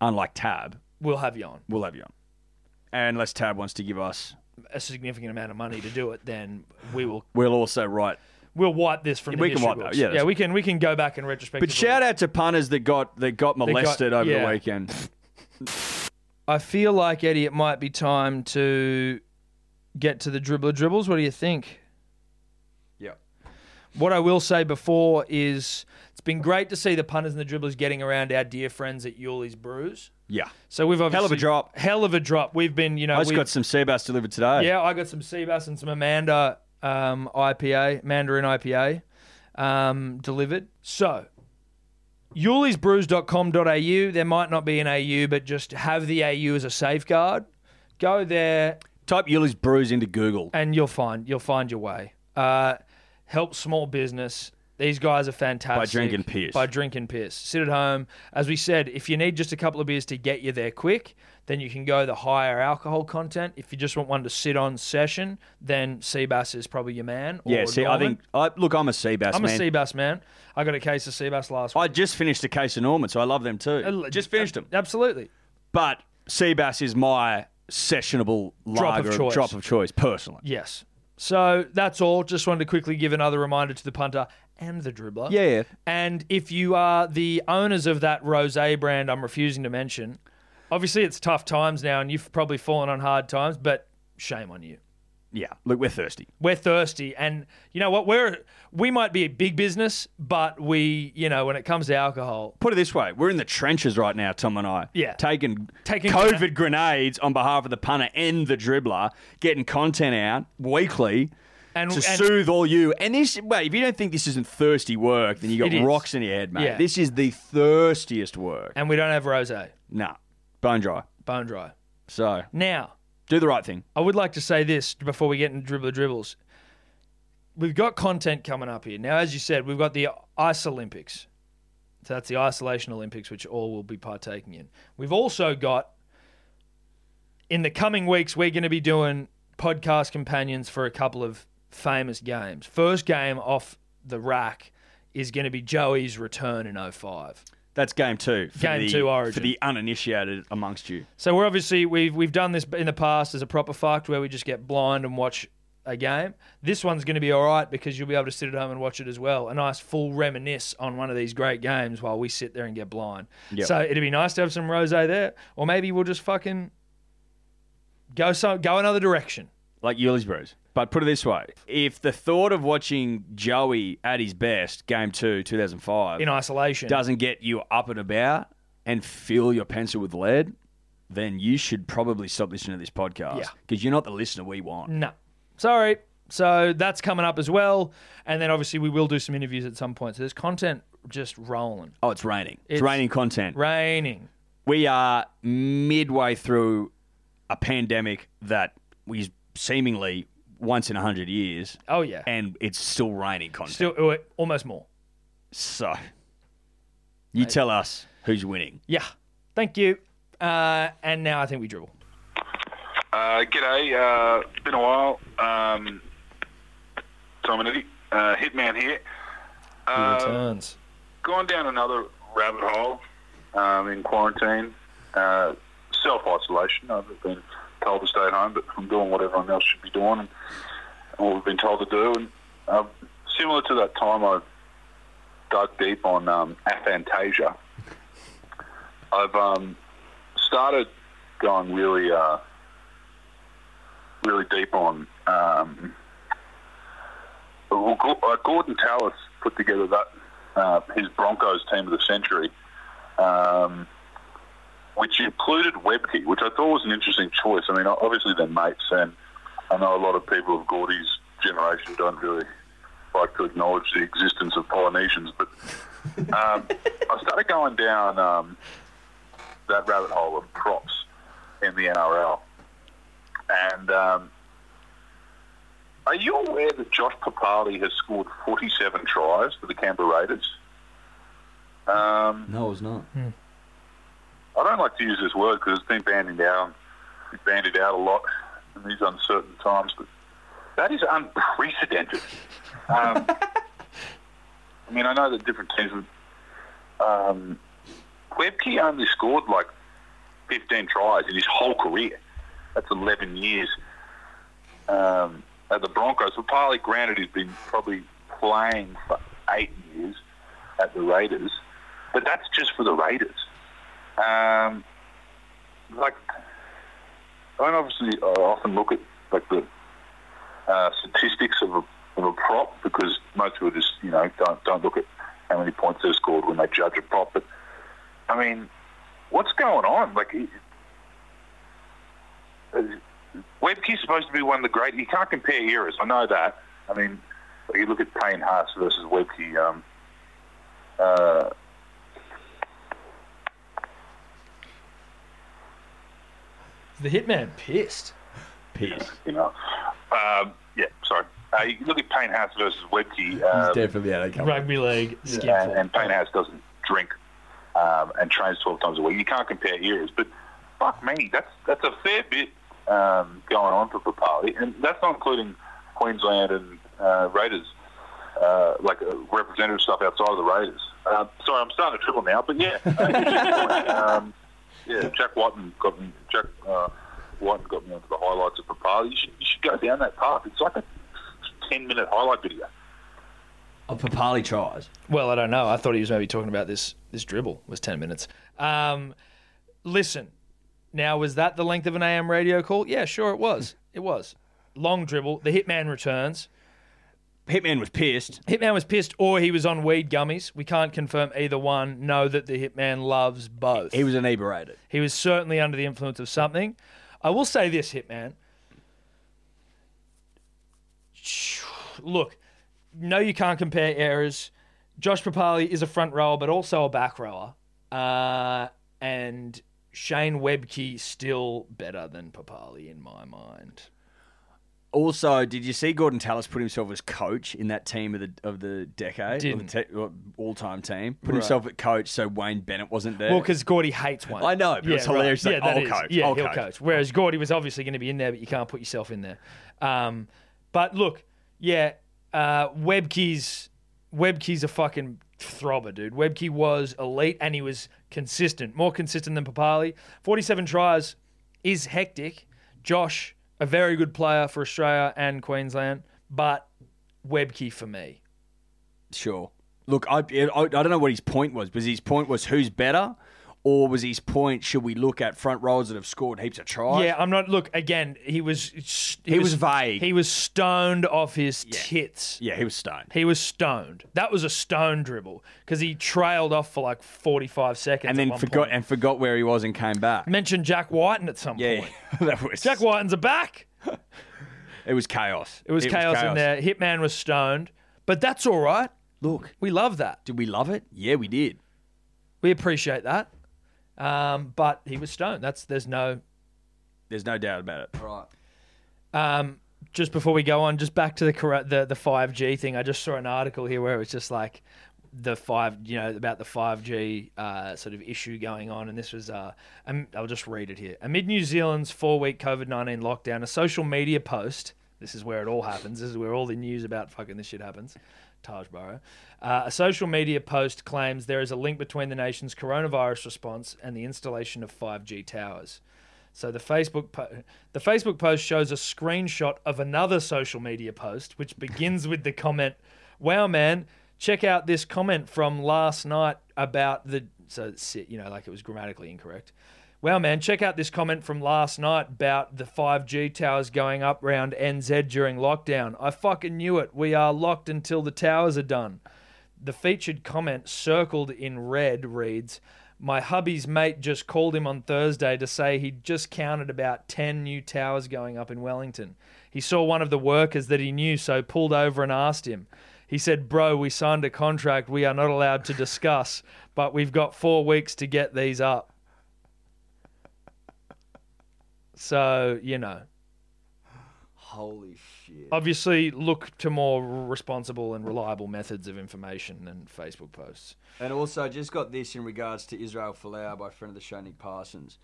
Speaker 3: unlike Tab,
Speaker 2: we'll have you on.
Speaker 3: we'll have you on. And unless Tab wants to give us,
Speaker 2: A significant amount of money to do it, then we will
Speaker 3: we'll also write.
Speaker 2: we'll wipe this from
Speaker 3: Yeah,
Speaker 2: the
Speaker 3: we can
Speaker 2: history
Speaker 3: wipe that.
Speaker 2: books.
Speaker 3: Yeah, that's
Speaker 2: we can we can go back and retrospectively.
Speaker 3: But shout out to punters that got that got
Speaker 2: got-
Speaker 3: molested over
Speaker 2: yeah.
Speaker 3: the weekend.
Speaker 2: [laughs] I feel like Eddie, it might be time to get to the dribbler dribbles. What do you think?
Speaker 3: Yeah.
Speaker 2: What I will say before is it's been great to see the punters and the dribblers getting around our dear friends at Yuli's Brews.
Speaker 3: Yeah.
Speaker 2: So we've obviously
Speaker 3: of a drop.
Speaker 2: Hell of a drop. We've been, you know,
Speaker 3: I just
Speaker 2: we've-
Speaker 3: got some Seabass delivered today.
Speaker 2: yeah, I got some Seabass and some Amanda um, IPA, Mandarin IPA um, delivered. So, yulisbrews.com.au. There might not be an AU, but just have the AU as a safeguard. Go there
Speaker 3: Type Yuli's Brews into Google.
Speaker 2: and you'll find you'll find your way. Uh, help small business. These guys are fantastic.
Speaker 3: By drinking piss.
Speaker 2: By drinking piss. Sit at home. As we said, if you need just a couple of beers to get you there quick, then you can go the higher alcohol content. If you just want one to sit on session, then Seabass is probably your man. Or
Speaker 3: Yeah, see, I
Speaker 2: Norman.
Speaker 3: think I, look, I'm a Seabass
Speaker 2: I'm
Speaker 3: man.
Speaker 2: a Seabass man. I got a case of Seabass last
Speaker 3: I
Speaker 2: week.
Speaker 3: just finished a case of Norman, so I love them
Speaker 2: Uh,
Speaker 3: too. Just finished them.
Speaker 2: Absolutely.
Speaker 3: But Seabass is my sessionable
Speaker 2: Drop of
Speaker 3: lager
Speaker 2: choice.
Speaker 3: drop of choice personally.
Speaker 2: Yes. So that's all. Just wanted to quickly give another reminder to the punter and the dribbler.
Speaker 3: Yeah, yeah.
Speaker 2: And if you are the owners of that rose brand, I'm refusing to mention, obviously it's tough times now and you've probably fallen on hard times, but shame on you.
Speaker 3: Yeah. Look, we're thirsty.
Speaker 2: We're thirsty. And you know what? We're, we might be a big business, but we, you know, when it comes to alcohol,
Speaker 3: Put it this way, we're in the trenches right now, Tom and I.
Speaker 2: Yeah.
Speaker 3: Taking,
Speaker 2: Taking
Speaker 3: COVID
Speaker 2: grena-
Speaker 3: grenades on behalf of the punter and the dribbler, getting content out weekly
Speaker 2: And-
Speaker 3: to
Speaker 2: and-
Speaker 3: soothe all you. And this, wait, if you don't think this isn't thirsty work, then you
Speaker 2: It
Speaker 3: got
Speaker 2: is.
Speaker 3: rocks in your head, mate.
Speaker 2: Yeah.
Speaker 3: This is the thirstiest work.
Speaker 2: and we don't have rose,
Speaker 3: Nah, bone dry.
Speaker 2: bone dry.
Speaker 3: So
Speaker 2: Now,
Speaker 3: do the right thing.
Speaker 2: I would like to say this before we get into dribbler dribbles. We've got content coming up here. Now, as you said, we've got the Ice Olympics. So that's the Isolation Olympics, which all will be partaking in. We've also got, in the coming weeks, we're going to be doing podcast companions for a couple of famous games. First game off the rack is going to be Joey's return in 05.
Speaker 3: That's game two. For
Speaker 2: Game
Speaker 3: the,
Speaker 2: two Origin.
Speaker 3: For the uninitiated amongst you.
Speaker 2: So we're obviously we've we've done this in the past as a proper fucked where we just get blind and watch a game. This one's going to be all right because you'll be able to sit at home and watch it as well. A nice full reminisce on one of these great games while we sit there and get blind. So it'd be nice to have some rosé there, or maybe we'll just fucking go so go another direction.
Speaker 3: Like Yuli's Bros. But put it this way if the thought of watching Joey at his best, game two, 2005,
Speaker 2: In isolation,
Speaker 3: doesn't get you up and about and fill your pencil with lead, then you should probably stop listening to this podcast
Speaker 2: Yeah.
Speaker 3: because you're not the listener we want.
Speaker 2: no, sorry, So that's coming up as well. And then obviously we will do some interviews at some point. So there's content just rolling,
Speaker 5: Oh, it's raining. It's,
Speaker 2: It's-
Speaker 5: raining content.
Speaker 2: raining.
Speaker 5: we are midway through a pandemic that is seemingly once in a hundred years,
Speaker 2: Oh yeah,
Speaker 5: and it's still raining content.
Speaker 2: still uh, almost more.
Speaker 5: so, you tell us who's winning.
Speaker 2: Yeah. Thank you. Uh, and now I think we dribble.
Speaker 6: Uh, g'day. Uh, it's been a while. Um, Tom and Eddie. Uh, Hitman here.
Speaker 2: Um,
Speaker 6: Uh,
Speaker 2: Turns.
Speaker 6: gone down another rabbit hole um, in quarantine. Uh, Self isolation. I've been told to stay at home, but I'm doing what everyone else should be doing and, and what we've been told to do. And um, similar to that time I dug deep on um, aphantasia, I've um, started going really. Uh, really deep on. Um, well, Gor- uh, Gordon Tallis put together that uh, his Broncos team of the century, um, which included Webkey, which I thought was an interesting choice. I mean, o- obviously they're mates, and I know a lot of people of Gordy's generation don't really like to acknowledge the existence of Polynesians, but um, I started going down um, that rabbit hole of props in the NRL. And um, are you aware that Josh Papali has scored 47 tries for the Canberra Raiders? Um,
Speaker 3: No, it's not.
Speaker 6: I don't like to use this word because it's been bandied out, bandied out a lot in these uncertain times, but that is unprecedented. Um, I mean, I know that different teams. would- Um, Webke only scored like 15 tries in his whole career. That's 11 years um, at the Broncos. Well, partly granted, he's been probably playing for eight years at the Raiders, but that's just for the Raiders. Um, like, I mean, obviously, I often look at like the uh, statistics of a, of a prop because most people just you know don't don't look at how many points they've scored when they judge a prop. But I mean, what's going on? Like, it- it- Webkey's supposed to be one of the great. You can't compare eras. I know that. I mean, like, you look at Payne Haas versus Webkey. Um, uh,
Speaker 2: The hitman pissed.
Speaker 5: Peace.
Speaker 6: you know, um, yeah. Sorry. Uh, you look at Payne Haas versus Webkey. Um,
Speaker 3: Definitely out of
Speaker 2: Rugby league skip.
Speaker 6: and, and Payne House doesn't drink um, and trains 12 times a week. You can't compare eras, but fuck me, that's that's a fair bit um, going on for Papali, and that's not including Queensland and uh, Raiders, uh, like uh, representative stuff outside of the Raiders. Uh, sorry, I'm starting to triple now, but yeah, uh, interesting point. um, yeah. Jack Watton got me. Jack uh, Watton got me onto the highlights of Papali. You should, you should go down that path. It's like a 10 minute highlight video.
Speaker 3: Oh, Papali tries.
Speaker 2: Well, I don't know. I thought he was maybe talking about this. This dribble was ten minutes. Um, listen, now was that the length of an AM radio call? Yeah, sure it was. it was long dribble. The hitman returns.
Speaker 5: Hitman was pissed.
Speaker 2: Hitman was pissed, or he was on weed gummies. We can't confirm either one. Know that the hitman loves both.
Speaker 5: He was inebriated.
Speaker 2: He was certainly under the influence of something. I will say this, Hitman. Look, no, you can't compare errors. Josh Papali is a front rower, but also a back rower. Uh, and Shane Webke still better than Papali in my mind.
Speaker 5: Also, did you see Gordon Tallis put himself as coach in that team of the of the decade,
Speaker 2: Didn't.
Speaker 5: all time team? Put himself at coach, so Wayne Bennett wasn't there.
Speaker 2: Well, because Gordy hates one.
Speaker 5: I know, but it's hilarious that
Speaker 2: that
Speaker 5: I'll
Speaker 2: is.
Speaker 5: coach,
Speaker 2: Yeah,
Speaker 5: I'll
Speaker 2: he'll
Speaker 5: coach.
Speaker 2: Whereas Gordy was obviously going to be in there, but you can't put yourself in there. Um, but look, yeah, uh, Webkey's Webkey's a fucking throbber, dude. Webkey was elite and he was consistent, more consistent than Papali. Forty-seven tries is hectic. Josh, a very good player for Australia and Queensland, but Webkey for me.
Speaker 5: Sure. Look, I, I I don't know what his point was. Was his point was who's better, or was his point should we look at front rowers that have scored heaps of tries?
Speaker 2: Yeah, I'm not. Look, again, he was he,
Speaker 5: He was vague.
Speaker 2: He was stoned off his tits.
Speaker 5: yeah, he was stoned.
Speaker 2: He was stoned. That was a stone dribble because he trailed off for like 45 seconds
Speaker 5: and
Speaker 2: at
Speaker 5: then
Speaker 2: one
Speaker 5: forgot
Speaker 2: point.
Speaker 5: and forgot where he was and came back.
Speaker 2: mentioned Jack Whiten at some
Speaker 5: [laughs] Yeah,
Speaker 2: point.
Speaker 5: that was
Speaker 2: Jack Whiten's a back.
Speaker 3: It was chaos.
Speaker 2: It was, chaos, in there. Hitman was stoned, but that's all right.
Speaker 3: Look,
Speaker 2: We love that.
Speaker 3: did we love it? Yeah, we did.
Speaker 2: We appreciate that. Um, but he was stoned. That's there's no.
Speaker 3: There's no doubt about it.
Speaker 2: Um, just before we go on, just back to the corru- the the five G thing. I just saw an article here where it was just like the five, you know, about the five G uh, sort of issue going on, and this was. Uh, um, I'll just read it here. Amid New Zealand's four week COVID nineteen lockdown, a social media post. This is where it all happens. This is where all the news about fucking this shit happens. Taj Burrow. Uh, a social media post claims there is a link between the nation's coronavirus response and the installation of 5G towers. So the Facebook po- the Facebook post shows a screenshot of another social media post, which begins with the comment, "Wow, man, check out this comment from last night about the so it's, you know like it was grammatically incorrect." Wow, man, check out this comment from last night about the 5G towers going up round NZ during lockdown. I fucking knew it. We are locked until the towers are done. The featured comment circled in red reads My hubby's mate just called him on Thursday to say he'd just counted about 10 new towers going up in Wellington. He saw one of the workers that he knew, so pulled over and asked him. He said, Bro, we signed a contract we are not allowed to discuss, but we've got four weeks to get these up. So, you know,
Speaker 3: Holy shit.
Speaker 2: obviously look to more responsible and reliable methods of information than Facebook posts.
Speaker 3: And also, just got this in regards to Israel Folau by friend of the show, Nick Parsons.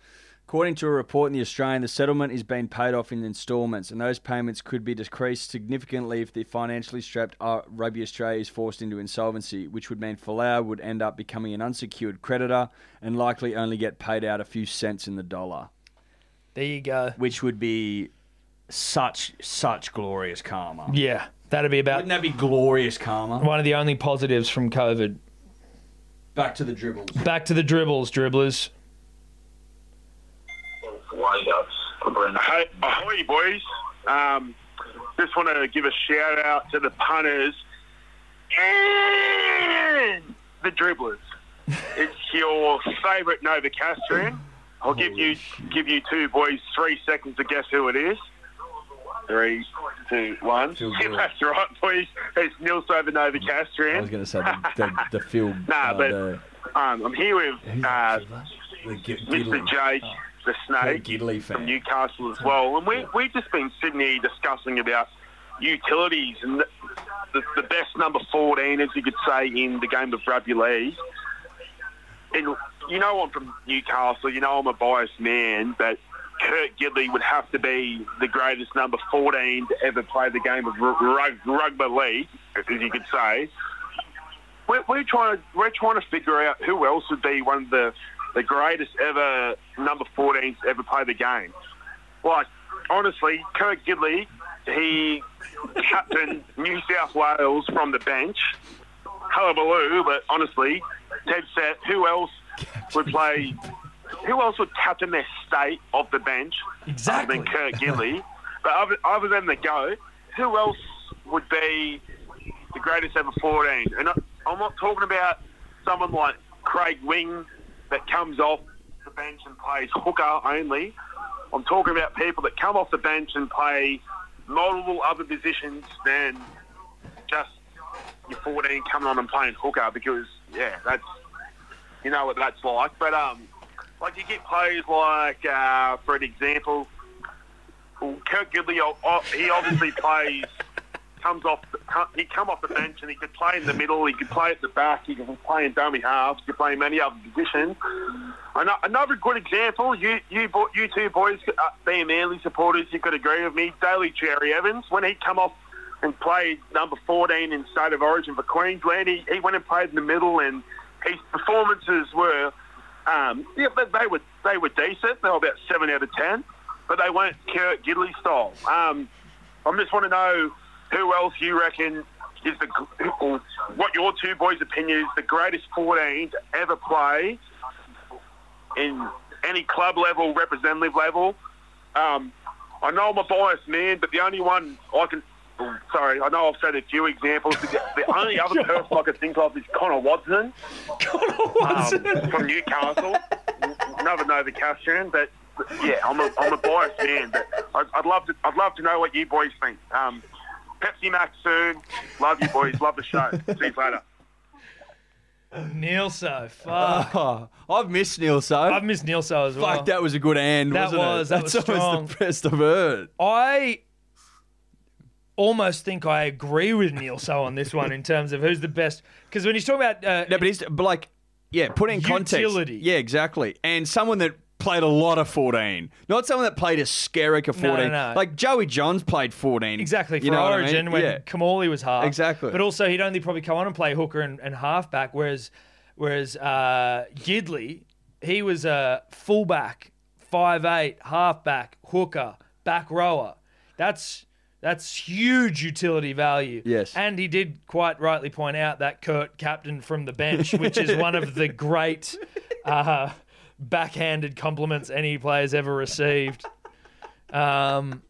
Speaker 3: According to a report in The Australian, the settlement is being paid off in instalments, and those payments could be decreased significantly if the financially strapped Ar- Rugby Australia is forced into insolvency, which would mean Folau would end up becoming an unsecured creditor and likely only get paid out a few cents in the dollar,
Speaker 2: There you go.
Speaker 3: which would be such, such glorious karma.
Speaker 2: Yeah, that'd be about
Speaker 3: Wouldn't that be glorious karma?
Speaker 2: one of the only positives from COVID.
Speaker 3: Back to the dribbles.
Speaker 2: Back to the dribbles, dribblers.
Speaker 6: Why Hey, ahoy, boys. Um, just want to give a shout out to the punters and
Speaker 3: [laughs]
Speaker 6: the dribblers. It's your favourite Nova Castrian. I'll give you give you two boys three seconds to guess who it is. Three, two, one. [laughs] Yeah, that's right, boys. It's Nils over Nova Castrian.
Speaker 3: I was going to say the, the, the Phil.
Speaker 6: Nah,
Speaker 3: uh,
Speaker 6: but
Speaker 3: the-
Speaker 6: um, I'm here with uh,
Speaker 3: the G-
Speaker 6: Mr.
Speaker 3: Giddily-
Speaker 6: Jake, the
Speaker 3: the
Speaker 6: Snake
Speaker 3: Giddily
Speaker 6: from
Speaker 3: fan.
Speaker 6: Newcastle as well. And we, we've just been sitting here discussing about utilities and the, the, the best number 14, as you could say, in the game of rugby league. And you know I'm from Newcastle, you know I'm a biased man, but Kurt Gidley would have to be the greatest number 14 to ever play the game of r- rug, rugby league, as you could say. We're, we're trying to we're trying to figure out who else would be one of the the greatest ever number 14s to ever play the game. Like, honestly, Kirk Gidley, he [laughs] captained New South Wales from the bench. Hullabaloo, but honestly, Ted said, who else would play, who else would captain their state off the bench
Speaker 2: Exactly.
Speaker 6: other than Kirk Gidley? but other, other than the GOAT, who else would be the greatest ever 14? And I, I'm not talking about someone like Craig Wing that comes off the bench and plays hooker only. I'm talking about people that come off the bench and play multiple other positions than just your 14 coming on and playing hooker because, yeah, that's, you know what that's like. But, um, like you get players like, uh, for an example, well, Kirk Gidley, o- o- he obviously plays, comes off, the, co- he come off the bench and he could play in the middle, he could play at the back, he could play in dummy halves, he could play in many other positions. Ano- Another good example, you you bo- you two boys, uh, being Manly supporters, you could agree with me. Daly Cherry Evans, when he come off and played number 14 in State of Origin for Queensland, he, he went and played in the middle, and his performances were, um, yeah, they, they were they were decent. They were about seven out of ten, but they weren't Kurt Gidley style. Um, I just want to know who else you reckon is the gr- or what your two boys' opinion is the greatest 14 to ever play in any club level, representative level. Um, I know I'm a biased man, but the only one I can. oh, Sorry, I know I've said a few examples. But the, the only other person I could think of is Connor [laughs] Watson um, from Newcastle. N- Another Nova Castrian, but yeah, I'm a, I'm a biased man, but I'd, I'd love to I'd love to know what you boys think. Um, Pepsi Max soon. Love you boys. Love the show. See you later.
Speaker 2: Neil So. Fuck.
Speaker 3: Oh, I've missed Neil so.
Speaker 2: I've missed Neil So as well.
Speaker 3: Fuck, that was a good and,
Speaker 2: That
Speaker 3: wasn't
Speaker 2: was-
Speaker 3: it?
Speaker 2: that was
Speaker 3: That's always the
Speaker 2: strong.
Speaker 3: best I've heard.
Speaker 2: I almost think I agree with Neil So on this one in terms of who's the best. Because when he's talking about. Uh,
Speaker 3: No, but he's but like, yeah, put in
Speaker 2: Utility.
Speaker 3: context. Yeah, exactly. And someone that played a lot of 14, not someone that played a skerrick of 14.
Speaker 2: no.
Speaker 3: Like Joey Johns played 14.
Speaker 2: Exactly for
Speaker 3: You know what I mean?
Speaker 2: Origin when
Speaker 3: Yeah.
Speaker 2: Kamali was half.
Speaker 3: Exactly.
Speaker 2: But also he'd only probably come on and play hooker and, and halfback, whereas whereas uh, Gidley he was a fullback, five eight, halfback, hooker, back rower. That's that's huge utility value.
Speaker 3: Yes.
Speaker 2: And he did quite rightly point out that Kurt captain from the bench, which is one of the great uh, backhanded compliments any player's ever received. Um,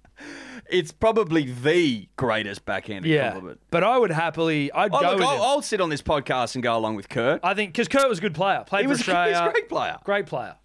Speaker 3: It's probably the greatest backhanded
Speaker 2: yeah,
Speaker 3: compliment.
Speaker 2: but I would happily. I'd
Speaker 3: Oh,
Speaker 2: go
Speaker 3: look,
Speaker 2: with
Speaker 3: I'll,
Speaker 2: him.
Speaker 3: I'll sit on this podcast and go along with Kurt.
Speaker 2: I think because Kurt was a good player, played
Speaker 3: He
Speaker 2: for
Speaker 3: was, he was
Speaker 2: Australia,
Speaker 3: a great player.
Speaker 2: great player.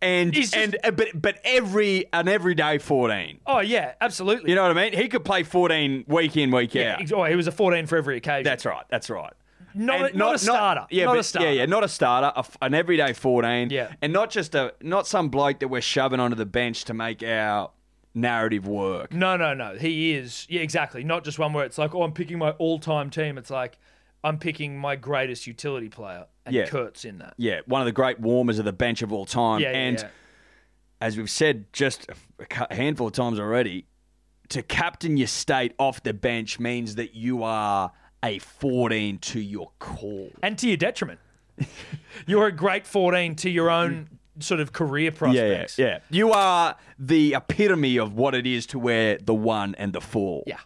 Speaker 3: And
Speaker 2: He's just-
Speaker 3: and uh, but but every an everyday 14.
Speaker 2: Oh yeah, absolutely.
Speaker 3: You know what I mean? He could play 14 week in, week out.
Speaker 2: Ex- oh, he was a 14 for every occasion.
Speaker 3: That's right. That's right.
Speaker 2: not,
Speaker 3: And
Speaker 2: not, a starter.
Speaker 3: yeah,
Speaker 2: not
Speaker 3: but-
Speaker 2: a starter.
Speaker 3: Yeah, yeah, not a starter. a f an everyday fourteen.
Speaker 2: Yeah.
Speaker 3: and not just a not some bloke that we're shoving onto the bench to make our narrative work.
Speaker 2: No, no, no. He is. Yeah, exactly. Not just one where it's like, oh, I'm picking my all-time team. It's like I'm picking my greatest utility player, and
Speaker 3: Yeah.
Speaker 2: Kurt's in that.
Speaker 3: Yeah, one of the great warmers of the bench of all time.
Speaker 2: Yeah, yeah,
Speaker 3: and
Speaker 2: yeah.
Speaker 3: as we've said just a cou- handful of times already, to captain your state off the bench means that you are a fourteen to your core.
Speaker 2: and to your
Speaker 3: [laughs]
Speaker 2: detriment. You're a great 14 to your own sort of career prospects.
Speaker 3: yeah. You are the epitome of what it is to wear the one and the four.
Speaker 2: yeah.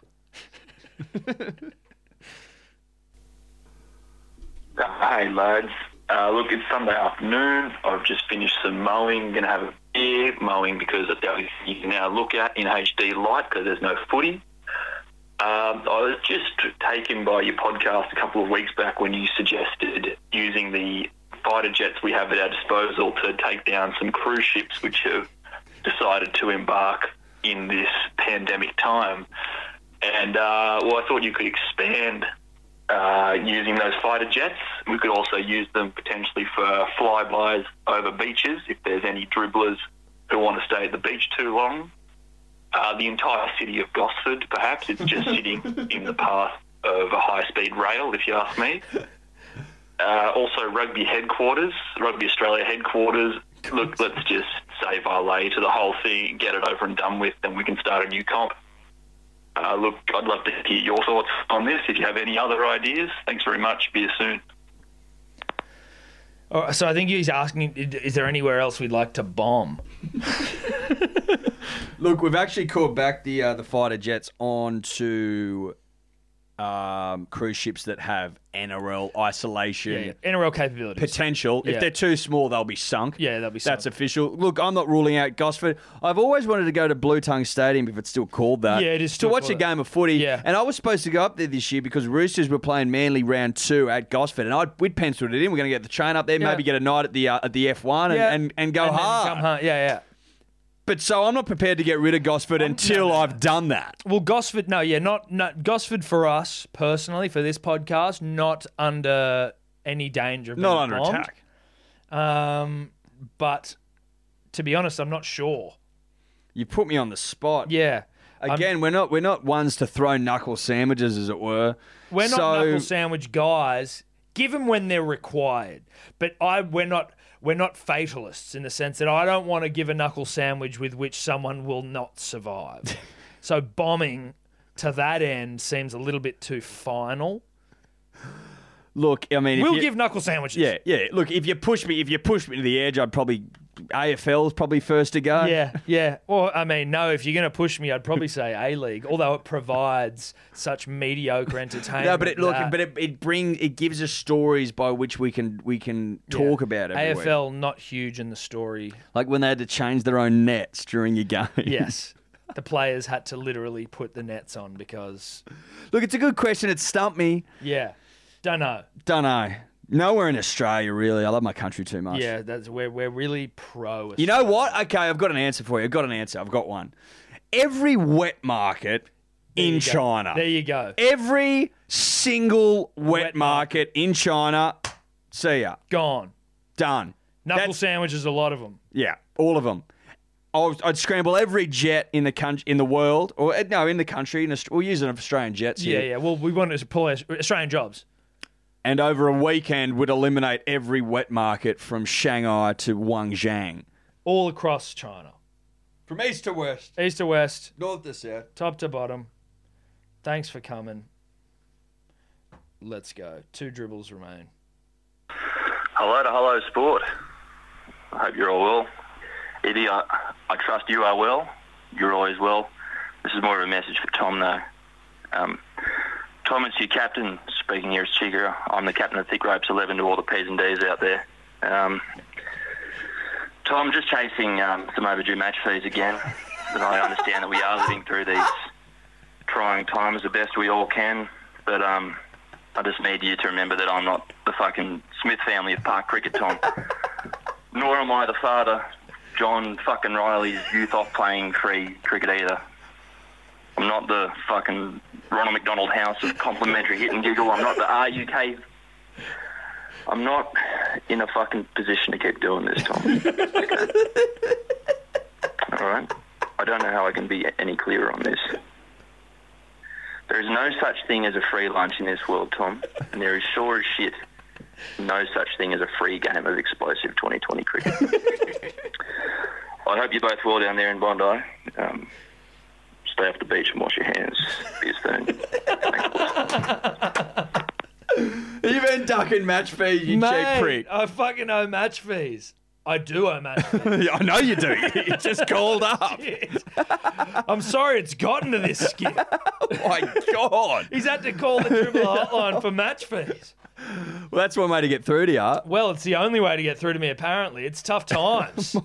Speaker 7: Hey lads, uh, look, it's Sunday afternoon. I've just finished some mowing. Going to have a beer mowing because it's the only thing you can now look at in HD light because there's no footy. Um, I was just taken by your podcast a couple of weeks back when you suggested using the fighter jets we have at our disposal to take down some cruise ships which have decided to embark in this pandemic time. And uh, well, I thought you could expand uh, using those fighter jets. We could also use them potentially for flybys over beaches if there's any dribblers who want to stay at the beach too long uh, the entire city of Gosford, perhaps. It's just sitting in the path of a high speed rail, if you ask me. Uh, also, rugby headquarters, Rugby Australia headquarters. Look, let's just save our lay to the whole thing, get it over and done with, then we can start a new comp. Uh, look, I'd love to hear your thoughts on this. If you have any other ideas, thanks very much. Be here soon.
Speaker 2: All right, so I think he's asking, is there anywhere else we'd like to bomb?
Speaker 3: Look, we've actually called back the uh, the fighter jets onto um, cruise ships that have NRL isolation
Speaker 2: Yeah, yeah. NRL capabilities.
Speaker 3: potential.
Speaker 2: Yeah.
Speaker 3: If they're too small, they'll be sunk.
Speaker 2: Yeah, they'll be
Speaker 3: That's
Speaker 2: sunk.
Speaker 3: official. Look, I'm not ruling out Gosford. I've always wanted to go to Blue Tongue Stadium if it's still called that.
Speaker 2: Yeah, it is
Speaker 3: to
Speaker 2: still
Speaker 3: watch
Speaker 2: called
Speaker 3: a
Speaker 2: that.
Speaker 3: game of footy.
Speaker 2: Yeah.
Speaker 3: and I was supposed to go up there this year because Roosters were playing Manly round two at Gosford, and I'd, we'd penciled it in. We're going to get the train up there,
Speaker 2: Yeah.
Speaker 3: maybe get a night at the uh, at the F1 and,
Speaker 2: Yeah.
Speaker 3: and, and go
Speaker 2: And then
Speaker 3: hard.
Speaker 2: come home- Yeah, yeah.
Speaker 3: But so I'm not prepared to get rid of Gosford until I've done that.
Speaker 2: Well, Gosford, no, yeah, not, not Gosford for us personally, for this podcast, not under any danger of
Speaker 3: Not
Speaker 2: being
Speaker 3: under
Speaker 2: bombed.
Speaker 3: attack.
Speaker 2: Um, but to be honest, I'm not sure.
Speaker 3: You put me on the spot.
Speaker 2: Yeah. I'm-
Speaker 3: Again, we're not we're not ones to throw knuckle sandwiches, as it were.
Speaker 2: We're not
Speaker 3: So-
Speaker 2: knuckle sandwich guys. Give them when they're required, but I we're not we're not fatalists in the sense that I don't want to give a knuckle sandwich with which someone will not survive.
Speaker 3: [laughs]
Speaker 2: so bombing to that end seems a little bit too final.
Speaker 3: Look, I mean, if
Speaker 2: We'll
Speaker 3: you-
Speaker 2: give knuckle sandwiches.
Speaker 3: Yeah, yeah. Look, if you push me, if you push me to the edge, I'd probably AFL's probably first to go.
Speaker 2: Yeah, yeah. Well, I mean, no, if you're going to push me, I'd probably say A League, although it provides such mediocre entertainment.
Speaker 3: [laughs] No, but it look,
Speaker 2: that-
Speaker 3: but it, it brings it gives us stories by which we can we can talk about it.
Speaker 2: AFL not huge in the story.
Speaker 3: like when they had to change their own nets during your game. [laughs]
Speaker 2: Yes. [laughs] the players had to literally put the nets on because,
Speaker 3: look, it's a good question. It stumped me.
Speaker 2: yeah, don't know.
Speaker 3: Don't know. Nowhere in Australia, really. I love my country too much.
Speaker 2: Yeah, that's where we're really pro.
Speaker 3: You know what? Okay, I've got an answer for you. I've got an answer. I've got one. Every wet market in
Speaker 2: you go.
Speaker 3: China.
Speaker 2: There you go.
Speaker 3: Every single wet,
Speaker 2: Wet
Speaker 3: market in China. See ya.
Speaker 2: Gone.
Speaker 3: Done.
Speaker 2: Knuckle
Speaker 3: That's-
Speaker 2: sandwiches, a lot of them.
Speaker 3: Yeah, all of them. I'll, I'd scramble every jet in the country, in the world, or eh, no, in the country. In Aust- we'll use an Australian jets
Speaker 2: Yeah,
Speaker 3: here.
Speaker 2: yeah. Well, we wanted to pull Aus- Australian jobs.
Speaker 3: And over a weekend, would eliminate every wet market from Shanghai to Wangzhang.
Speaker 2: all across China,
Speaker 3: From east to west,
Speaker 2: east to west,
Speaker 3: north to south.
Speaker 2: top to bottom. Thanks for coming. Let's go. Two dribbles remain.
Speaker 7: Hello to Hello Sport. I hope you're all well. Eddie, I, I trust you are well. You're always well. This is more of a message for Tom, though. Um, Tom, it's your captain speaking here as Chica. I'm the captain of Thick Ropes 11 to all the P's and D's out there. Um, Tom, just chasing um, some overdue match fees again. But I understand that we are living through these trying times the best we all can. But um, I just need you to remember that I'm not the fucking Smith family of park cricket, Tom. Nor am I the father, John fucking Riley's youth off playing free cricket either. I'm not the fucking Ronald McDonald House of complimentary hit and giggle. I'm not the RUK. I'm not in a fucking position to keep doing this, Tom. Okay. All right. I don't know how I can be any clearer on this. There is no such thing as a free lunch in this world, Tom, and there is sure as shit no such thing as a free game of explosive 2020 cricket. I hope you're both well down there in Bondi. Um, stay off the beach and wash your hands. See you soon.
Speaker 3: You've been ducking match fees, you
Speaker 2: [laughs]
Speaker 3: cheap prick.
Speaker 2: I fucking owe match fees. I do owe match [laughs] fees.
Speaker 3: Yeah, I know you do. [laughs] You just
Speaker 2: [laughs]
Speaker 3: called up.
Speaker 2: I'm sorry it's gotten to this skit.
Speaker 3: My God.
Speaker 2: He's had to call the dribble hotline for match fees.
Speaker 3: Well, that's one way to get through to you.
Speaker 2: Well, it's the only way to get through to me, apparently. It's tough times.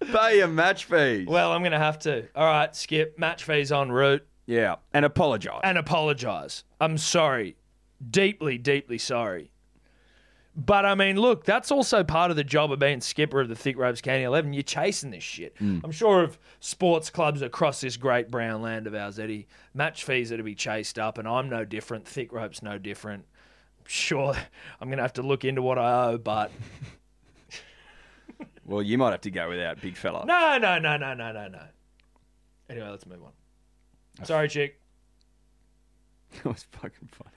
Speaker 3: Pay your match fees.
Speaker 2: [laughs] well, I'm going to have to. All right, skip. Match fees en route.
Speaker 3: yeah, and apologise.
Speaker 2: and apologize. I'm sorry. Deeply, deeply sorry. But I mean, look, that's also part of the job of being skipper of the Thick Ropes County 11. You're chasing this shit. I'm sure of sports clubs across this great brown land of ours, Eddie, match fees are to be chased up, and I'm no different. Thick Ropes no different. Sure, I'm going to have to look into what I owe, but [laughs]
Speaker 3: well, you might have to go without, big fella.
Speaker 2: no, no, no, no, no, no, no. Anyway, let's move on. Sorry, chick.
Speaker 3: [laughs] That was fucking funny.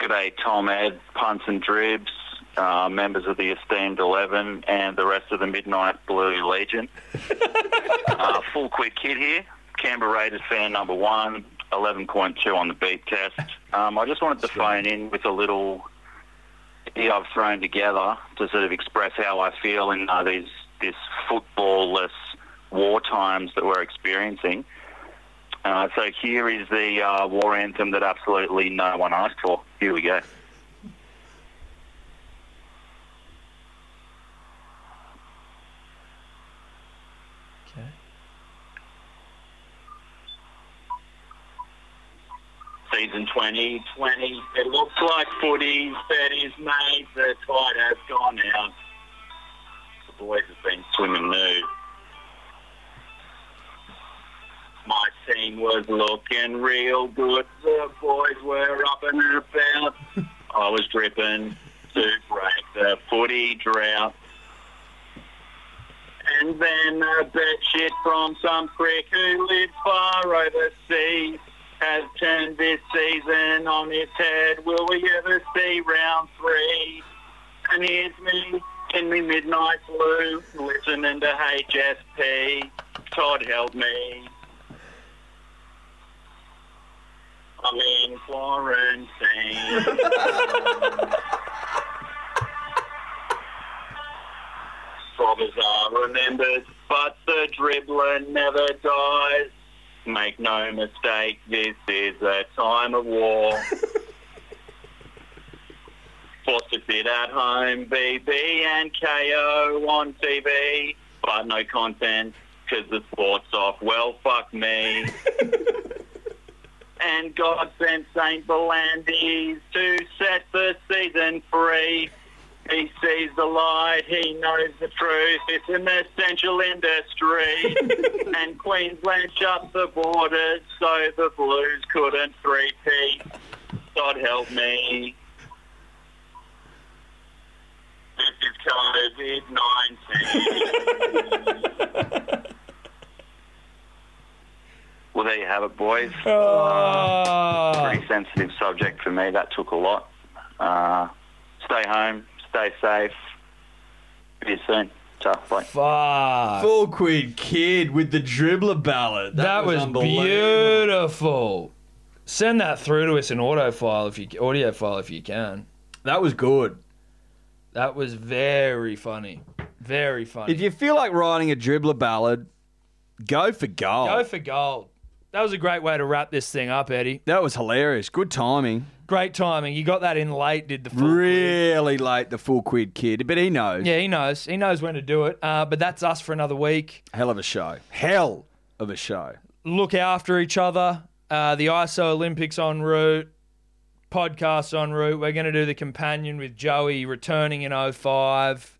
Speaker 8: G'day, Tom, Ed, Punts and Dribs, uh, members of the esteemed 11 and the rest of the Midnight Blue Legion. uh, full quick kid here, Canberra Raiders fan number one, 11.2 on the beat test. Um, I just wanted to phone in with a little here I've thrown together to sort of express how I feel in uh, these this footballless war times that we're experiencing. Uh, so here is the uh, war anthem that absolutely no one asked for. Here we go.
Speaker 2: Okay.
Speaker 8: Season 2020, it looks like footy, that is made, the tide has gone out. The boys have been swimming nude. My team was looking real good. The boys were up and about. I was dripping to break the footy drought. And then a bit shit from some prick who lives far overseas has turned this season on its head. Will we ever see round three? And here's me in the midnight blue listening to HSP. Todd help me. I'm in quarantine. Robbers are remembered, but the dribbler never dies. Make no mistake, this is a time of war. Forced to sit at home, BB and KO on TV, but no content because the sport's off. Well, fuck me. and God sent St. Belandis to set the season free. He sees the light, he knows the truth, it's an essential industry. and Queensland shut the borders so the Blues couldn't three-peat. God help me. This is COVID-19.
Speaker 7: [laughs] Well, there you have it, boys.
Speaker 2: Oh. Ah,
Speaker 8: [laughs]
Speaker 7: Pretty sensitive subject for me. That took a lot. Uh, stay home. Stay safe. See you soon. Tough. Bye.
Speaker 2: Fuck.
Speaker 3: Full quid kid with the dribbler ballad. That,
Speaker 2: That was,
Speaker 3: unbelievable.
Speaker 2: beautiful. Send that through to us in audio file if you audio file if you can.
Speaker 3: That was good.
Speaker 2: That was very funny. Very funny.
Speaker 3: If you feel like writing a dribbler ballad, go for goal.
Speaker 2: Go for gold. That was a great way to wrap this thing up, Eddie.
Speaker 3: that was hilarious. Good timing.
Speaker 2: Great timing. You got that in late, did the full quiz.
Speaker 3: Really late, the full quid kid, but he knows.
Speaker 2: Yeah, he knows. He knows when to do it. Uh, but that's us for another week.
Speaker 3: Hell of a show. Hell of a show.
Speaker 2: Look after each other. Uh, the ISO Olympics en route, podcast en route. We're going to do the companion with Joey returning in 05.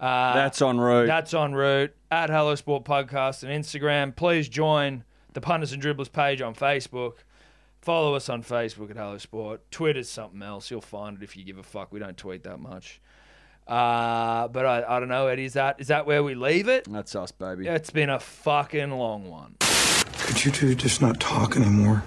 Speaker 2: Uh,
Speaker 3: That's on route.
Speaker 2: That's en route at Hello Sport Podcast and Instagram. Please join the Punters and Dribblers page on Facebook. Follow us on Facebook at Hello Sport. Twitter's something else. You'll find it if you give a fuck. We don't tweet that much. Uh, but I, I don't know, Eddie. Is that is that where we leave it?
Speaker 3: That's us, baby.
Speaker 2: It's been a fucking long one.
Speaker 9: Could you two just not talk anymore?